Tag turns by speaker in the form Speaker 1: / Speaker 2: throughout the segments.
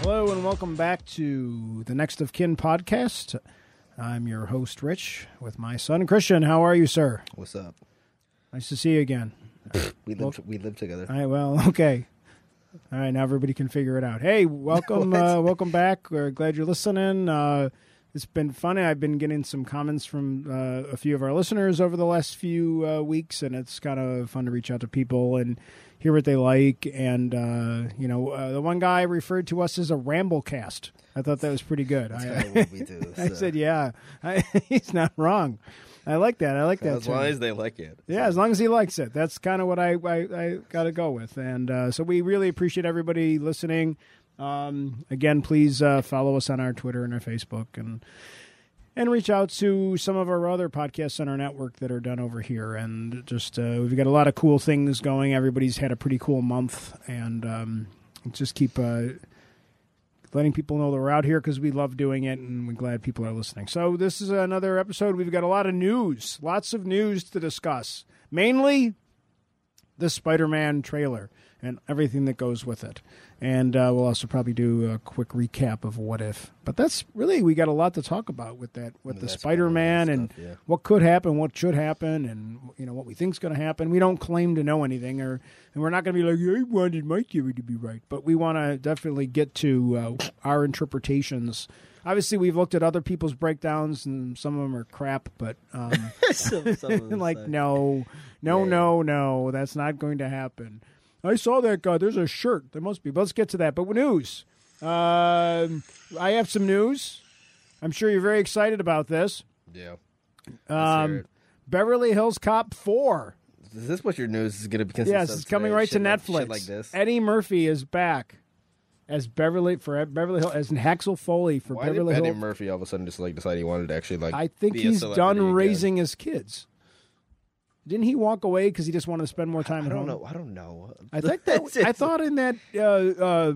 Speaker 1: Hello and welcome back to the Next of Kin podcast. I'm your host, Rich, with my son Christian. How are you, sir?
Speaker 2: What's up?
Speaker 1: Nice to see you again.
Speaker 2: We live we live together.
Speaker 1: All right, well, okay. All right, now everybody can figure it out. Hey, welcome, uh, welcome back. We're glad you're listening. Uh, it's been funny. I've been getting some comments from uh, a few of our listeners over the last few uh, weeks, and it's kind of fun to reach out to people and hear what they like. And uh, you know, uh, the one guy referred to us as a Ramblecast. I thought that was pretty good. I,
Speaker 2: That's kinda what we do.
Speaker 1: I
Speaker 2: so.
Speaker 1: said, yeah, I, he's not wrong. I like that. I like that.
Speaker 2: As long
Speaker 1: term.
Speaker 2: as they like it.
Speaker 1: Yeah, as long as he likes it. That's kind of what I, I, I got to go with. And uh, so we really appreciate everybody listening. Um, again, please uh, follow us on our Twitter and our Facebook and and reach out to some of our other podcasts on our network that are done over here. And just uh, we've got a lot of cool things going. Everybody's had a pretty cool month, and um, just keep uh, letting people know that we're out here because we love doing it, and we're glad people are listening. So this is another episode. We've got a lot of news, lots of news to discuss. Mainly the Spider-Man trailer and everything that goes with it. And uh, we'll also probably do a quick recap of What If. But that's really we got a lot to talk about with that with
Speaker 2: With
Speaker 1: the
Speaker 2: that
Speaker 1: Spider-Man
Speaker 2: Spider-Man
Speaker 1: and
Speaker 2: stuff, yeah.
Speaker 1: what could happen, what should happen, and you know what we think's going to happen. We don't claim to know anything, or and we're not going to be like I wanted my theory to be right, but we want to definitely get to uh, our interpretations. Obviously, we've looked at other people's breakdowns, and some of them are crap, but. Um,
Speaker 2: Some- some of them
Speaker 1: like
Speaker 2: suck.
Speaker 1: no no
Speaker 2: Yeah.
Speaker 1: no no that's not going to happen i saw that guy there's a shirt there must be but let's get to that but news um, i have some news i'm sure you're very excited about this
Speaker 2: Yeah. Let's hear
Speaker 1: um,
Speaker 2: it.
Speaker 1: beverly hills cop 4
Speaker 2: is this what your news is going to be? consistent
Speaker 1: yes
Speaker 2: of
Speaker 1: it's coming
Speaker 2: today?
Speaker 1: right to
Speaker 2: Shit like-
Speaker 1: netflix
Speaker 2: shit like this.
Speaker 1: eddie murphy is back as beverly for beverly hill as Haxel foley for
Speaker 2: Why
Speaker 1: beverly
Speaker 2: did Eddie
Speaker 1: hill
Speaker 2: Murphy all of a sudden just like decide he wanted to actually like?
Speaker 1: I think
Speaker 2: be a
Speaker 1: he's
Speaker 2: celebrity
Speaker 1: done
Speaker 2: again?
Speaker 1: raising his kids. Didn't he walk away because he just wanted to spend more time
Speaker 2: I
Speaker 1: at
Speaker 2: don't
Speaker 1: home?
Speaker 2: know. I don't know.
Speaker 1: I think that
Speaker 2: That's
Speaker 1: I
Speaker 2: it.
Speaker 1: thought in that uh, uh,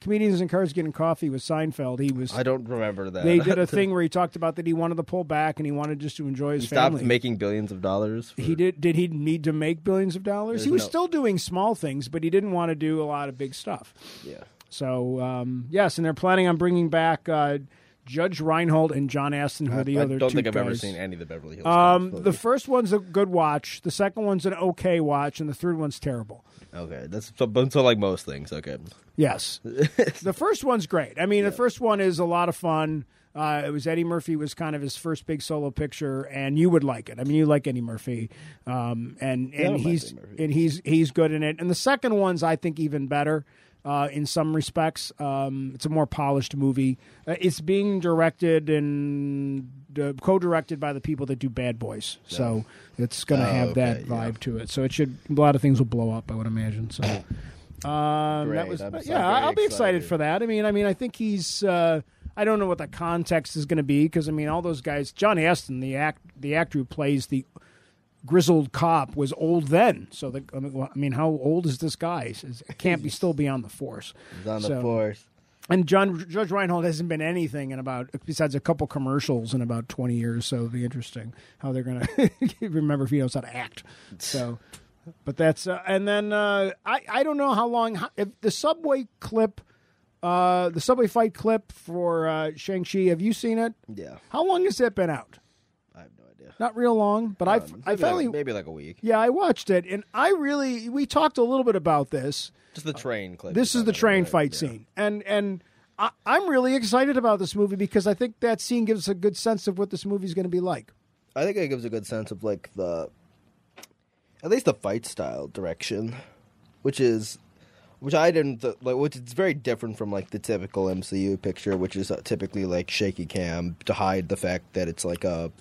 Speaker 1: comedians and cars getting coffee with Seinfeld, he was.
Speaker 2: I don't remember that.
Speaker 1: they did a thing where he talked about that he wanted to pull back and he wanted just to enjoy his
Speaker 2: he stopped
Speaker 1: family.
Speaker 2: making billions of dollars. for-
Speaker 1: he did. Did he need to make billions of dollars? he
Speaker 2: There's
Speaker 1: was
Speaker 2: no-
Speaker 1: still doing small things, but he didn't want to do a lot of big stuff.
Speaker 2: Yeah.
Speaker 1: So um, yes, and they're planning on bringing back uh, Judge Reinhold and John Aston, who are the
Speaker 2: I
Speaker 1: other
Speaker 2: don't
Speaker 1: two
Speaker 2: think I've ever
Speaker 1: guys.
Speaker 2: seen any of the Beverly Hills.
Speaker 1: Um,
Speaker 2: Cops
Speaker 1: the
Speaker 2: movies.
Speaker 1: first one's a good watch. The second one's an okay watch, and the third one's terrible.
Speaker 2: okay, that's so, but so like most things. Okay,
Speaker 1: Yes, the first one's great. I mean, the first one is a lot of fun. Uh, it was Eddie Murphy was kind of his first big solo picture, and you would like it. I mean, you like Eddie Murphy, um, and
Speaker 2: I
Speaker 1: and
Speaker 2: like
Speaker 1: he's
Speaker 2: Eddie Murphy.
Speaker 1: and he's he's good in it. And the second one's I think even better. Uh, in some respects, um, it's a more polished movie. Uh, it's being directed and uh, co-directed by the people that do Bad Boys, so it's going to
Speaker 2: Oh,
Speaker 1: have that
Speaker 2: okay,
Speaker 1: vibe
Speaker 2: yeah.
Speaker 1: to it. So it should a lot of things will blow up, I would imagine. So um, that
Speaker 2: Great.
Speaker 1: was
Speaker 2: I'm
Speaker 1: but
Speaker 2: so
Speaker 1: yeah,
Speaker 2: very
Speaker 1: I'll be excited
Speaker 2: excited.
Speaker 1: for that. I mean, I mean, I think he's. Uh, I don't know what the context is going to be because I mean, all those guys. John Aston, the act, the actor who plays the grizzled cop, was old then. So the, I mean, well, I mean, how old is this guy? Is- It can't be still be on the force.
Speaker 2: he's on
Speaker 1: So-
Speaker 2: the force.
Speaker 1: And John Judge Reinhold hasn't been anything in about besides a couple commercials in about twenty years. So it'll be interesting how they're gonna remember if he knows how to act. So, but that's uh, and then uh, I I don't know how long how, if the subway clip, uh, the subway fight clip for uh, Shang Chi. Have you seen it?
Speaker 2: Yeah,
Speaker 1: How long has it been out?
Speaker 2: I have no idea.
Speaker 1: Not real long, but
Speaker 2: Um,
Speaker 1: I I
Speaker 2: maybe
Speaker 1: finally
Speaker 2: like, maybe like a week.
Speaker 1: yeah I watched it and I really we talked a little bit about this.
Speaker 2: Just the train clip.
Speaker 1: Uh, This
Speaker 2: you're
Speaker 1: is
Speaker 2: talking
Speaker 1: the
Speaker 2: about,
Speaker 1: train
Speaker 2: right?
Speaker 1: fight
Speaker 2: Yeah.
Speaker 1: scene, and and I, I'm really excited about this movie because I think that scene gives us a good sense of what this movie's going to be like.
Speaker 2: I think it gives a good sense of like the at least the fight style direction, which is which I didn't th- like. Which it's very different from like the typical MCU picture, which is uh, typically like shaky cam to hide the fact that it's like a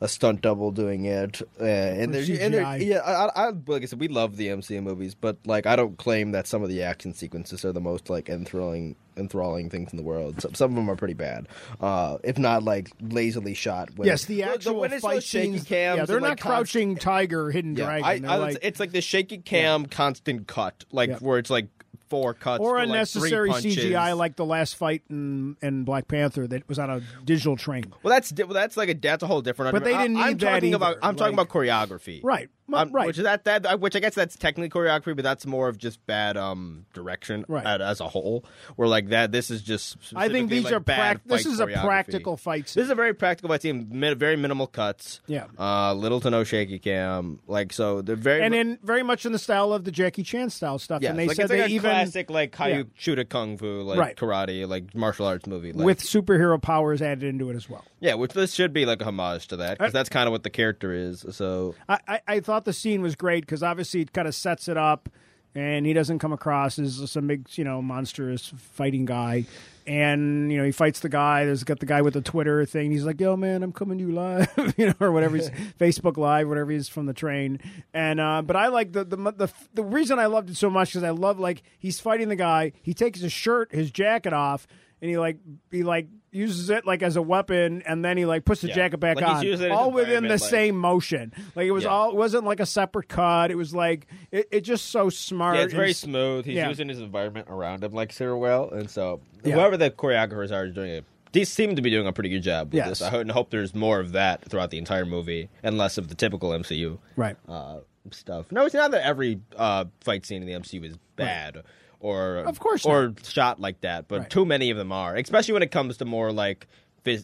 Speaker 3: a stunt double doing it, uh, and
Speaker 1: Or
Speaker 3: there's and there,
Speaker 1: CGI.
Speaker 3: yeah, I, I like I said, we love the MCU movies, but like I don't claim that some of the action sequences are the most like enthralling enthralling things in the world. Some, some of them are pretty bad, uh, if not like lazily shot. When,
Speaker 1: Yes, the
Speaker 3: when
Speaker 1: actual
Speaker 3: it's those
Speaker 1: fight
Speaker 3: shaky
Speaker 1: scenes.
Speaker 3: cams
Speaker 1: yeah, they're
Speaker 3: and,
Speaker 1: not
Speaker 3: like, const-
Speaker 1: crouching tiger, hidden
Speaker 3: yeah,
Speaker 1: dragon.
Speaker 3: I,
Speaker 1: They're
Speaker 3: I,
Speaker 1: like-
Speaker 3: it's, it's like the shaky cam, constant cut, like
Speaker 1: Yeah.
Speaker 3: where it's like four cuts
Speaker 1: or
Speaker 3: for, like,
Speaker 1: unnecessary
Speaker 3: three punches.
Speaker 1: CGI like the last fight in, in Black Panther that was on a digital train.
Speaker 3: Well, that's di- well, that's like a that's a whole different.
Speaker 1: But they
Speaker 3: I-
Speaker 1: didn't
Speaker 3: I'm
Speaker 1: need that
Speaker 3: talking
Speaker 1: either,
Speaker 3: about I'm talking
Speaker 1: like-
Speaker 3: about choreography,
Speaker 1: Right. Well,
Speaker 3: Um,
Speaker 1: right.
Speaker 3: Which that that which I guess that's technically choreography, but that's more of just bad um direction
Speaker 1: Right.
Speaker 3: at- as a whole. Where like that, this is just
Speaker 1: I think
Speaker 3: specifically,
Speaker 1: these
Speaker 3: like,
Speaker 1: are
Speaker 3: bad
Speaker 1: prac- this
Speaker 3: fight
Speaker 1: is a
Speaker 3: choreography.
Speaker 1: practical fight
Speaker 3: This
Speaker 1: scene.
Speaker 3: is a very practical fight scene. mi- Very minimal cuts.
Speaker 1: Yeah.
Speaker 3: Uh, little to no shaky cam. Like so, they're very
Speaker 1: and in very much in the style of the Jackie Chan style stuff.
Speaker 3: Yeah,
Speaker 1: and they
Speaker 3: like,
Speaker 1: said
Speaker 3: it's like
Speaker 1: they
Speaker 3: a
Speaker 1: even
Speaker 3: classic like how
Speaker 1: Yeah.
Speaker 3: you shoot a kung fu like
Speaker 1: Right.
Speaker 3: karate like martial arts movie like,
Speaker 1: with superhero powers added into it as well.
Speaker 3: yeah, which this should be like a homage to that
Speaker 1: Uh,
Speaker 3: because that's kind of what the character is. So
Speaker 1: I, I, I thought the scene was great because obviously it kind of sets it up, and he doesn't come across as some big you know monstrous fighting guy, and you know he fights the guy. There's got the guy with the Twitter thing. He's like, "Yo, man, I'm coming to you live," you know, or whatever. He's Facebook Live, whatever he's from the train. And uh, but I like the the the the reason I loved it so much because I love like he's fighting the guy. He takes his shirt, his jacket off, and he like he like uses it like as a weapon, and then he like puts the
Speaker 3: Yeah.
Speaker 1: jacket back
Speaker 3: Like, he's
Speaker 1: on,
Speaker 3: using it as
Speaker 1: all
Speaker 3: a
Speaker 1: within the
Speaker 3: weapon, like-
Speaker 1: same same motion. Like it was
Speaker 3: Yeah.
Speaker 1: all it wasn't like a separate cut. It was like it, it just so smart.
Speaker 3: Yeah, it's very
Speaker 1: and-
Speaker 3: smooth. He's
Speaker 1: yeah.
Speaker 3: using his environment around him like Sarah well, and so
Speaker 1: Yeah.
Speaker 3: whoever the choreographers are is doing it. These seem to be doing a pretty good job with
Speaker 1: Yes.
Speaker 3: this. I hope, and hope there's more of that throughout the entire movie, and less of the typical MCU
Speaker 1: Right.
Speaker 3: uh, stuff. No, it's not that every uh, fight scene in the MCU is bad or
Speaker 1: Of course
Speaker 3: or shot like that, but
Speaker 1: Right.
Speaker 3: too many of them are, especially when it comes to more like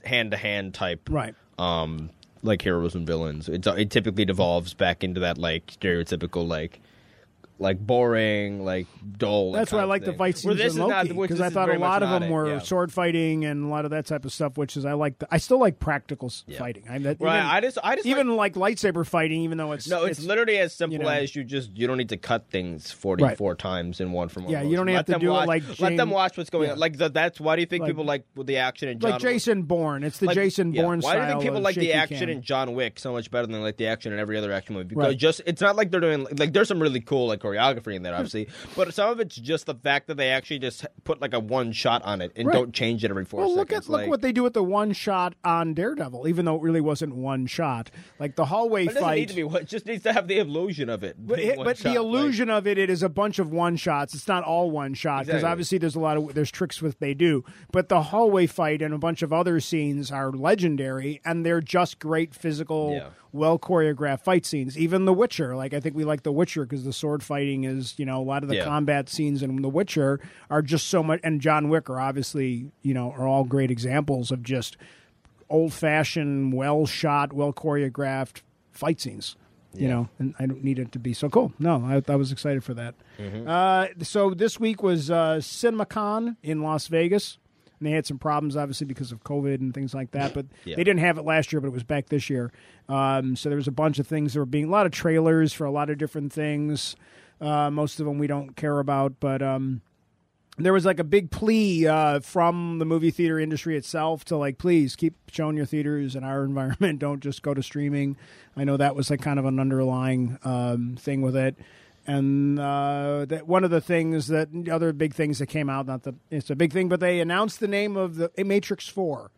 Speaker 3: hand to hand type
Speaker 1: Right.
Speaker 3: um like heroes and villains. It it typically devolves back into that like stereotypical like like boring, like dull.
Speaker 1: That's why I
Speaker 3: kind of
Speaker 1: like the
Speaker 3: thing.
Speaker 1: fight scenes
Speaker 3: Where this
Speaker 1: in
Speaker 3: is not-
Speaker 1: Loki
Speaker 3: which
Speaker 1: because
Speaker 3: this
Speaker 1: I
Speaker 3: is
Speaker 1: thought a
Speaker 3: very much
Speaker 1: lot of
Speaker 3: not
Speaker 1: them
Speaker 3: it,
Speaker 1: were
Speaker 3: yeah.
Speaker 1: sword fighting and a lot of that type of stuff, which is I like. The, I still like practical s fighting. I, that,
Speaker 3: Right,
Speaker 1: even,
Speaker 3: I just- I just
Speaker 1: even like, lightsaber fighting, even though it's
Speaker 3: No, it's, literally as simple
Speaker 1: know.
Speaker 3: as you just you don't need to cut things forty four times in one from one.
Speaker 1: Yeah, you don't
Speaker 3: motion.
Speaker 1: have
Speaker 3: Let
Speaker 1: to
Speaker 3: them
Speaker 1: do it
Speaker 3: watch,
Speaker 1: like
Speaker 3: let them
Speaker 1: Jane-
Speaker 3: watch what's going
Speaker 1: yeah.
Speaker 3: on. Like the, that's why do you think
Speaker 1: Like-
Speaker 3: people like the action in John
Speaker 1: like
Speaker 3: Wick?
Speaker 1: Jason Bourne. It's the
Speaker 3: Like,
Speaker 1: Jason
Speaker 3: yeah,
Speaker 1: Bourne
Speaker 3: Why do you
Speaker 1: style
Speaker 3: think people
Speaker 1: of
Speaker 3: like the
Speaker 1: shaky
Speaker 3: action
Speaker 1: cam.
Speaker 3: in John Wick so much better than like the action in every other action movie? Because
Speaker 1: Right.
Speaker 3: just it's not like they're doing like there's some really cool like choreography in there, obviously, but some of it's just the fact that they actually just put like a one shot on it and
Speaker 1: Right.
Speaker 3: don't change it every four
Speaker 1: Well, look
Speaker 3: seconds.
Speaker 1: at look
Speaker 3: like,
Speaker 1: what they do with the one shot on Daredevil, even though it really wasn't one shot. Like the hallway
Speaker 3: it doesn't
Speaker 1: fight
Speaker 3: need to be. one- It just needs to have the illusion of it.
Speaker 1: But,
Speaker 3: being
Speaker 1: it,
Speaker 3: one
Speaker 1: but
Speaker 3: shot,
Speaker 1: the
Speaker 3: like-
Speaker 1: illusion of it, it is a bunch of one shots. It's not all one shot because
Speaker 3: Exactly.
Speaker 1: obviously there's a lot of there's tricks with they do. But the hallway fight and a bunch of other scenes are legendary, and they're just great physical,
Speaker 3: Yeah.
Speaker 1: well choreographed fight scenes. Even The Witcher, like I think we like The Witcher because the sword fighting is you know a lot of the
Speaker 3: Yeah.
Speaker 1: combat scenes in The Witcher are just so much. And John Wick are obviously you know are all great examples of just old fashioned, well shot, well choreographed fight scenes. You know, and I don't need it to be so cool. No, I, I was excited for that. Uh, so this week was uh, CinemaCon in Las Vegas. And they had some problems, obviously, because of COVID and things like that. But
Speaker 3: Yeah.
Speaker 1: they didn't have it last year, but it was back this year. Um, so there was a bunch of things. There were being a lot of trailers for a lot of different things. Uh, most of them we don't care about, but um, there was like a big plea uh, from the movie theater industry itself to like please keep showing your theaters in our environment don't just go to streaming i know that was like kind of an underlying um, thing with it and uh, that one of the things that other big things that came out not the it's a big thing but they announced the name of the matrix 4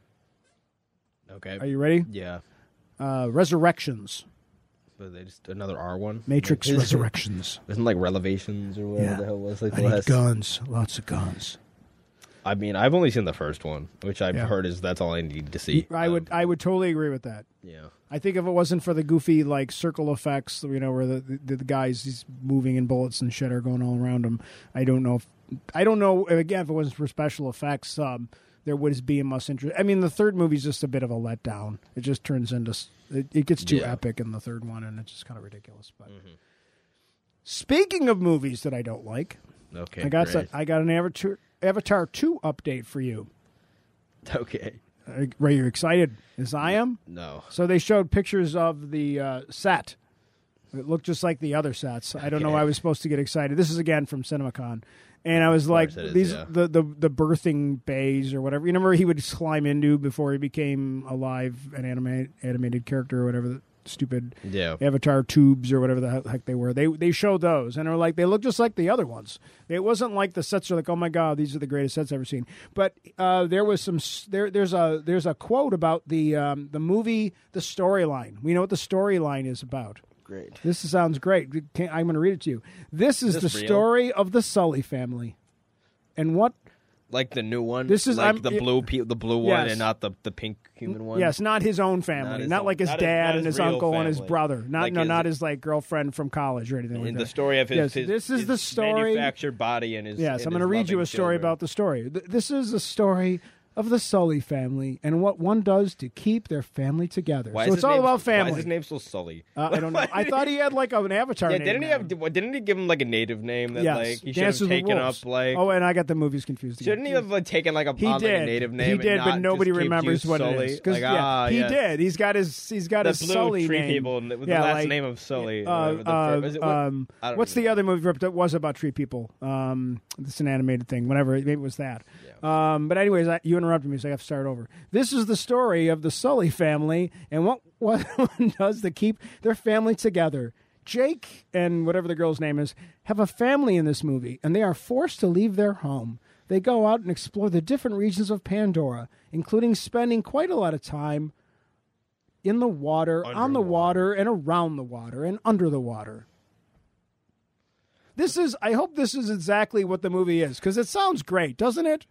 Speaker 3: Okay.
Speaker 1: are you ready
Speaker 3: yeah.
Speaker 1: uh, resurrections
Speaker 3: But they just another R one.
Speaker 1: matrix
Speaker 3: Like,
Speaker 1: resurrections
Speaker 3: Isn't like relevations or whatever
Speaker 1: Yeah.
Speaker 3: the hell it was like
Speaker 1: i uh,
Speaker 3: the
Speaker 1: need
Speaker 3: last.
Speaker 1: guns lots of guns
Speaker 3: I mean, I've only seen the first one, which I've
Speaker 1: Yeah.
Speaker 3: heard is that's all I need to see.
Speaker 1: i would i would totally agree with that
Speaker 3: Yeah.
Speaker 1: I think if it wasn't for the goofy like circle effects, you know, where the the, the guys he's moving and bullets and shit are going all around him, I don't know if I don't know again if it wasn't for special effects, um, there would be much interest. I mean, the third movie's just a bit of a letdown. It just turns into s- it, it gets too
Speaker 3: Yeah. Mm-hmm.
Speaker 1: epic in the third one, and it's just kind of ridiculous. But speaking of movies that I don't like,
Speaker 3: Okay.
Speaker 1: I got
Speaker 3: great.
Speaker 1: I got an Avatar Avatar two update for you.
Speaker 3: Okay.
Speaker 1: Are are you excited as I am?
Speaker 3: No.
Speaker 1: So they showed pictures of the uh, set. It looked just like the other sets. I don't know
Speaker 3: Okay.
Speaker 1: why I was supposed to get excited. This is again from CinemaCon, And I was like,
Speaker 3: course it is,
Speaker 1: these
Speaker 3: yeah.
Speaker 1: the, the the birthing bays or whatever. You remember he would slime into before he became a live an anime animated character or whatever the stupid
Speaker 3: Yeah.
Speaker 1: Avatar tubes or whatever the he- heck they were. They they showed those and they were like they look just like the other ones. It wasn't like the sets are like oh my god these are the greatest sets I've ever seen. But uh, there was some s- there there's a there's a quote about the um, the movie the storyline. We know what the storyline is about.
Speaker 2: Great.
Speaker 1: This sounds great. We can't- I'm going to read it to you. This is,
Speaker 3: this
Speaker 1: the
Speaker 3: real?
Speaker 1: story of the Sully family, and what?
Speaker 3: Like the new one.
Speaker 1: This is-
Speaker 3: like
Speaker 1: I'm-
Speaker 3: the
Speaker 1: it-
Speaker 3: blue pe- the blue one
Speaker 1: Yes.
Speaker 3: and not the, the pink human one.
Speaker 1: Yes, not his own family, not,
Speaker 3: his own-
Speaker 1: like his
Speaker 3: not his-
Speaker 1: dad
Speaker 3: not
Speaker 1: and
Speaker 3: his
Speaker 1: his
Speaker 3: real
Speaker 1: uncle and his
Speaker 3: family.
Speaker 1: brother. Not
Speaker 3: Like
Speaker 1: no,
Speaker 3: his-
Speaker 1: not his like girlfriend from college or anything. like
Speaker 3: In
Speaker 1: that.
Speaker 3: the story of his,
Speaker 1: Yes,
Speaker 3: his-
Speaker 1: this is
Speaker 3: his
Speaker 1: the story-
Speaker 3: manufactured body and his
Speaker 1: Yes,
Speaker 3: and
Speaker 1: I'm going to
Speaker 3: his
Speaker 1: read you
Speaker 3: loving
Speaker 1: a story
Speaker 3: children.
Speaker 1: about the story. Th- This is the story of the Sully family and what one does to keep their family together.
Speaker 3: Why
Speaker 1: so
Speaker 3: is
Speaker 1: it's
Speaker 3: his
Speaker 1: all
Speaker 3: name-
Speaker 1: about
Speaker 3: Why is his
Speaker 1: family.
Speaker 3: name so Sully?
Speaker 1: Uh, I don't know. I thought he had like an avatar.
Speaker 3: Yeah,
Speaker 1: name
Speaker 3: didn't he
Speaker 1: now.
Speaker 3: have? Didn't he give him like a native name that
Speaker 1: Yes.
Speaker 3: like he should have
Speaker 1: Dances with
Speaker 3: taken up
Speaker 1: Wolves.
Speaker 3: like?
Speaker 1: Oh, and I got the movies confused. Again.
Speaker 3: Shouldn't he have like taken like a
Speaker 1: He
Speaker 3: odd, like,
Speaker 1: did.
Speaker 3: a native
Speaker 1: he
Speaker 3: name?
Speaker 1: did,
Speaker 3: and
Speaker 1: but
Speaker 3: not
Speaker 1: nobody
Speaker 3: just keep
Speaker 1: remembers
Speaker 3: you
Speaker 1: what
Speaker 3: Sully?
Speaker 1: it is. 'Cause,
Speaker 3: Like,
Speaker 1: yeah,
Speaker 3: ah,
Speaker 1: he
Speaker 3: yes.
Speaker 1: did. He's got his. He's got
Speaker 3: The
Speaker 1: his
Speaker 3: blue
Speaker 1: Sully
Speaker 3: tree
Speaker 1: name.
Speaker 3: people with the
Speaker 1: Yeah,
Speaker 3: last
Speaker 1: like,
Speaker 3: name of Sully. or
Speaker 1: uh,
Speaker 3: whatever. The
Speaker 1: uh,
Speaker 3: fir- was it- what-
Speaker 1: um,
Speaker 3: I don't
Speaker 1: what's the
Speaker 3: remember.
Speaker 1: other movie ripped up was about tree people? Um, it's an animated thing. Whatever, maybe it was that. Um, but anyways, I, you interrupted me, so I have to start over. This is the story of the Sully family and what what one does to keep their family together. Jake and whatever the girl's name is have a family in this movie, and they are forced to leave their home. They go out and explore the different regions of Pandora, including spending quite a lot of time in the water, on the water, and around the water, and under the water. This is. I hope this is exactly what the movie is because it sounds great, doesn't it?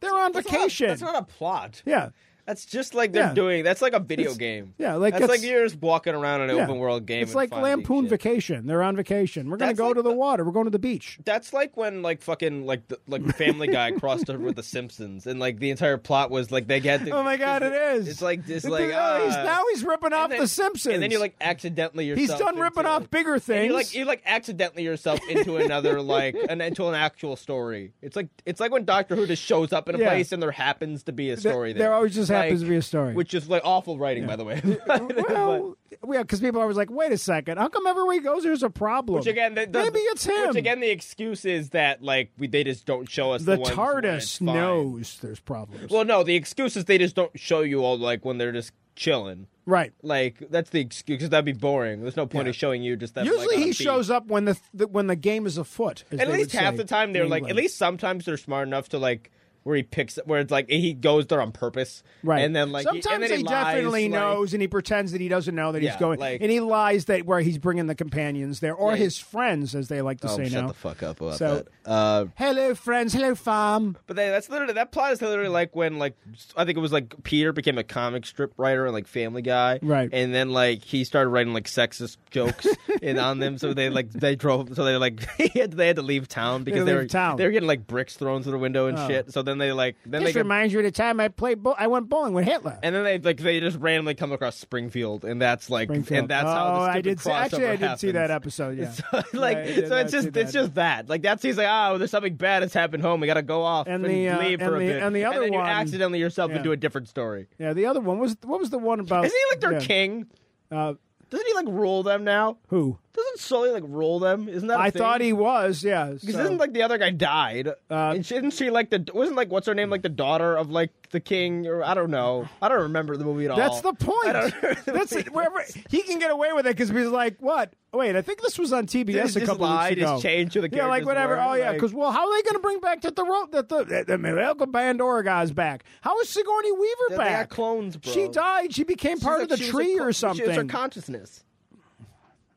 Speaker 1: They're on
Speaker 3: That's not a-
Speaker 1: vacation.
Speaker 3: That's not a plot.
Speaker 1: yeah,
Speaker 3: That's just like they're
Speaker 1: Yeah.
Speaker 3: doing. That's like a video
Speaker 1: It's-
Speaker 3: game.
Speaker 1: yeah, like
Speaker 3: that's like
Speaker 1: it's-
Speaker 3: you're just walking around in an
Speaker 1: yeah.
Speaker 3: open world game.
Speaker 1: It's
Speaker 3: and
Speaker 1: like
Speaker 3: finding
Speaker 1: Lampoon
Speaker 3: shit.
Speaker 1: Vacation. They're on vacation. We're gonna
Speaker 3: That's
Speaker 1: go
Speaker 3: like
Speaker 1: to the,
Speaker 3: the-
Speaker 1: water. We're going to the beach.
Speaker 3: That's like when like fucking like the, like Family Guy crossed over with The Simpsons, and like the entire plot was like they had. To,
Speaker 1: Oh my god, it is.
Speaker 3: It's like this
Speaker 1: It-
Speaker 3: like
Speaker 1: oh, he's,
Speaker 3: ah.
Speaker 1: now he's ripping off
Speaker 3: And then-
Speaker 1: the Simpsons.
Speaker 3: and then you like accidentally yourself.
Speaker 1: he's done
Speaker 3: into,
Speaker 1: ripping off bigger
Speaker 3: And
Speaker 1: things.
Speaker 3: you like you like accidentally yourself into another like an into an actual story. It's like it's like when Doctor Who just shows up in a
Speaker 1: Yeah.
Speaker 3: place and there happens to be a
Speaker 1: There-
Speaker 3: story.
Speaker 1: there always just happens to be a story.
Speaker 3: which is like awful writing, by the way.
Speaker 1: well, yeah, because people are always like, wait a second, how come everywhere he goes there's a problem?
Speaker 3: Which again, the, the,
Speaker 1: maybe it's him.
Speaker 3: Which again, the excuse is that like we, they just don't show us the,
Speaker 1: the
Speaker 3: ones when it's
Speaker 1: TARDIS
Speaker 3: fine.
Speaker 1: knows there's problems.
Speaker 3: Well, no, the excuse is they just don't show you all like when they're just chilling.
Speaker 1: right.
Speaker 3: Like that's the excuse because that'd be boring. There's no point in showing you just that. like,
Speaker 1: Usually
Speaker 3: on a
Speaker 1: he
Speaker 3: beat.
Speaker 1: shows up when the, the when the game is afoot. as
Speaker 3: at
Speaker 1: they
Speaker 3: least
Speaker 1: would
Speaker 3: half
Speaker 1: say
Speaker 3: the time they're
Speaker 1: in
Speaker 3: like at
Speaker 1: England.
Speaker 3: least sometimes they're smart enough to like where he picks where it's like he goes there on purpose
Speaker 1: right.
Speaker 3: and then like
Speaker 1: sometimes
Speaker 3: he, and then he, lies,
Speaker 1: definitely
Speaker 3: like-
Speaker 1: knows, and he pretends that he doesn't know that he's
Speaker 3: Yeah,
Speaker 1: going,
Speaker 3: like-
Speaker 1: and he lies that where he's bringing the companions there or
Speaker 3: Yeah, he-
Speaker 1: his friends, as they like to
Speaker 3: oh,
Speaker 1: say
Speaker 3: shut
Speaker 1: now.
Speaker 3: the fuck up about
Speaker 1: So-
Speaker 3: that uh,
Speaker 1: Hello, friends. Hello, farm.
Speaker 3: but they, that's literally that plot is literally like when like I think it was like Peter became a comic strip writer and like Family Guy
Speaker 1: Right.
Speaker 3: and then like he started writing like sexist jokes and on them so they like they drove so they like he had, they had to leave town because they
Speaker 1: leave
Speaker 3: were
Speaker 1: town.
Speaker 3: they were getting like bricks thrown through the window and
Speaker 1: Oh.
Speaker 3: shit so then they like then
Speaker 1: This
Speaker 3: they got
Speaker 1: reminds you of the time I played. Bo- I went bowling with Hitler.
Speaker 3: And then they like they just randomly come across Springfield, and that's like,
Speaker 1: Springfield.
Speaker 3: and that's
Speaker 1: oh,
Speaker 3: how the
Speaker 1: I
Speaker 3: stupid
Speaker 1: did see, actually
Speaker 3: crossover
Speaker 1: I did see that
Speaker 3: happens.
Speaker 1: episode. Yeah.
Speaker 3: So, like,
Speaker 1: Yeah, I did
Speaker 3: so
Speaker 1: not
Speaker 3: it's just
Speaker 1: see
Speaker 3: it's
Speaker 1: that.
Speaker 3: just that. Like that's he's like, oh, there's something bad that's happened home. We gotta go off
Speaker 1: And
Speaker 3: and,
Speaker 1: the, uh,
Speaker 3: leave
Speaker 1: and
Speaker 3: for a
Speaker 1: the-
Speaker 3: bit,
Speaker 1: and the other
Speaker 3: then you
Speaker 1: one-
Speaker 3: accidentally yourself
Speaker 1: yeah.
Speaker 3: into a different story.
Speaker 1: Yeah, the other one was what was the one about?
Speaker 3: Isn't he like their
Speaker 1: yeah.
Speaker 3: king?
Speaker 1: Uh,
Speaker 3: Doesn't he like rule them now?
Speaker 1: who?
Speaker 3: Doesn't Sully like rule them? Isn't that? I
Speaker 1: I thought he was. Yeah,
Speaker 3: Because
Speaker 1: so-
Speaker 3: isn't like the other guy died?
Speaker 1: Uh,
Speaker 3: and shouldn't she like the wasn't like what's her name like the daughter of like the king or I don't know I don't remember the movie at all.
Speaker 1: that's the
Speaker 3: Oh,
Speaker 1: point.
Speaker 3: I don't remember the
Speaker 1: That's it. Wherever he can get away with it because he's like, what? Oh, Wait, I think this was on TBS
Speaker 3: Just-
Speaker 1: a
Speaker 3: just
Speaker 1: couple
Speaker 3: lie,
Speaker 1: weeks ago.
Speaker 3: just change who the
Speaker 1: yeah, like
Speaker 3: characters
Speaker 1: whatever.
Speaker 3: were,
Speaker 1: oh yeah,
Speaker 3: like-
Speaker 1: because well, how are they going to bring back that the ro- that the that the America Bandora guy's back? How is Sigourney Weaver
Speaker 3: They got
Speaker 1: back?
Speaker 3: clones, bro.
Speaker 1: She died. She became part
Speaker 3: She's
Speaker 1: of
Speaker 3: like-
Speaker 1: the
Speaker 3: she was
Speaker 1: tree
Speaker 3: a co-
Speaker 1: or
Speaker 3: she was
Speaker 1: something.
Speaker 3: her consciousness.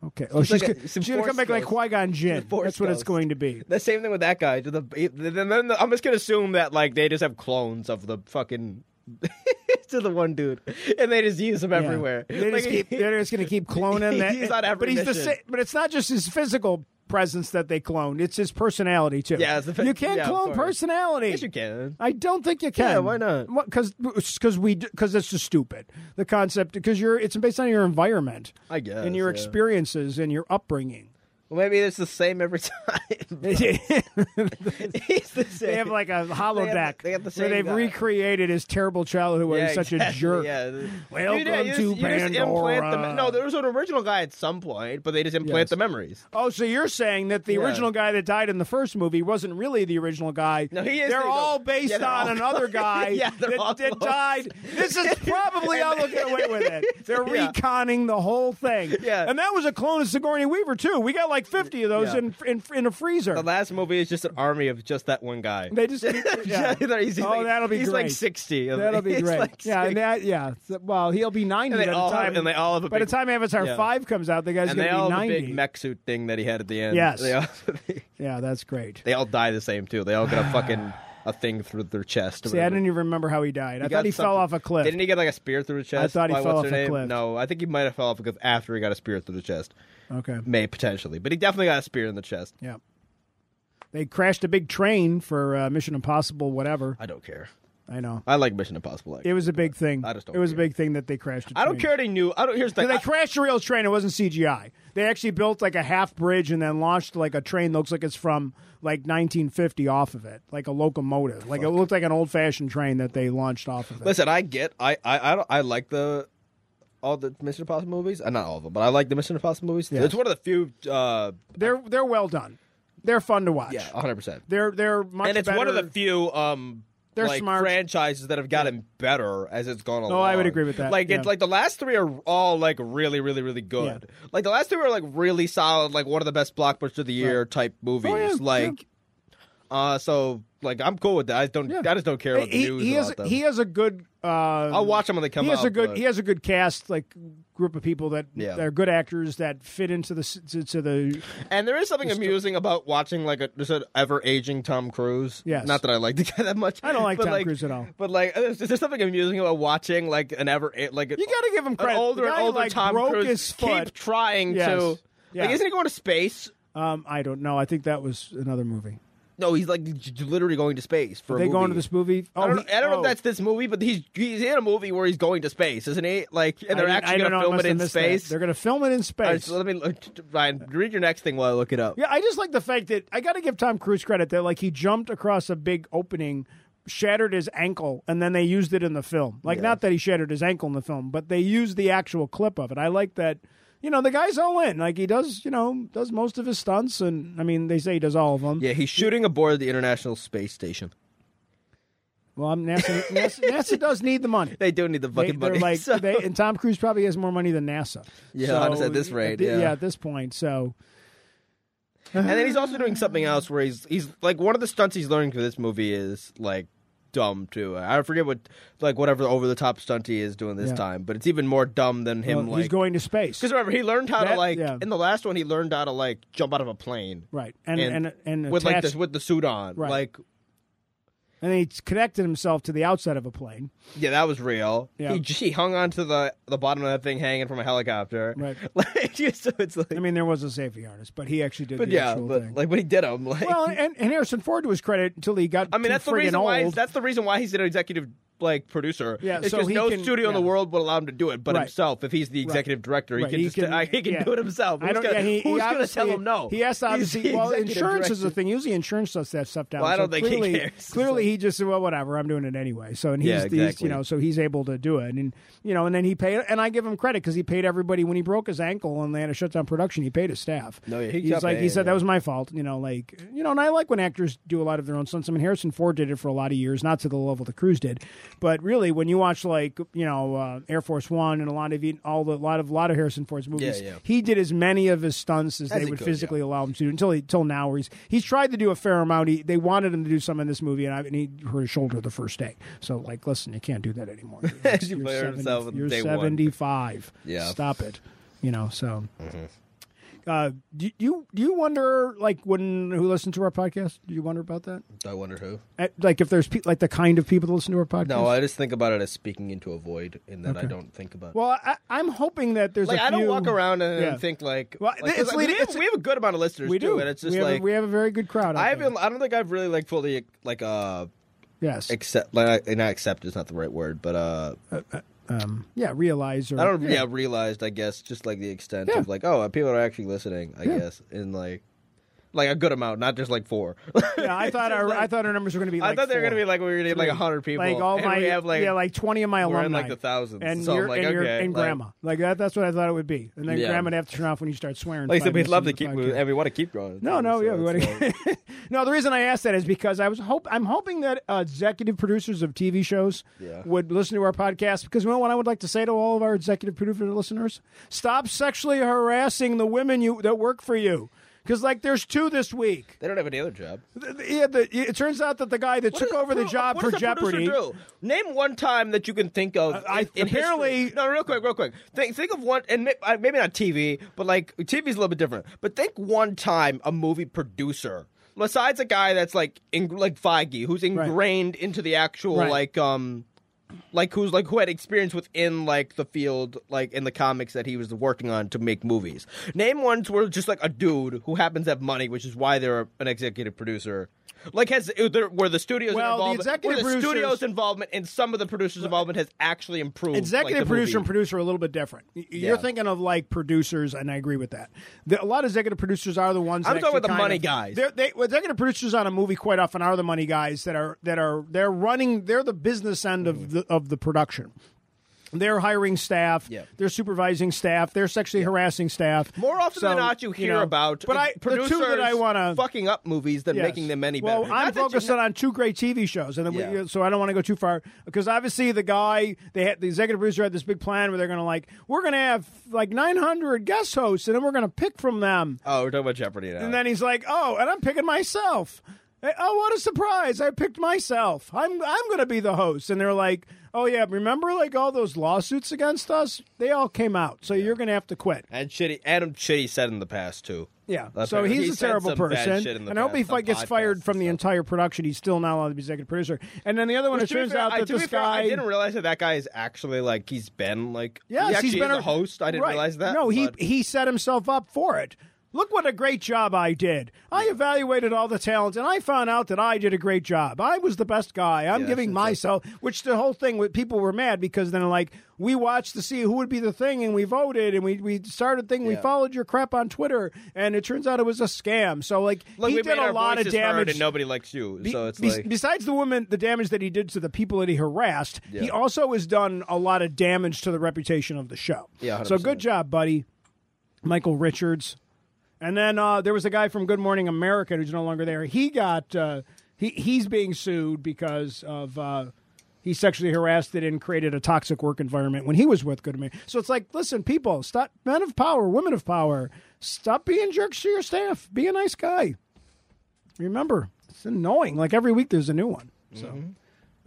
Speaker 1: okay. Oh, she's,
Speaker 3: like a-
Speaker 1: go-
Speaker 3: some
Speaker 1: she's gonna come
Speaker 3: force
Speaker 1: back like
Speaker 3: ghost.
Speaker 1: Qui Gon Jinn.
Speaker 3: a force
Speaker 1: That's what it's
Speaker 3: ghost.
Speaker 1: going to be.
Speaker 3: The same thing with that guy. To the, he- then- then the- I'm just gonna assume that like they just have clones of the fucking to the one dude, and they just use him
Speaker 1: Yeah.
Speaker 3: everywhere.
Speaker 1: They
Speaker 3: Like,
Speaker 1: just keep, they're just going to keep cloning that.
Speaker 3: He's on every
Speaker 1: but he's the
Speaker 3: mission.
Speaker 1: sa- but it's not just his physical presence that they cloned; it's his personality too.
Speaker 3: Yeah, it's the fa-
Speaker 1: you can't
Speaker 3: yeah, of
Speaker 1: clone
Speaker 3: course.
Speaker 1: personality.
Speaker 3: yes, you can.
Speaker 1: I don't think you can.
Speaker 3: why not?
Speaker 1: Because because we because it's just stupid. The concept because you're it's based on your environment
Speaker 3: I guess.
Speaker 1: and your
Speaker 3: yeah.
Speaker 1: experiences and your upbringing.
Speaker 3: Well, maybe it's the same every time. it's the same.
Speaker 1: they have like a hollow
Speaker 3: They have the-
Speaker 1: deck
Speaker 3: they have the
Speaker 1: where
Speaker 3: same
Speaker 1: they've
Speaker 3: guy.
Speaker 1: recreated his terrible childhood where
Speaker 3: Yeah,
Speaker 1: he's such a
Speaker 3: exactly,
Speaker 1: jerk.
Speaker 3: Yeah.
Speaker 1: Welcome
Speaker 3: You- yeah, you
Speaker 1: to
Speaker 3: just- you just implant the
Speaker 1: Pandora.
Speaker 3: me- no, there was an original guy at some point, but they just implant
Speaker 1: Yes.
Speaker 3: the memories.
Speaker 1: Oh, so you're saying that the
Speaker 3: Yeah.
Speaker 1: original guy that died in the first movie wasn't really the original guy?
Speaker 3: No, he is
Speaker 1: They're
Speaker 3: the-
Speaker 1: all
Speaker 3: no.
Speaker 1: based
Speaker 3: Yeah, they're
Speaker 1: on
Speaker 3: all-
Speaker 1: another guy
Speaker 3: Yeah, they're
Speaker 1: that,
Speaker 3: all
Speaker 1: that
Speaker 3: clones.
Speaker 1: died. This is probably how they'll get away with it. They're
Speaker 3: Yeah.
Speaker 1: reconning the whole thing.
Speaker 3: Yeah.
Speaker 1: and that was a clone of Sigourney Weaver too. We got like 50 of those
Speaker 3: Yeah.
Speaker 1: in, in in a freezer.
Speaker 3: The last movie is just an army of just that one guy.
Speaker 1: they just yeah.
Speaker 3: He's- he's
Speaker 1: oh,
Speaker 3: like-
Speaker 1: that'll be
Speaker 3: he's
Speaker 1: great.
Speaker 3: like sixty.
Speaker 1: That'll be
Speaker 3: He's
Speaker 1: great.
Speaker 3: like
Speaker 1: yeah, and
Speaker 3: 60.
Speaker 1: that yeah. So- Well, he'll be 90
Speaker 3: And
Speaker 1: by
Speaker 3: they
Speaker 1: the
Speaker 3: all have-
Speaker 1: time.
Speaker 3: and they all have a
Speaker 1: by the
Speaker 3: big-
Speaker 1: time Avatar
Speaker 3: yeah.
Speaker 1: Five comes out, the guy's
Speaker 3: and
Speaker 1: gonna
Speaker 3: they all
Speaker 1: be
Speaker 3: have a
Speaker 1: 90.
Speaker 3: big mech suit thing that he had at the end.
Speaker 1: Yes.
Speaker 3: They all,
Speaker 1: yeah, that's great.
Speaker 3: they all die the same too. They all get a fucking a thing through their chest. or
Speaker 1: See, I
Speaker 3: whatever.
Speaker 1: didn't even remember how he died. I
Speaker 3: He
Speaker 1: thought
Speaker 3: got
Speaker 1: he fell
Speaker 3: something-
Speaker 1: off a cliff.
Speaker 3: Didn't he get like a spear through the chest?
Speaker 1: thought he
Speaker 3: by-
Speaker 1: fell
Speaker 3: what's
Speaker 1: off
Speaker 3: her
Speaker 1: a
Speaker 3: name?
Speaker 1: cliff.
Speaker 3: No, I think he might have fell off a cliff after he got a spear through the chest.
Speaker 1: Okay.
Speaker 3: May potentially, but he definitely got a spear in the chest.
Speaker 1: Yeah. They crashed a big train for uh, Mission Impossible, whatever.
Speaker 3: I don't care.
Speaker 1: I know.
Speaker 3: I like Mission Impossible. Like,
Speaker 1: It was a big thing.
Speaker 3: I just don't
Speaker 1: it was a
Speaker 3: care.
Speaker 1: big thing that they crashed a
Speaker 3: I don't
Speaker 1: train.
Speaker 3: care that he knew. I don't. Here's the
Speaker 1: So
Speaker 3: thing.
Speaker 1: they crashed a real train. It wasn't CGI. They actually built like a half bridge and then launched like a train that looks like it's from like 1950 off of it, like a locomotive. Like it looked like an old fashioned train that they launched off of it.
Speaker 3: Listen,
Speaker 2: Listen, I get, I, I, I, don't, I like the all the Mission Impossible movies. Uh, not all of them, but I like the Mission Impossible movies.
Speaker 3: It's one of the few. Uh,
Speaker 1: They're they're well done. They're fun to watch.
Speaker 2: yeah, one hundred percent.
Speaker 1: They're they're much
Speaker 3: and it's one of the
Speaker 1: better-
Speaker 3: few. Um,
Speaker 1: They're
Speaker 3: like,
Speaker 1: smart. Oh,
Speaker 3: franchises that have gotten better as it's gone along.
Speaker 1: I would agree with that,
Speaker 3: Like it's
Speaker 1: yeah.
Speaker 3: like the last three are all like really, really, really good. Like the last three are like really solid, like one of the best blockbusters of the year type movies.
Speaker 1: Oh, yeah,
Speaker 3: like, uh, so like I'm cool with that. I don't, I just don't care about the
Speaker 1: he,
Speaker 3: news
Speaker 1: he
Speaker 3: about
Speaker 1: has
Speaker 3: them.
Speaker 1: he has a good. Uh,
Speaker 3: I'll watch them when they come
Speaker 1: he has
Speaker 3: out.
Speaker 1: a good
Speaker 3: but-
Speaker 1: he has a good cast like group of people that
Speaker 3: Yeah.
Speaker 1: that are good actors that fit into the s- to, to the
Speaker 3: And there is something amusing about watching like a just an ever aging Tom Cruise.
Speaker 1: Yes.
Speaker 3: Not that I like the guy that much.
Speaker 1: I don't like
Speaker 3: but,
Speaker 1: Tom Cruise at all.
Speaker 3: But like, uh, there's, there's something amusing about watching like an ever like
Speaker 1: you got to give him
Speaker 3: an
Speaker 1: credit
Speaker 3: older
Speaker 1: the guy,
Speaker 3: and older
Speaker 1: like,
Speaker 3: Tom
Speaker 1: broke
Speaker 3: Cruise
Speaker 1: his
Speaker 3: keep
Speaker 1: foot
Speaker 3: trying
Speaker 1: Yes.
Speaker 3: to.
Speaker 1: Yeah.
Speaker 3: Like, isn't he going to space?
Speaker 1: um I don't know I think that was another movie
Speaker 3: No, he's like j- literally going to space for. a
Speaker 1: they go
Speaker 3: movie.
Speaker 1: into this movie oh
Speaker 3: I don't,
Speaker 1: he-
Speaker 3: I don't know
Speaker 1: oh.
Speaker 3: if that's this movie, but he's he's in a movie where he's going to space, isn't he? Like, and they're
Speaker 1: I didn't- I
Speaker 3: actually
Speaker 1: don't
Speaker 3: going
Speaker 1: know,
Speaker 3: to
Speaker 1: I
Speaker 3: film
Speaker 1: must
Speaker 3: it
Speaker 1: have
Speaker 3: in
Speaker 1: missed that.
Speaker 3: space.
Speaker 1: they're going to film it in space
Speaker 3: All right, so let me look, Ryan read your next thing while I look it up.
Speaker 1: Yeah, I just like the fact that I got to give Tom Cruise credit that like he jumped across a big opening, shattered his ankle, and then they used it in the film. Like not that he shattered his ankle in the film, but they used the actual clip of it. I like that. You know, the guy's all in. Like he does, you know, does most of his stunts, and I mean, they say he does all of them.
Speaker 3: Yeah, he's shooting aboard the International Space Station.
Speaker 1: Well, I'm NASA, NASA, NASA does need the money.
Speaker 3: They do need the
Speaker 1: They,
Speaker 3: fucking
Speaker 1: they're
Speaker 3: money.
Speaker 1: like,
Speaker 3: so-
Speaker 1: they, and Tom Cruise probably has more money than NASA.
Speaker 3: Yeah,
Speaker 1: So,
Speaker 3: honestly, at this rate,
Speaker 1: the-
Speaker 3: yeah.
Speaker 1: at this point, so
Speaker 3: and then he's also doing something else where he's he's like one of the stunts he's learning for this movie is like dumb too. I forget what like whatever over the top stunt he is doing this
Speaker 1: Yeah.
Speaker 3: time, but it's even more dumb than him
Speaker 1: well,
Speaker 3: like
Speaker 1: he's going to space.
Speaker 3: because remember he learned how to
Speaker 1: That-
Speaker 3: like
Speaker 1: yeah.
Speaker 3: in the last one he learned how to like jump out of a plane
Speaker 1: Right, and and and,
Speaker 3: with like
Speaker 1: attached-
Speaker 3: this with the suit on
Speaker 1: Right.
Speaker 3: like
Speaker 1: and he connected himself to the outside of a plane.
Speaker 3: yeah that was real.
Speaker 1: Yeah.
Speaker 3: He he hung onto the the bottom of that thing hanging from a helicopter.
Speaker 1: Right.
Speaker 3: like just- so it's like
Speaker 1: I mean, there was a safety harness, but he actually did
Speaker 3: but
Speaker 1: the
Speaker 3: yeah,
Speaker 1: actual
Speaker 3: but
Speaker 1: thing.
Speaker 3: like when he did him like
Speaker 1: well, and, and Harrison Ford to his credit until he got.
Speaker 3: I mean,
Speaker 1: too
Speaker 3: that's the
Speaker 1: friggin'
Speaker 3: reason
Speaker 1: old.
Speaker 3: why he's, that's the reason why he's an executive like producer.
Speaker 1: Yeah,
Speaker 3: it's
Speaker 1: so
Speaker 3: because
Speaker 1: he
Speaker 3: no
Speaker 1: can-
Speaker 3: studio in the
Speaker 1: yeah.
Speaker 3: world would allow him to do it, but
Speaker 1: Right.
Speaker 3: himself. If he's the executive director, he
Speaker 1: Right,
Speaker 3: can
Speaker 1: he
Speaker 3: just
Speaker 1: can-
Speaker 3: I- he can
Speaker 1: yeah.
Speaker 3: do it himself.
Speaker 1: I
Speaker 3: Who's
Speaker 1: don't.
Speaker 3: gonna,
Speaker 1: yeah, he, he
Speaker 3: who's gonna
Speaker 1: obviously-
Speaker 3: tell him no?
Speaker 1: He has to
Speaker 3: He's
Speaker 1: obviously.
Speaker 3: the
Speaker 1: Well,
Speaker 3: executive
Speaker 1: insurance is the
Speaker 3: director.
Speaker 1: thing. Usually, insurance shuts that stuff down.
Speaker 3: Well, I
Speaker 1: so
Speaker 3: don't think he
Speaker 1: clearly,
Speaker 3: cares. It's
Speaker 1: Clearly, he just said, well, whatever. I'm doing it anyway. So and he's,
Speaker 3: Yeah,
Speaker 1: he's you
Speaker 3: exactly.
Speaker 1: know so he's able to do it and you know and then he paid and I give him credit because he paid everybody when he broke his ankle and they had to shut down production. He paid his staff.
Speaker 3: No, yeah, he
Speaker 1: he's
Speaker 3: got
Speaker 1: like he
Speaker 3: paid,
Speaker 1: said
Speaker 3: yeah.
Speaker 1: that was my fault. You know, like you know, and I like when actors do a lot of their own stunts. I mean, Harrison Ford did it for a lot of years, not to the level that Cruise did, but really when you watch like you know uh, Air Force One and a lot of all the lot of lot of Harrison Ford's movies,
Speaker 3: yeah.
Speaker 1: he did as many of his stunts as, they
Speaker 3: he
Speaker 1: would
Speaker 3: could,
Speaker 1: physically allow him to do until he, until now where he's he's tried to do a fair amount he, they wanted him to do some in this movie and, I, and he hurt his shoulder the first day so like listen you can't do that anymore You're like,
Speaker 3: You
Speaker 1: you're,
Speaker 3: blame
Speaker 1: 70
Speaker 3: yourself on
Speaker 1: you're
Speaker 3: day one.
Speaker 1: 75
Speaker 3: Yeah. Mm-hmm.
Speaker 1: stop it you know so uh, do you do you wonder like when who listens to our podcast do you wonder about that
Speaker 3: I wonder who.
Speaker 1: Uh, like if there's pe- like the kind of people that listen to our podcast
Speaker 2: No, I just think about it as speaking into a void, in that I don't think about.
Speaker 1: well I, I'm hoping that there's
Speaker 3: Like
Speaker 1: a
Speaker 3: I don't
Speaker 1: few-
Speaker 3: walk around and
Speaker 1: Yeah.
Speaker 3: think like,
Speaker 1: Well,
Speaker 3: like, 'cause,
Speaker 1: it's
Speaker 3: like,
Speaker 1: leading-
Speaker 3: we, have,
Speaker 1: it's-
Speaker 3: we have a good amount of listeners
Speaker 1: we
Speaker 3: too,
Speaker 1: do
Speaker 3: and it's just
Speaker 1: we, have
Speaker 3: like
Speaker 1: a, we have a very good crowd out
Speaker 3: I haven't.
Speaker 1: there.
Speaker 3: I don't think I've really like fully like uh
Speaker 1: yes
Speaker 3: accept like not accept is not the right word, but uh
Speaker 1: um, yeah, realize or
Speaker 3: I don't yeah. realized I guess just like the extent
Speaker 1: Yeah.
Speaker 3: of like oh people are actually listening I guess in like like a good amount not just like four.
Speaker 1: Yeah, I thought our I thought our numbers were going to be.
Speaker 3: I
Speaker 1: Like
Speaker 3: thought they were
Speaker 1: four.
Speaker 3: gonna be like we were gonna need like hundred people
Speaker 1: Like all
Speaker 3: and
Speaker 1: my
Speaker 3: we have like
Speaker 1: yeah, like twenty of my
Speaker 3: we're
Speaker 1: alumni,
Speaker 3: in, like, the thousands.
Speaker 1: and
Speaker 3: So I'm
Speaker 1: your
Speaker 3: like,
Speaker 1: and, your-
Speaker 3: okay,
Speaker 1: and
Speaker 3: like-
Speaker 1: grandma. Like that, that's what I thought it would be. And then
Speaker 3: Yeah.
Speaker 1: grandma would have to turn off when you start swearing.
Speaker 3: Like I said,
Speaker 1: five
Speaker 3: we'd love to
Speaker 1: minutes
Speaker 3: keep
Speaker 1: into the
Speaker 3: moving,
Speaker 1: podcast.
Speaker 3: and we want to keep going.
Speaker 1: No, no, yeah, we want
Speaker 3: to.
Speaker 1: to. no, the reason I asked that is because I was hope I'm hoping that uh, executive producers of TV shows
Speaker 3: Yeah.
Speaker 1: would listen to our podcast because you know what I would like to say to all of our executive producer listeners: stop sexually harassing the women you that work for you. Because like, there's two this week.
Speaker 3: They don't have any other job.
Speaker 1: Th- th- Yeah, the, it turns out that the guy that took
Speaker 3: does a
Speaker 1: over the
Speaker 3: pro-
Speaker 1: job
Speaker 3: what
Speaker 1: for
Speaker 3: does a
Speaker 1: Jeopardy.
Speaker 3: producer do? Name one time that you can think of.
Speaker 1: I-
Speaker 3: in- in
Speaker 1: apparently-
Speaker 3: history. no. Real quick, real quick. Think, think of one, and may- uh, maybe not TV, but like TV's a little bit different. But think one time a movie producer. Besides a guy that's like in, like Feige, who's ingrained into the actual
Speaker 1: Right.
Speaker 3: like um like who's like who had experience within like the field like in the comics that he was working on to make movies. Name ones where just like a dude who happens to have money, which is why they're an executive producer. Like has uh, there- where the studios
Speaker 1: Well, the
Speaker 3: involvement,
Speaker 1: executive
Speaker 3: where the
Speaker 1: producers-
Speaker 3: studios involvement and some of the producers involvement has actually improved.
Speaker 1: Executive
Speaker 3: like, the
Speaker 1: producer and
Speaker 3: movie.
Speaker 1: producer are a little bit different. Y- You're
Speaker 3: Yeah.
Speaker 1: thinking of like producers, and I agree with that. The, a lot of executive producers are the ones.
Speaker 3: I'm
Speaker 1: that actually
Speaker 3: talking about the
Speaker 1: kind
Speaker 3: money
Speaker 1: of-
Speaker 3: guys.
Speaker 1: They're, they, well, executive producers on a movie quite often are the money guys that are that are they're running. They're the business end
Speaker 3: Mm-hmm.
Speaker 1: of the of the production. They're hiring staff.
Speaker 3: Yeah.
Speaker 1: They're supervising staff. They're sexually harassing staff.
Speaker 3: More often
Speaker 1: So,
Speaker 3: than not, you hear
Speaker 1: know,
Speaker 3: about
Speaker 1: But I, the
Speaker 3: producers
Speaker 1: two that I want to
Speaker 3: fucking up movies than
Speaker 1: Yes.
Speaker 3: making them any
Speaker 1: well,
Speaker 3: better.
Speaker 1: I'm
Speaker 3: Not that you
Speaker 1: focusing on two great TV shows, and then
Speaker 3: Yeah.
Speaker 1: we, so I don't want to go too far because obviously the guy, they had, the executive producer had this big plan where they're going to like, we're going to have like 900 guest hosts, and then we're going to pick from them.
Speaker 3: Oh, we're talking about Jeopardy now.
Speaker 1: And then he's like, oh, and I'm picking myself. Eh, Oh, what a surprise! I picked myself. I'm I'm going to be the host. And they're like, oh yeah, remember like all those lawsuits against us? They all came out, so you're going to have to quit.
Speaker 3: and shitty Adam Chitty said in the past too.
Speaker 1: Yeah.
Speaker 3: That's
Speaker 1: so
Speaker 3: right.
Speaker 1: he's
Speaker 3: He
Speaker 1: a
Speaker 3: said
Speaker 1: terrible
Speaker 3: some bad
Speaker 1: person.
Speaker 3: shit in the
Speaker 1: And I hope he
Speaker 3: past on
Speaker 1: fi- gets
Speaker 3: podcasts
Speaker 1: fired
Speaker 3: and
Speaker 1: from the
Speaker 3: stuff.
Speaker 1: entire production. He's still not allowed to be executive producer. And then the other one, it
Speaker 3: To be
Speaker 1: turns
Speaker 3: fair,
Speaker 1: out
Speaker 3: I-
Speaker 1: that
Speaker 3: to be
Speaker 1: this
Speaker 3: fair,
Speaker 1: guy.
Speaker 3: I didn't realize that that guy is actually like he's been like
Speaker 1: Yes,
Speaker 3: he actually
Speaker 1: he's been
Speaker 3: is a host. I didn't
Speaker 1: Right.
Speaker 3: realize that.
Speaker 1: No, he
Speaker 3: but-
Speaker 1: he set himself up for it. Look what a great job I did. I evaluated all the talents and I found out that I did a great job. I was the best guy. I'm
Speaker 3: Yeah,
Speaker 1: giving
Speaker 3: it's like-
Speaker 1: myself, which the whole thing with people were mad because then like we watched to see who would be the thing and we voted and we we started thing we
Speaker 3: Yeah.
Speaker 1: followed your crap on Twitter and it turns out it was a scam. So like
Speaker 3: Look,
Speaker 1: he
Speaker 3: we
Speaker 1: did
Speaker 3: made
Speaker 1: a
Speaker 3: our
Speaker 1: lot of
Speaker 3: voices heard
Speaker 1: damage
Speaker 3: and nobody likes you. so it's
Speaker 1: be-
Speaker 3: like
Speaker 1: besides the woman, the damage that he did to the people that he harassed, he
Speaker 3: Yeah.
Speaker 1: also has done a lot of damage to the reputation of the show.
Speaker 3: Yeah, 100%.
Speaker 1: so good job, buddy, Michael Richards. And then uh, there was a guy from Good Morning America who's no longer there. He got uh, he he's being sued because of. Uh, he sexually harassed it and created a toxic work environment when he was with Good Morning. So it's like, listen, people, stop, men of power, women of power, stop being jerks to your staff. Be a nice guy. Remember, it's annoying. Like every week, there's a new one. So,
Speaker 3: Mm-hmm.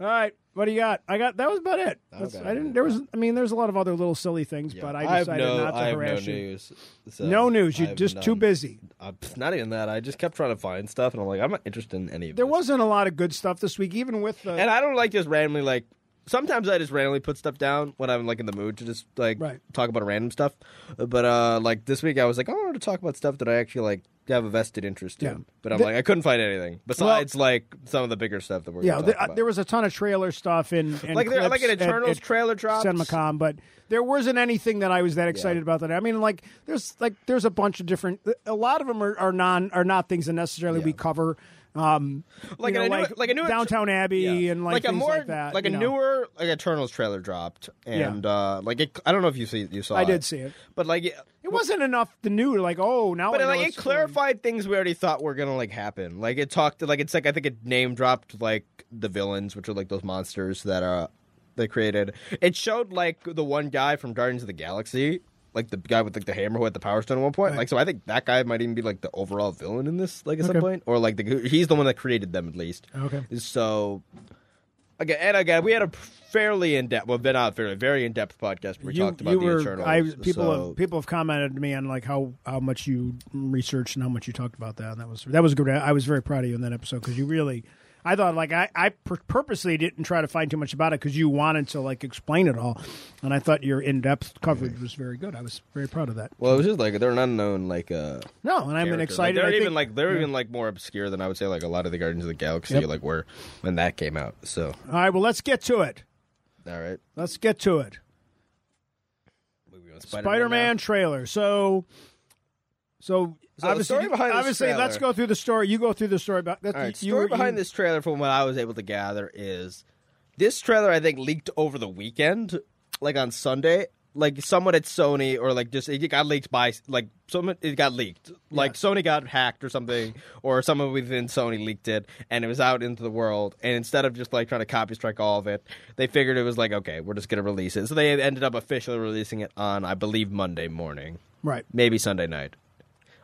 Speaker 1: all right, what do you got? I got that was about it. That's,
Speaker 3: Okay.
Speaker 1: I didn't. There was. I mean, there's a lot of other little silly things, but I
Speaker 3: have
Speaker 1: decided
Speaker 3: no,
Speaker 1: not to
Speaker 3: I have
Speaker 1: harass
Speaker 3: no
Speaker 1: you.
Speaker 3: news. so
Speaker 1: No news.
Speaker 3: I
Speaker 1: You're
Speaker 3: have
Speaker 1: just too
Speaker 3: none.
Speaker 1: busy.
Speaker 3: Uh, pff, not even that. I just kept trying to find stuff, and I'm like, I'm not interested in any of
Speaker 1: There
Speaker 3: this.
Speaker 1: wasn't a lot of good stuff this week, even with the.
Speaker 3: and I don't like just randomly like. Sometimes I just randomly put stuff down when I'm like in the mood to just like
Speaker 1: Right.
Speaker 3: talk about random stuff. But uh like this week, I was like, I wanted to talk about stuff that I actually like have a vested interest
Speaker 1: Yeah.
Speaker 3: in. But I'm
Speaker 1: The-
Speaker 3: like, I couldn't find anything besides like some of the bigger stuff that we're
Speaker 1: yeah,
Speaker 3: gonna
Speaker 1: there,
Speaker 3: talk about.
Speaker 1: there was a ton of trailer stuff in. And
Speaker 3: like there, like an
Speaker 1: clips at-
Speaker 3: Eternals
Speaker 1: at
Speaker 3: trailer drop.
Speaker 1: CinemaCon, but there wasn't anything that I was that excited about. That I mean, like there's like there's a bunch of different. A lot of them are, are non are not things that necessarily we cover. Um,
Speaker 3: Like
Speaker 1: you know,
Speaker 3: a new-
Speaker 1: like,
Speaker 3: like a new-
Speaker 1: Downtown Abbey
Speaker 3: Yeah.
Speaker 1: and like,
Speaker 3: a
Speaker 1: things
Speaker 3: more
Speaker 1: like that.
Speaker 3: like a
Speaker 1: you know.
Speaker 3: newer like Eternals trailer dropped, and uh like it, I don't know if you see you saw.
Speaker 1: I did see it.
Speaker 3: but like it,
Speaker 1: It wasn't enough. The new like oh now,
Speaker 3: but
Speaker 1: I know
Speaker 3: like it
Speaker 1: it's going.
Speaker 3: clarified things we already thought were gonna like happen. Like it talked like it's like I think it name dropped like the villains, which are like those monsters that uh they created. It showed like the one guy from Guardians of the Galaxy. Like the guy with like the hammer who had the power stone at one point, like so I think that guy might even be like the overall villain in this, like at
Speaker 1: Okay.
Speaker 3: some point, or like the he's the one that created them at least.
Speaker 1: Okay.
Speaker 3: So again, and again, we had a fairly in depth, well, been out fairly, very in depth podcast. Where we
Speaker 1: you,
Speaker 3: talked about
Speaker 1: you
Speaker 3: the
Speaker 1: were,
Speaker 3: Eternals.
Speaker 1: I, people
Speaker 3: so-
Speaker 1: have people have commented to me on like how, how much you researched and how much you talked about that. And that was that was good. I was very proud of you in that episode because you really. I thought like I I pur- purposely didn't try to find too much about it because you wanted to like explain it all, and I thought your in depth coverage was very good. I was very proud of that.
Speaker 3: well, it was just like they're an unknown like uh
Speaker 1: No, and I'm
Speaker 3: character.
Speaker 1: excited. I
Speaker 3: Like, they're
Speaker 1: think-
Speaker 3: even like they're even like more obscure than I would say like a lot of the Guardians of the Galaxy
Speaker 1: Yep.
Speaker 3: like were when that came out. So
Speaker 1: all right. Well, let's get to it.
Speaker 3: all right,
Speaker 1: Let's get to it.
Speaker 3: we were on
Speaker 1: Spider Man
Speaker 3: now.
Speaker 1: trailer. So, so,
Speaker 3: So the
Speaker 1: obviously,
Speaker 3: story behind this
Speaker 1: obviously, let's
Speaker 3: trailer-
Speaker 1: go through the story. You go through the story about that's
Speaker 3: All right,
Speaker 1: you,
Speaker 3: story
Speaker 1: you-
Speaker 3: behind this trailer, from what I was able to gather, is this trailer I think leaked over the weekend, like on Sunday. Like someone at Sony or like just it got leaked by like someone it got leaked. Like Sony got hacked or something, or someone within Sony leaked it and it was out into the world. And instead of just like trying to copy strike all of it, they figured it was like, okay, we're just gonna release it. So they ended up officially releasing it on I believe Monday morning.
Speaker 1: right
Speaker 3: Maybe Sunday night.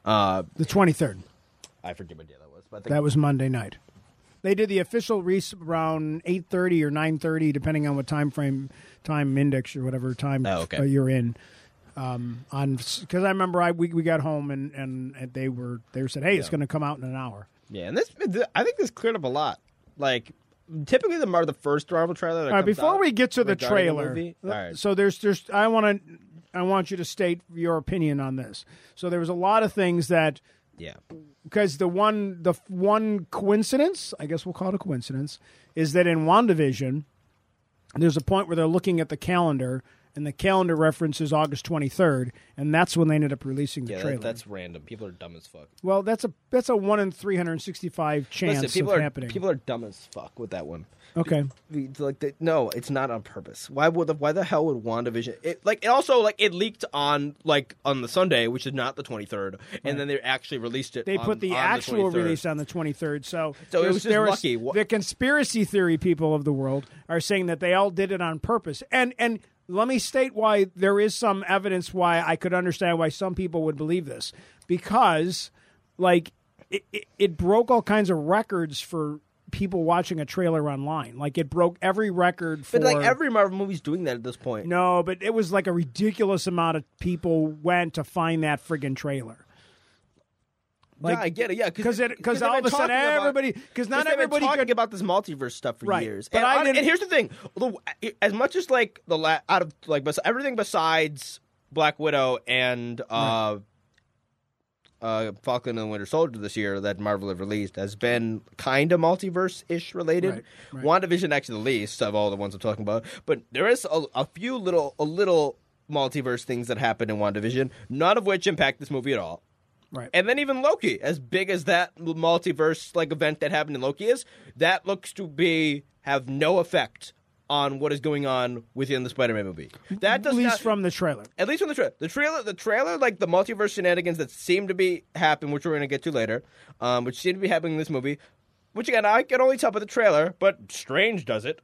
Speaker 3: Uh
Speaker 1: the twenty third.
Speaker 3: I forget what day that was, but I think
Speaker 1: That was Monday night. They did the official release around eight thirty or nine thirty, depending on what time frame, time index or whatever time
Speaker 3: Oh, okay.
Speaker 1: uh, you're in. Um, on because I remember I we, we got home and, and and they were they said, hey, it's going to come out in an hour.
Speaker 3: Yeah, and this I think this cleared up a lot. Like typically the are the first Marvel trailer. That
Speaker 1: All right,
Speaker 3: comes
Speaker 1: before
Speaker 3: out
Speaker 1: we get to the
Speaker 3: regarding
Speaker 1: trailer, uh,
Speaker 3: movie- all right.
Speaker 1: so there's there's I want to I want you to state your opinion on this. So there was a lot of things that
Speaker 3: yeah,
Speaker 1: because the one the f- one coincidence, I guess we'll call it a coincidence, is that in WandaVision, there's a point where they're looking at the calendar and the calendar references August 23rd, and that's when they ended up releasing the
Speaker 3: yeah,
Speaker 1: trailer.
Speaker 3: that, that's random. People are dumb as fuck.
Speaker 1: well, that's a that's a one in 365 chance
Speaker 3: Listen, people
Speaker 1: of
Speaker 3: are
Speaker 1: happening.
Speaker 3: people are dumb as fuck with that one.
Speaker 1: okay,
Speaker 3: The- Like they, no, it's not on purpose. Why would the, why the hell would WandaVision? It like it also like it leaked on like on the Sunday, which is not the twenty third, and then they actually released it.
Speaker 1: they
Speaker 3: on-
Speaker 1: put the
Speaker 3: on
Speaker 1: actual
Speaker 3: 23rd.
Speaker 1: release on the 23rd. So,
Speaker 3: So it
Speaker 1: there's-
Speaker 3: was just
Speaker 1: there
Speaker 3: lucky. Wha-
Speaker 1: the conspiracy theory people of the world are saying that they all did it on purpose. And and let me state why there is some evidence why I could understand why some people would believe this because like it, it, it broke all kinds of records for people watching a trailer online. Like it broke every record for
Speaker 3: But like every Marvel movie's doing that at this point.
Speaker 1: no, but it was like a ridiculous amount of people went to find that friggin' trailer.
Speaker 3: yeah, I get it. Yeah,
Speaker 1: because it because
Speaker 3: they've
Speaker 1: all
Speaker 3: been
Speaker 1: of a sudden
Speaker 3: talking about-
Speaker 1: everybody because not
Speaker 3: they've been
Speaker 1: everybody
Speaker 3: talking
Speaker 1: could
Speaker 3: about this multiverse stuff for
Speaker 1: Right.
Speaker 3: years.
Speaker 1: But
Speaker 3: and,
Speaker 1: I
Speaker 3: on-
Speaker 1: didn't-
Speaker 3: and here's the thing: although, as much as like the la- out of like bes- everything besides Black Widow and uh, uh, Falcon and the Winter Soldier this year that Marvel have released has been kind of multiverse ish related.
Speaker 1: Right, right.
Speaker 3: WandaVision actually the least of all the ones I'm talking about, but there is a, a few little a little multiverse things that happened in WandaVision, none of which impact this movie at all.
Speaker 1: right.
Speaker 3: And then even Loki, as big as that multiverse like event that happened in Loki is, that looks to be have no effect on what is going on within the Spider-Man movie. That does
Speaker 1: at least
Speaker 3: not,
Speaker 1: from the trailer.
Speaker 3: at least from the trailer. The trailer, the trailer, like the multiverse shenanigans that seem to be happen, which we're going to get to later, um, which seem to be happening in this movie. Which again, I can only tell by the trailer, but Strange does it.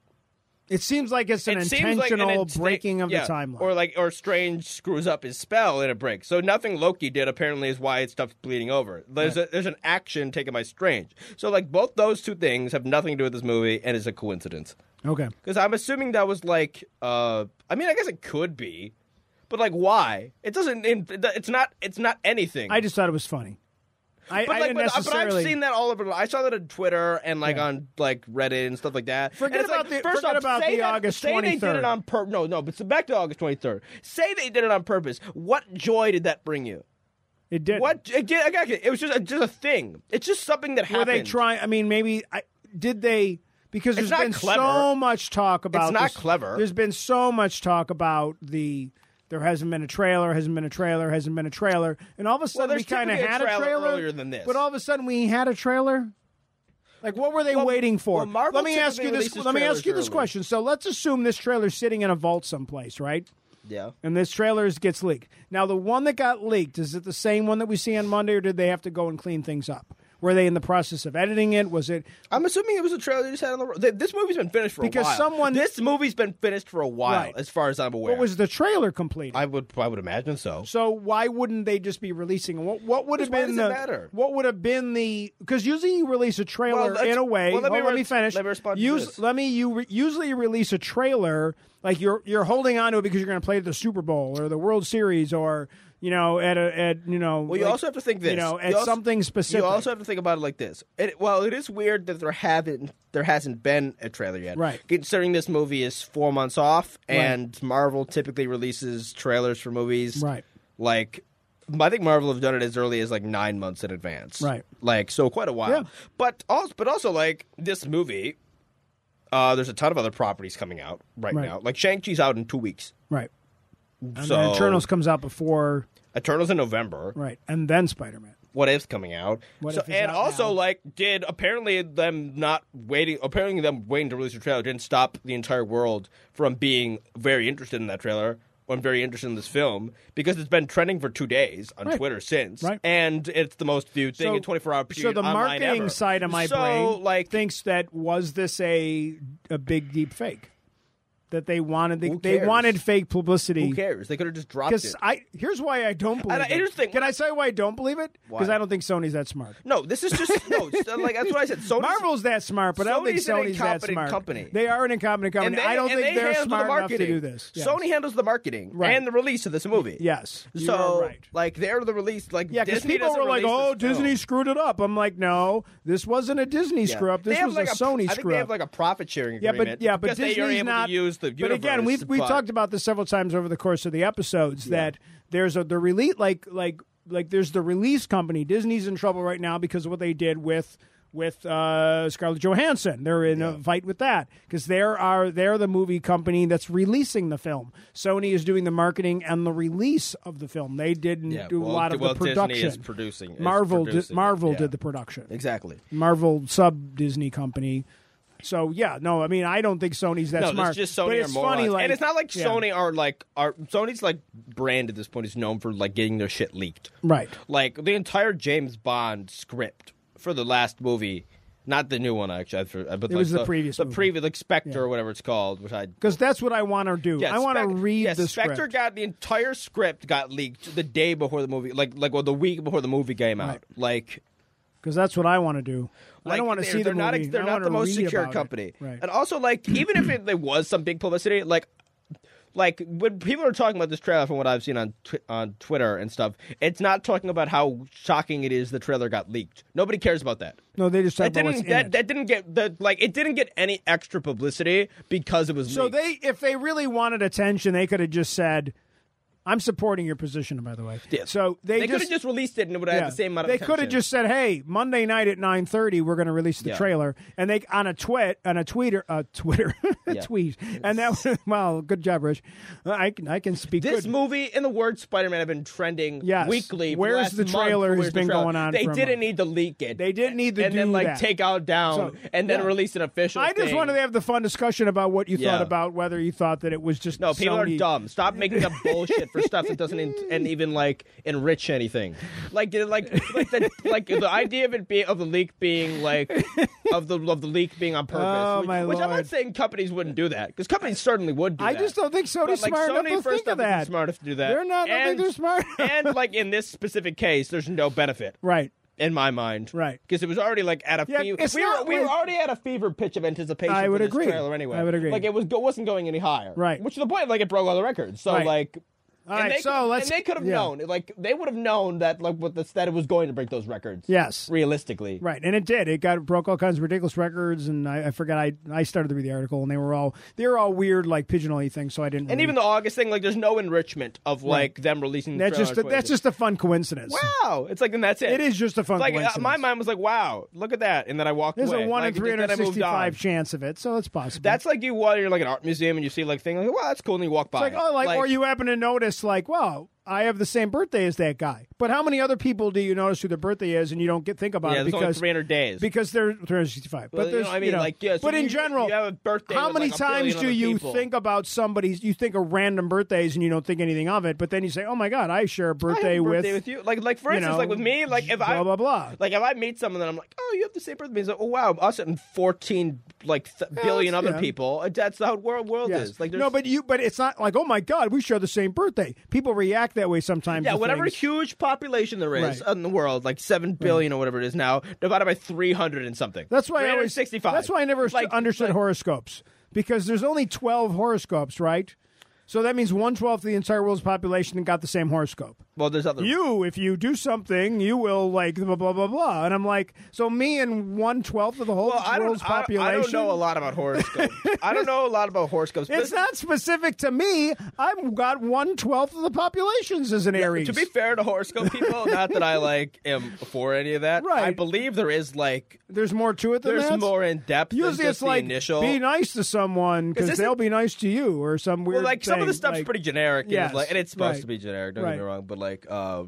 Speaker 1: It seems like it's an
Speaker 3: It seems
Speaker 1: intentional
Speaker 3: like an insta-
Speaker 1: breaking of
Speaker 3: yeah,
Speaker 1: the timeline.
Speaker 3: or like or Strange screws up his spell in a break. So nothing Loki did apparently is why his stuff's bleeding over. There's a, there's an action taken by Strange. So like both those two things have nothing to do with this movie, and it's a coincidence.
Speaker 1: okay,
Speaker 3: Because I'm assuming that was like, uh, I mean, I guess it could be, but like, why? It doesn't. It's not. It's not anything.
Speaker 1: I just thought it was funny. I,
Speaker 3: But
Speaker 1: I
Speaker 3: like,
Speaker 1: didn't
Speaker 3: but, but
Speaker 1: necessarily.
Speaker 3: I've seen that all over. I saw that on Twitter and like on like Reddit and stuff like that.
Speaker 1: Forget
Speaker 3: And it's
Speaker 1: about
Speaker 3: like,
Speaker 1: the-
Speaker 3: first
Speaker 1: forget
Speaker 3: off,
Speaker 1: about
Speaker 3: say
Speaker 1: the
Speaker 3: that-
Speaker 1: August
Speaker 3: Say they did it
Speaker 1: 23rd.
Speaker 3: on purpose. No, no. But so back to August 23rd. Say they did it on purpose. What joy did that bring you?
Speaker 1: it did.
Speaker 3: What it did? I got it. It was just a, just a thing. It's just something that
Speaker 1: were
Speaker 3: happened.
Speaker 1: they trying? I mean, maybe I, did they? Because there's
Speaker 3: not
Speaker 1: been
Speaker 3: clever.
Speaker 1: so much talk about.
Speaker 3: not
Speaker 1: this-
Speaker 3: clever.
Speaker 1: There's been so much talk about the. There hasn't been a trailer. Hasn't been a trailer. Hasn't been a trailer. And all of a sudden,
Speaker 3: there's
Speaker 1: we kind of
Speaker 3: typically a
Speaker 1: had
Speaker 3: trailer
Speaker 1: trailer
Speaker 3: earlier than this.
Speaker 1: But all of a sudden, we had a trailer. Like, what were they
Speaker 3: Well-
Speaker 1: waiting for?
Speaker 3: well, Marvel
Speaker 1: let me ask
Speaker 3: typically
Speaker 1: you this.
Speaker 3: releases
Speaker 1: Let me ask
Speaker 3: trailers
Speaker 1: you this
Speaker 3: early.
Speaker 1: question. So let's assume this trailer's sitting in a vault someplace, right?
Speaker 3: Yeah.
Speaker 1: and this trailer is- gets leaked. Now, the one that got leaked is it the same one that we see on Monday, or did they have to go and clean things up? Were they in the process of editing it? Was it
Speaker 3: I'm assuming it was a trailer they just had on the road. Th- This movie's been finished for
Speaker 1: Because
Speaker 3: a while.
Speaker 1: someone-
Speaker 3: this movie's been finished for a while,
Speaker 1: Right.
Speaker 3: as far as I'm aware.
Speaker 1: what was the trailer completed?
Speaker 3: I would I would imagine so.
Speaker 1: so why wouldn't they just be releasing? What what would have
Speaker 3: Why
Speaker 1: been
Speaker 3: does
Speaker 1: the
Speaker 3: it matter?
Speaker 1: what would have been the because usually you release a trailer
Speaker 3: let's-
Speaker 1: in a way.
Speaker 3: well, let me
Speaker 1: hold on,
Speaker 3: re-
Speaker 1: finish.
Speaker 3: let me respond to
Speaker 1: Use-
Speaker 3: this.
Speaker 1: Let me you re- usually you release a trailer like you're you're holding on to it because you're going to play the Super Bowl or the World Series or you know at a at you know
Speaker 3: Well, you also have to think this.
Speaker 1: you know
Speaker 3: You
Speaker 1: at
Speaker 3: also-
Speaker 1: something specific
Speaker 3: You also have to think about it like this. It, well, it is weird that there haven't there hasn't been a trailer yet,
Speaker 1: Right.
Speaker 3: Considering this movie is four months off, and Marvel typically releases trailers for movies,
Speaker 1: Right.
Speaker 3: Like, I think Marvel have done it as early as like nine months in advance,
Speaker 1: Right.
Speaker 3: Like, so quite a while.
Speaker 1: Yeah.
Speaker 3: But also, but also like this movie. Uh, there's a ton of other properties coming out right,
Speaker 1: Right.
Speaker 3: now. Like Shang Chi's out in two weeks.
Speaker 1: right. And
Speaker 3: so
Speaker 1: then Eternals comes out before
Speaker 3: Eternals in November.
Speaker 1: right, and then Spider Man.
Speaker 3: What If's coming out.
Speaker 1: What
Speaker 3: so,
Speaker 1: If is
Speaker 3: and
Speaker 1: out
Speaker 3: also,
Speaker 1: now.
Speaker 3: like, did apparently them not waiting, apparently them waiting to release a trailer didn't stop the entire world from being very interested in that trailer. or very interested in this film because it's been trending for two days on
Speaker 1: Right.
Speaker 3: Twitter since,
Speaker 1: Right.
Speaker 3: and it's the most viewed thing
Speaker 1: So-
Speaker 3: in 24 hour
Speaker 1: So
Speaker 3: period.
Speaker 1: the
Speaker 3: online
Speaker 1: marketing
Speaker 3: ever.
Speaker 1: side of my
Speaker 3: so,
Speaker 1: brain
Speaker 3: like,
Speaker 1: thinks that was this a a big deep fake that they wanted they,
Speaker 3: Who
Speaker 1: they
Speaker 3: cares?
Speaker 1: wanted fake publicity.
Speaker 3: who cares? They could have just dropped it.
Speaker 1: Because I here's why I don't believe
Speaker 3: And I-
Speaker 1: it.
Speaker 3: here's the thing-
Speaker 1: Can I say why I don't believe it? Because
Speaker 3: Why?
Speaker 1: I don't think Sony's that smart.
Speaker 3: No, this is just no. it's, uh, like that's what I said. Sony's,
Speaker 1: Marvel's that smart, but I don't think
Speaker 3: Sony's an
Speaker 1: Sony's that
Speaker 3: incompetent
Speaker 1: smart.
Speaker 3: company.
Speaker 1: They are an incompetent company.
Speaker 3: and they,
Speaker 1: I don't
Speaker 3: and
Speaker 1: think
Speaker 3: they
Speaker 1: are
Speaker 3: handle
Speaker 1: smart
Speaker 3: the
Speaker 1: enough
Speaker 3: marketing.
Speaker 1: to do this. Yes.
Speaker 3: Sony handles the marketing
Speaker 1: Right.
Speaker 3: and the release of this movie.
Speaker 1: yes, You
Speaker 3: so
Speaker 1: are right.
Speaker 3: like they're the release. Like
Speaker 1: Yeah, because
Speaker 3: because
Speaker 1: people were like, "Oh, Disney
Speaker 3: Disney's
Speaker 1: screwed it up." I'm like, "No, this wasn't a Disney screw up. This was a, Sony
Speaker 3: I think
Speaker 1: screw
Speaker 3: they
Speaker 1: up."
Speaker 3: have like a profit sharing
Speaker 1: yeah,
Speaker 3: agreement.
Speaker 1: but yeah, but
Speaker 3: because
Speaker 1: Disney's
Speaker 3: they are able
Speaker 1: not.
Speaker 3: to use the universe.
Speaker 1: but again, we've we've
Speaker 3: but-
Speaker 1: talked about this several times over the course of the episodes that there's a the release like like like there's the release company. Disney's in trouble right now because of what they did with with uh, Scarlett Johansson. They're in a fight with that because there are they're the movie company that's releasing the film. Sony is doing the marketing and the release of the film. They didn't
Speaker 3: Yeah,
Speaker 1: do a
Speaker 3: well,
Speaker 1: lot of
Speaker 3: well,
Speaker 1: the
Speaker 3: Disney is
Speaker 1: production.
Speaker 3: producing- is
Speaker 1: Marvel
Speaker 3: producing
Speaker 1: did,
Speaker 3: it,
Speaker 1: Marvel
Speaker 3: yeah.
Speaker 1: did the production.
Speaker 2: Exactly.
Speaker 1: Marvel sub Disney company. So yeah, no, I mean I don't think Sony's that
Speaker 3: No,
Speaker 1: smart.
Speaker 3: it's just
Speaker 1: but
Speaker 3: Sony or
Speaker 1: it's funny,
Speaker 3: morons.
Speaker 1: like,
Speaker 3: and it's not like
Speaker 1: yeah.
Speaker 3: Sony are like are Sony's like brand at this point is known for like getting their shit leaked.
Speaker 1: Right.
Speaker 3: Like the entire James Bond script for the last movie, not the new one actually. I for- But it
Speaker 1: was the previous
Speaker 3: the
Speaker 1: movie.
Speaker 3: previous like Spectre or whatever it's called, which I.
Speaker 1: Because that's what I want to do.
Speaker 3: Yeah,
Speaker 1: I want to
Speaker 3: Spec-
Speaker 1: read
Speaker 3: yeah,
Speaker 1: the
Speaker 3: Spectre
Speaker 1: script.
Speaker 3: got the entire script got leaked the day before the movie, like like well the week before the movie came out. Like
Speaker 1: Because that's what I want to do. I don't
Speaker 3: like,
Speaker 1: want to
Speaker 3: they're-
Speaker 1: see the
Speaker 3: they're not,
Speaker 1: movie.
Speaker 3: They're
Speaker 1: I
Speaker 3: not
Speaker 1: wanna
Speaker 3: the most
Speaker 1: read
Speaker 3: secure
Speaker 1: about it.
Speaker 3: company.
Speaker 1: Right.
Speaker 3: And also, like, even if it, there was some big publicity, like, like when people are talking about this trailer, from what I've seen on tw- on Twitter and stuff, it's not talking about how shocking it is the trailer got leaked. Nobody cares about that.
Speaker 1: no, they just talk
Speaker 3: That
Speaker 1: about what's in
Speaker 3: didn't that,
Speaker 1: it.
Speaker 3: that didn't get the like it didn't get any extra publicity because it was
Speaker 1: So
Speaker 3: leaked.
Speaker 1: they, if they really wanted attention, they could have just said, "I'm supporting your position." By the way,
Speaker 3: Yeah.
Speaker 1: so they,
Speaker 3: they could have just released it and it would have
Speaker 1: yeah.
Speaker 3: had the same amount of
Speaker 1: They could have
Speaker 3: attention.
Speaker 1: just said, "Hey, Monday night at 9:30, we're going to release the
Speaker 3: Yeah.
Speaker 1: trailer," and they on a tweet on a tweeter a Twitter a
Speaker 3: Yeah.
Speaker 1: tweet, and that wow, good job, Rich. I can I can speak
Speaker 3: This
Speaker 1: good.
Speaker 3: movie and the word Spider-Man have been trending
Speaker 1: Yes.
Speaker 3: weekly. for
Speaker 1: Where's
Speaker 3: last
Speaker 1: the
Speaker 3: month.
Speaker 1: trailer has
Speaker 3: Where's the
Speaker 1: been
Speaker 3: trailer?
Speaker 1: going on
Speaker 3: They
Speaker 1: for a
Speaker 3: didn't
Speaker 1: month.
Speaker 3: need to leak it.
Speaker 1: They didn't need to
Speaker 3: and then
Speaker 1: do
Speaker 3: like
Speaker 1: that.
Speaker 3: take out down
Speaker 1: So,
Speaker 3: and then
Speaker 1: yeah.
Speaker 3: release an official.
Speaker 1: I just
Speaker 3: thing.
Speaker 1: wanted to have the fun discussion about what you thought
Speaker 3: Yeah.
Speaker 1: about whether you thought that it was just
Speaker 3: No, people
Speaker 1: Sony-
Speaker 3: are dumb. Stop making up bullshit for stuff that doesn't en- and even like enrich anything. Like, did it, like, like the, like the idea of it being of the leak being like of the of the leak being on purpose.
Speaker 1: Oh,
Speaker 3: which,
Speaker 1: my
Speaker 3: which I'm
Speaker 1: Lord.
Speaker 3: not saying companies wouldn't do that because companies certainly would do
Speaker 1: I
Speaker 3: that.
Speaker 1: just don't think
Speaker 3: But,
Speaker 1: Sony's
Speaker 3: like,
Speaker 1: smart
Speaker 3: Sony
Speaker 1: enough to
Speaker 3: first
Speaker 1: think of
Speaker 3: off isn't
Speaker 1: that.
Speaker 3: smart enough to do that.
Speaker 1: They're not. I don't
Speaker 3: And,
Speaker 1: think they're smart.
Speaker 3: and like in this specific case, there's no benefit.
Speaker 1: right.
Speaker 3: in my mind.
Speaker 1: Right.
Speaker 3: Because it was already like at a
Speaker 1: Yeah,
Speaker 3: fever.
Speaker 1: it's
Speaker 3: We were,
Speaker 1: not
Speaker 3: we
Speaker 1: like-
Speaker 3: were already at a fever pitch of anticipation.
Speaker 1: I
Speaker 3: for
Speaker 1: would
Speaker 3: this
Speaker 1: agree.
Speaker 3: Trailer anyway.
Speaker 1: I would agree.
Speaker 3: Like it was go, wasn't going any higher.
Speaker 1: Right.
Speaker 3: Which is the point. Like it broke all the records. So
Speaker 1: Right.
Speaker 3: like.
Speaker 1: All
Speaker 3: and
Speaker 1: right,
Speaker 3: they
Speaker 1: so
Speaker 3: could,
Speaker 1: let's-
Speaker 3: and they could have
Speaker 1: yeah.
Speaker 3: known, like they would have known that, like what the, that it was going to break those records.
Speaker 1: Yes.
Speaker 3: realistically,
Speaker 1: Right, and it did. It got broke all kinds of ridiculous records, and I, I forgot. I, I started to read the article, and they were all they were all weird, like pigeonhole things. So I didn't.
Speaker 3: And
Speaker 1: really-
Speaker 3: even the August thing, like there's no enrichment of like them releasing. The
Speaker 1: that's
Speaker 3: trailer
Speaker 1: just
Speaker 3: on
Speaker 1: a, that's
Speaker 3: 20.
Speaker 1: just a fun coincidence.
Speaker 3: wow. It's like and that's it.
Speaker 1: It is just a fun
Speaker 3: like uh,
Speaker 1: coincidence.
Speaker 3: my mind was like, wow, look at that, and then I walked
Speaker 1: There's
Speaker 3: away.
Speaker 1: a one in
Speaker 3: like, it just-
Speaker 1: three
Speaker 3: then I
Speaker 1: hundred
Speaker 3: moved on.
Speaker 1: sixty-five chance of it, so it's possible.
Speaker 3: That's like you while you're like at an art museum and you see like thing like wow that's cool and you walk by.
Speaker 1: like
Speaker 3: it.
Speaker 1: oh, like, or you happen to notice like, wow, I have the same birthday as that guy. But how many other people do you notice who their birthday is, and you don't get think about
Speaker 3: yeah,
Speaker 1: it
Speaker 3: there's only
Speaker 1: because
Speaker 3: 300 days.
Speaker 1: because they're 365. But
Speaker 3: Well, you know
Speaker 1: there's,
Speaker 3: what I mean? Like, yeah, so
Speaker 1: but in
Speaker 3: you-
Speaker 1: general,
Speaker 3: you have a birthday
Speaker 1: how
Speaker 3: with,
Speaker 1: many
Speaker 3: like, a
Speaker 1: times do
Speaker 3: billion other
Speaker 1: you
Speaker 3: people.
Speaker 1: think about somebody's? You think of random birthdays and you don't think anything of it, but then you say, "Oh my God, I share a
Speaker 3: I have a
Speaker 1: birthday,
Speaker 3: birthday with you. Like like for
Speaker 1: you
Speaker 3: instance
Speaker 1: know,
Speaker 3: like with me like if
Speaker 1: blah,
Speaker 3: I
Speaker 1: blah blah."
Speaker 3: like if I meet someone that I'm like oh you have the same birthday it's like oh wow us and 14 like th-
Speaker 1: it's-
Speaker 3: billion other
Speaker 1: yeah.
Speaker 3: people that's how the world world
Speaker 1: Yes.
Speaker 3: is like there's
Speaker 1: no, but you, but it's not like, oh my God, we share the same birthday. People react that way sometimes.
Speaker 3: yeah,
Speaker 1: to
Speaker 3: whatever
Speaker 1: things.
Speaker 3: huge population there is
Speaker 1: Right.
Speaker 3: in the world, like seven billion or whatever it is now, divided by three hundred and something.
Speaker 1: That's why I always
Speaker 3: 365.
Speaker 1: That's why I never
Speaker 3: Like-
Speaker 1: understood
Speaker 3: like-
Speaker 1: horoscopes because there's only twelve horoscopes, right? So that means one twelfth of the entire world's population got the same horoscope.
Speaker 3: Well, there's other.
Speaker 1: you, if you do something, you will like blah blah blah blah. And I'm like, so me and one twelfth of the whole
Speaker 3: well, I don't.
Speaker 1: world's
Speaker 3: I, don't-
Speaker 1: population.
Speaker 3: I don't know a lot about horoscopes. I don't know a lot about horoscopes. but
Speaker 1: It's not specific to me. I've got one twelfth of the populations as an Aries.
Speaker 3: To be fair to horoscope people, not that I like am for any of that. I
Speaker 1: Right.
Speaker 3: believe there is like
Speaker 1: there's more to it than
Speaker 3: there's
Speaker 1: that.
Speaker 3: more in depth.
Speaker 1: Usually,
Speaker 3: than just
Speaker 1: it's like
Speaker 3: the initial.
Speaker 1: be nice to someone because
Speaker 3: isn't-
Speaker 1: they'll be nice to you, or some weird.
Speaker 3: well, like some of the
Speaker 1: thing,
Speaker 3: stuff's
Speaker 1: like-
Speaker 3: pretty generic. and
Speaker 1: Yes,
Speaker 3: it's like, and it's supposed
Speaker 1: right.
Speaker 3: to be generic. Don't get me
Speaker 1: Right.
Speaker 3: wrong, but like. Uh,